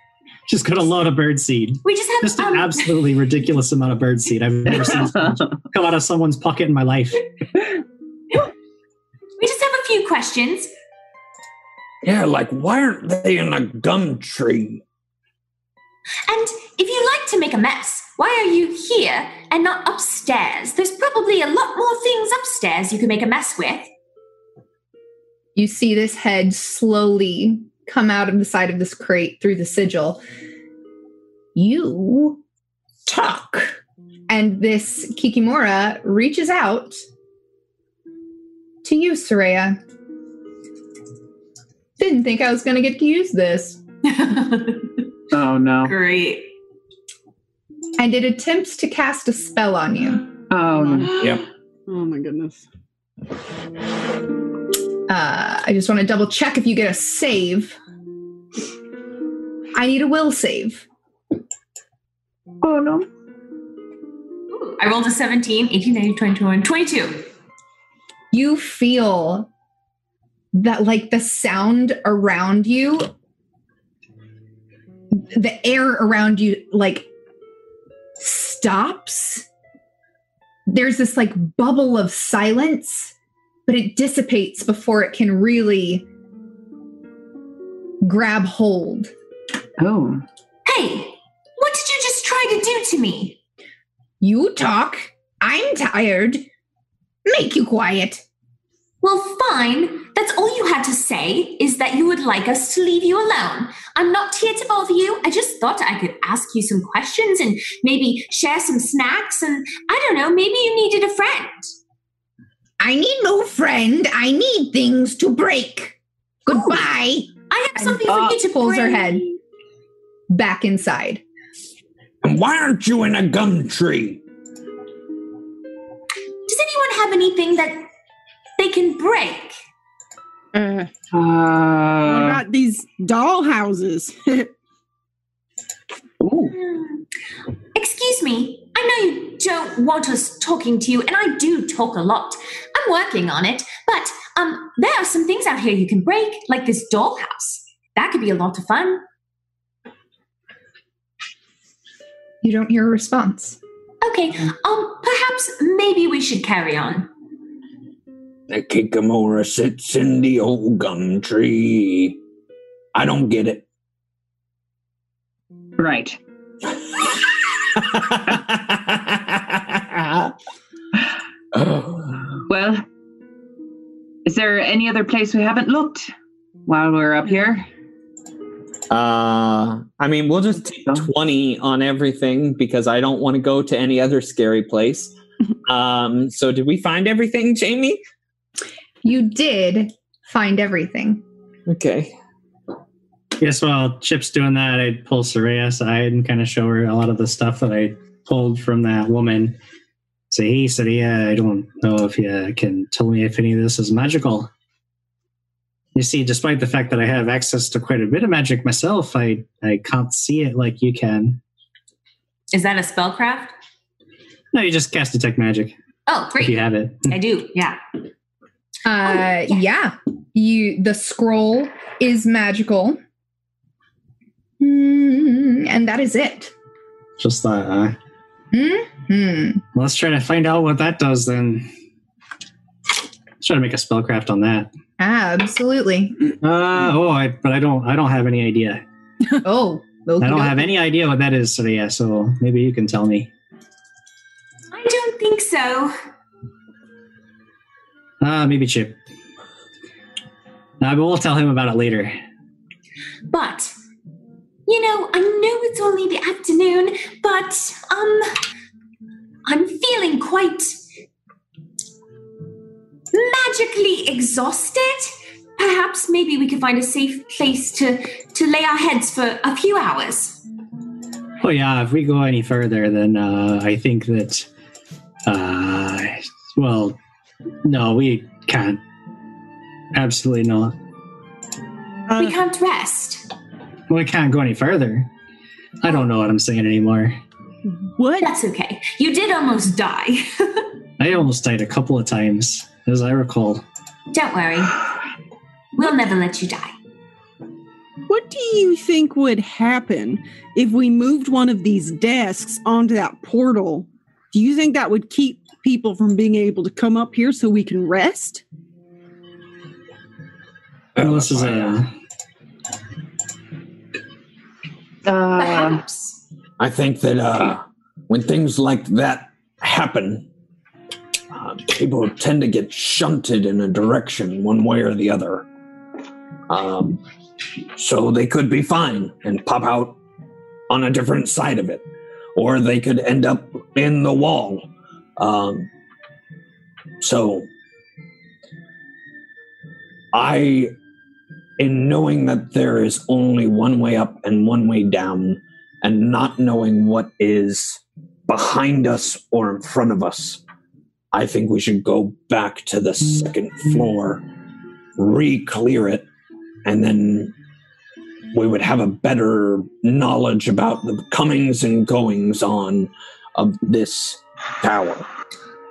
Speaker 7: Just got a lot of bird seed.
Speaker 9: we just have
Speaker 7: Just an
Speaker 9: um,
Speaker 7: absolutely ridiculous amount of bird seed. I've
Speaker 4: mm-hmm.
Speaker 7: never seen so much come out of someone's pocket in my life.
Speaker 9: we just have a few questions.
Speaker 3: Yeah, like why aren't they in a gum tree?
Speaker 9: And if you like to make a mess, why are you here and not upstairs? There's probably a lot more things upstairs you can make a mess with.
Speaker 2: You see this head slowly come out of the side of this crate through the sigil. You talk. And this Kikimora reaches out to you, Soraya. Didn't think I was going to get to use this.
Speaker 4: Oh no.
Speaker 6: Great.
Speaker 2: And it attempts to cast a spell on you.
Speaker 4: Oh no.
Speaker 3: Yep.
Speaker 5: Oh my goodness.
Speaker 2: Uh, I just want to double check if you get a save. I need a will save.
Speaker 4: Oh no.
Speaker 6: Ooh, I rolled a 17, 18, 19, 21, 22.
Speaker 2: you feel that like the sound around you the air around you like stops there's this like bubble of silence but it dissipates before it can really grab hold
Speaker 4: Oh.
Speaker 6: Hey, what did you just try to do to me?
Speaker 2: you talk i'm tired make you quiet
Speaker 6: Well, fine. That's all you had to say is that you would like us to leave you alone. I'm not here to bother you. I just thought I could ask you some questions and maybe share some snacks. And I don't know, maybe you needed a friend.
Speaker 2: I need no friend. I need things to break. Goodbye.
Speaker 6: I have
Speaker 2: And
Speaker 6: something for you to
Speaker 2: pulls her
Speaker 6: bring.
Speaker 2: head. Back inside.
Speaker 3: And why aren't you in a gum tree?
Speaker 6: Does anyone have anything that they can break?
Speaker 5: Uh, what
Speaker 4: Uh,
Speaker 5: about these doll houses?
Speaker 4: ooh.
Speaker 6: Hmm. Excuse me. I know you don't want us talking to you, and I do talk a lot. I'm working on it, but um, there are some things out here you can break, like this dollhouse. That could be a lot of fun.
Speaker 2: You don't hear a response.
Speaker 6: Okay. Um, perhaps maybe we should carry on.
Speaker 3: Kikamura sits in the old gum tree. I don't get it.
Speaker 4: Right.
Speaker 8: Oh.
Speaker 4: Well, is there any other place we haven't looked while we're up here?
Speaker 8: Uh, I mean, we'll just take
Speaker 4: Done.
Speaker 8: 20 on everything because I don't want to go to any other scary place. um, so did we find everything, Jamie?
Speaker 2: You did find everything.
Speaker 8: Okay.
Speaker 7: Yes, while Chip's doing that, I'd pull Soraya aside and kind of show her a lot of the stuff that I pulled from that woman. Say, hey, Soraya, I don't know if you can tell me if any of this is magical. You see, despite the fact that I have access to quite a bit of magic myself, I, I can't see it like you can.
Speaker 6: Is that a spellcraft?
Speaker 7: No, you just cast detect magic
Speaker 6: Oh,
Speaker 7: if
Speaker 6: great.
Speaker 7: you have it.
Speaker 6: I do. Yeah.
Speaker 2: Uh yeah. You the scroll is magical. Mm, and that is it.
Speaker 7: Just thought, uh,
Speaker 2: Hmm.
Speaker 7: well, let's try to find out what that does then. Let's try to make a spellcraft on that.
Speaker 2: Absolutely.
Speaker 7: Uh, oh, I, but I don't, I don't have any idea.
Speaker 2: Oh,
Speaker 7: I don't
Speaker 2: okey-doke.
Speaker 7: have any idea what that is, Saria, so maybe you can tell me.
Speaker 6: I don't think so.
Speaker 7: Uh, maybe Chip. Uh, but we'll tell him about it later.
Speaker 6: But you know, I know it's only the afternoon, but um I'm feeling quite magically exhausted. Perhaps maybe we could find a safe place to to lay our heads for a few hours.
Speaker 7: Oh, yeah, if we go any further, then uh, I think that. Uh, well, no, we can't. Absolutely not.
Speaker 9: Uh.
Speaker 6: we can't rest.
Speaker 7: We can't go any further. I don't know what I'm saying anymore.
Speaker 11: What?
Speaker 6: That's okay. You did almost die.
Speaker 7: I almost died a couple of times, as I recall.
Speaker 6: Don't worry. We'll never let you die.
Speaker 11: What do you think would happen if we moved one of these desks onto that portal? Do you think that would keep people from being able to come up here so we can rest?
Speaker 7: Well, this is a.
Speaker 4: Uh,
Speaker 6: Perhaps.
Speaker 3: I think that uh, when things like that happen, uh, people tend to get shunted in a direction, one way or the other. Um, so they could be fine and pop out on a different side of it, or they could end up in the wall. Um, so I in knowing that there is only one way up and one way down, and not knowing what is behind us or in front of us, I think we should go back to the second floor, re clear it, and then we would have a better knowledge about the comings and goings on of this tower.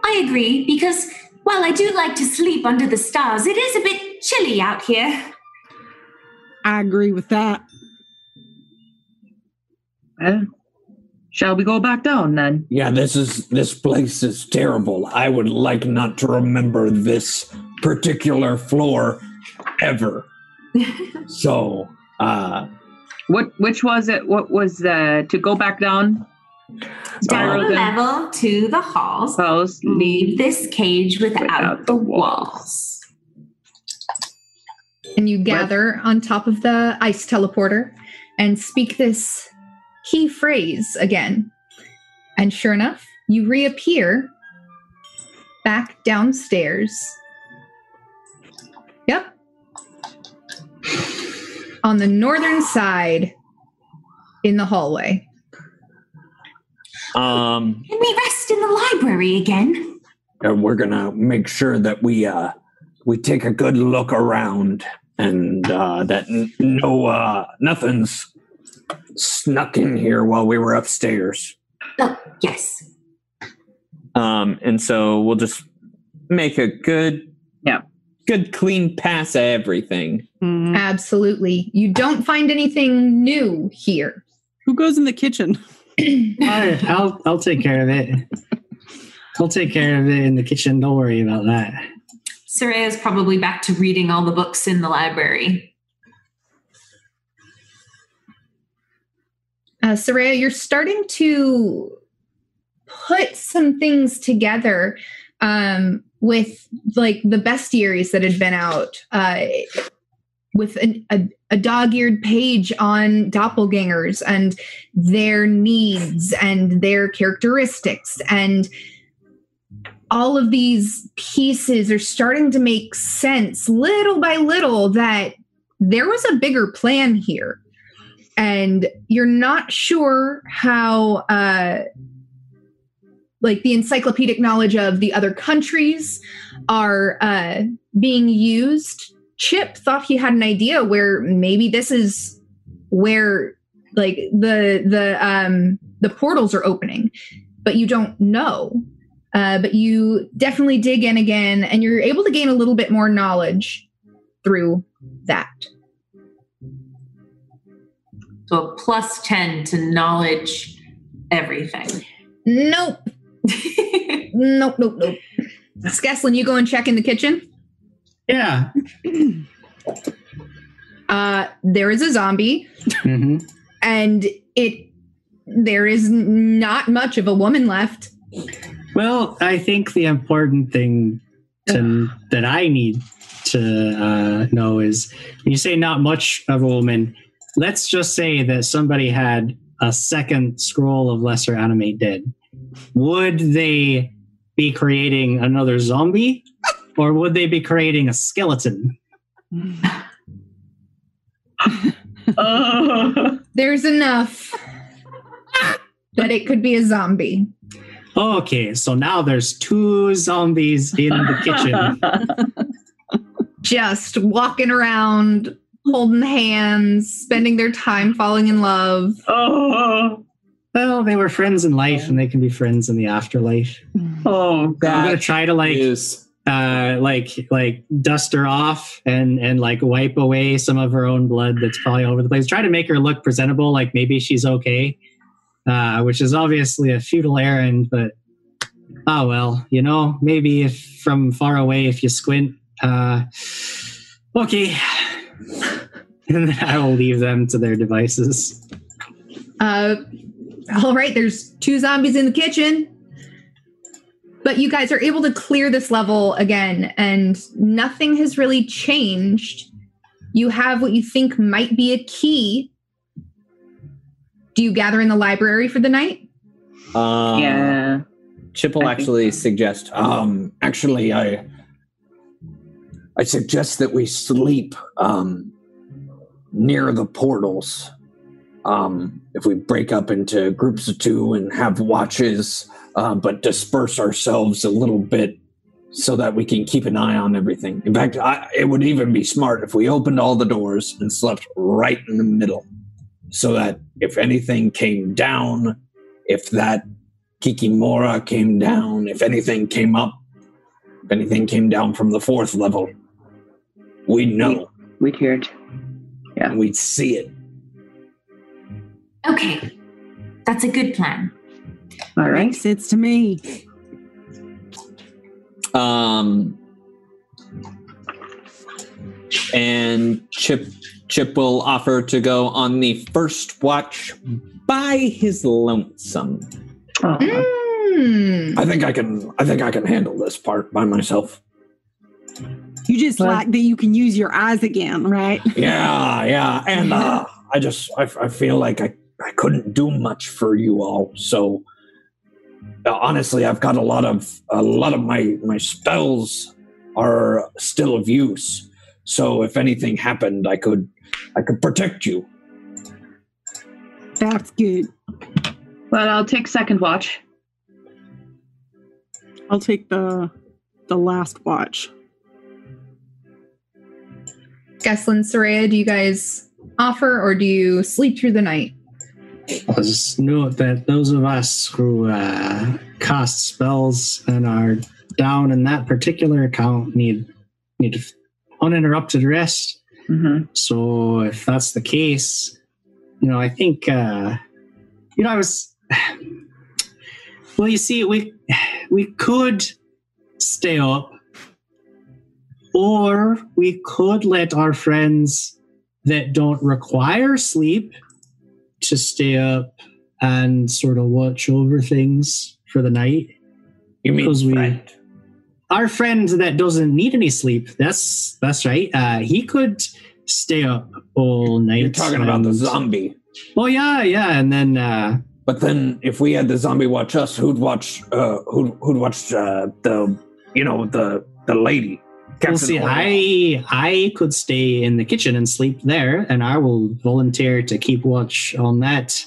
Speaker 9: I agree, because while I do like to sleep under the stars, it is a bit chilly out here.
Speaker 11: I agree with that.
Speaker 4: Eh? Shall we go back down then?
Speaker 3: Yeah, this is this place is terrible. I would like not to remember this particular floor ever. so, uh
Speaker 4: What? Which was it? What was uh, to go back down?
Speaker 9: Down
Speaker 4: Spiral
Speaker 9: a
Speaker 4: them.
Speaker 9: level to the halls,
Speaker 4: Suppose
Speaker 9: leave this cage without,
Speaker 4: Without
Speaker 9: the
Speaker 4: the
Speaker 9: walls.
Speaker 2: And you gather on top of the ice teleporter and speak this key phrase again. And sure enough, you reappear back downstairs. Yep. On the northern side in the hallway.
Speaker 3: um
Speaker 9: Can we rest in the library again?
Speaker 3: and we're gonna make sure that we uh we take a good look around and uh that n- no uh nothing's snuck in here while we were upstairs
Speaker 9: Oh, yes.
Speaker 8: Um, and so we'll just make a good,
Speaker 4: Yeah.
Speaker 8: good clean pass at everything.
Speaker 2: Absolutely. You don't find anything new here.
Speaker 11: Who goes in the kitchen?
Speaker 7: I, I'll I'll take care of it. I'll take care of it in the kitchen. Don't worry about that.
Speaker 6: Soraya's probably back to reading all the books in the library.
Speaker 2: Uh, Saraya, you're starting to put some things together um, with like the bestiaries that had been out, uh, with an, a, a dog eared page on doppelgangers and their needs and their characteristics. And all of these pieces are starting to make sense little by little that there was a bigger plan here and you're not sure how uh like the encyclopedic knowledge of the other countries are uh being used chip thought he had an idea where maybe this is where like the the um the portals are opening but you don't know uh but you definitely dig in again and you're able to gain a little bit more knowledge through that
Speaker 6: So a plus 10 to knowledge everything.
Speaker 2: nope Nope, nope, nope. Skeslin, you go and check in the kitchen.
Speaker 7: Yeah.
Speaker 2: Uh, there is a zombie,
Speaker 7: hmm
Speaker 2: and it there is n- not much of a woman left.
Speaker 7: Well, I think the important thing to, that I need to uh, know is when you say not much of a woman, let's just say that somebody had a second scroll of Lesser Animate Dead. Would they be creating another zombie or would they be creating a skeleton?
Speaker 4: Oh.
Speaker 2: There's enough that it could be a zombie.
Speaker 7: Okay, so now there's two zombies in the kitchen.
Speaker 2: Just walking around, holding hands, spending their time falling in love.
Speaker 4: oh.
Speaker 7: Well, they were friends in life and they can be friends in the afterlife.
Speaker 4: Oh.
Speaker 7: I'm gonna
Speaker 8: That
Speaker 7: try to like
Speaker 8: is
Speaker 7: uh like like dust her off and and like wipe away some of her own blood that's probably all over the place try to make her look presentable like maybe she's okay uh which is obviously a futile errand but oh well you know maybe if from far away if you squint uh okay and then i will leave them to their devices
Speaker 2: Uh, all right, there's two zombies in the kitchen. But you guys are able to clear this level again, and nothing has really changed. You have what you think might be a key. Do you gather in the library for the night?
Speaker 8: um,
Speaker 4: yeah.
Speaker 8: Chip will
Speaker 4: I think
Speaker 8: actually suggest.
Speaker 3: um actually i i suggest that we sleep um near the portals. Um, if we break up into groups of two and have watches, uh, but disperse ourselves a little bit so that we can keep an eye on everything. In fact, I, it would even be smart if we opened all the doors and slept right in the middle so that if anything came down, if that Kikimora came down, if anything came up, if anything came down from the fourth level, we know
Speaker 4: We'd hear it.
Speaker 3: and we'd see it.
Speaker 9: Okay, that's a good plan.
Speaker 4: All right.
Speaker 11: Makes sense to me.
Speaker 8: Um, and Chip Chip will offer to go on the first watch by his lonesome.
Speaker 3: Uh-huh.
Speaker 4: Oh,
Speaker 2: Mm.
Speaker 3: I think I can I think I can handle this part by myself.
Speaker 11: You just
Speaker 4: Well-
Speaker 11: like that you can use your eyes again, right?
Speaker 3: Yeah, yeah. And uh, I just I, I feel like I, I couldn't do much for you all. So uh, honestly, I've got a lot of a lot of my my spells are still of use. So if anything happened, I could I could protect you.
Speaker 11: That's good.
Speaker 4: well, I'll take second watch.
Speaker 11: I'll take the the last watch.
Speaker 2: Geslin, Soraya, do you guys offer or do you sleep through the night?
Speaker 7: Let's note that those of us who uh, cast spells and are down in that particular account need need uninterrupted rest.
Speaker 4: hmm
Speaker 7: So if that's the case, you know, I think uh you know, I was well you see we we could stay up or we could let our friends that don't require sleep to stay up and sort of watch over things for the night.
Speaker 3: You mean
Speaker 7: Because we-
Speaker 3: friend?
Speaker 7: Our friend that doesn't need any sleep, that's that's right. Uh he could stay up all night.
Speaker 3: You're talking about the
Speaker 7: and-
Speaker 3: zombie.
Speaker 7: Oh yeah, yeah, and then uh,
Speaker 3: But then, if we had the zombie watch us, who'd watch? Uh, who'd who'd watch uh, the you know the the lady?
Speaker 7: we'll
Speaker 3: Captain
Speaker 7: see.
Speaker 3: Orwell.
Speaker 7: I I could stay in the kitchen and sleep there, and I will volunteer to keep watch on that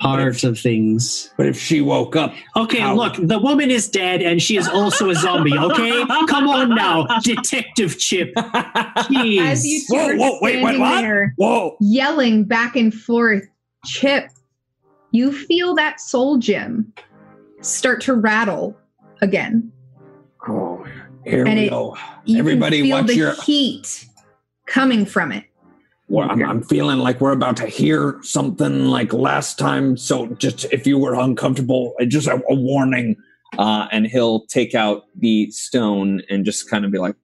Speaker 7: part of things.
Speaker 3: But if she woke up,
Speaker 7: Okay,
Speaker 3: How-
Speaker 7: look, the woman is dead, and she is also a zombie. Okay, come on now, Detective Chip.
Speaker 8: Uh,
Speaker 7: Jeez.
Speaker 2: As you two
Speaker 3: Whoa,
Speaker 2: are
Speaker 3: whoa, wait, wait,
Speaker 2: standing
Speaker 3: what?
Speaker 2: there
Speaker 3: whoa!
Speaker 2: yelling back and forth, Chip, you feel that soul gem start to rattle again.
Speaker 3: Oh, here
Speaker 2: And
Speaker 3: we
Speaker 2: it-
Speaker 3: go.
Speaker 2: You can
Speaker 3: Everybody
Speaker 2: feel
Speaker 3: watch
Speaker 2: the
Speaker 3: your-
Speaker 2: heat coming from it.
Speaker 3: Well, I'm, I'm feeling like we're about to hear something like last time. So, just if you were uncomfortable, uh, just a, a warning.
Speaker 8: Uh, and he'll take out the stone and just kind of be like,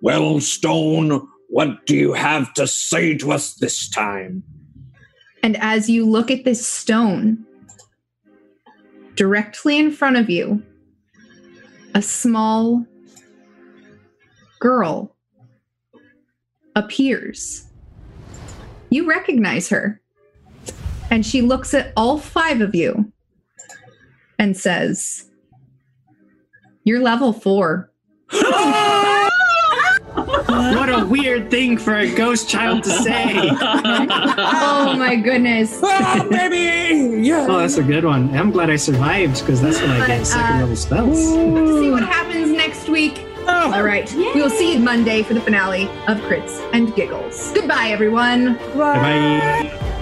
Speaker 3: Well, Stone, what do you have to say to us this time?
Speaker 2: And as you look at this stone, directly in front of you, a small girl appears. You recognize her. And she looks at all five of you and says, You're level four.
Speaker 7: what a weird thing for a ghost child to say.
Speaker 2: Oh my goodness.
Speaker 3: oh, baby! Yeah.
Speaker 7: Oh, that's a good one. I'm glad I survived because that's when I
Speaker 2: But, uh,
Speaker 7: get second level spells.
Speaker 2: See what happens next week. All right. We will see you Monday for the finale of Crits and Giggles. Goodbye, everyone.
Speaker 7: Bye.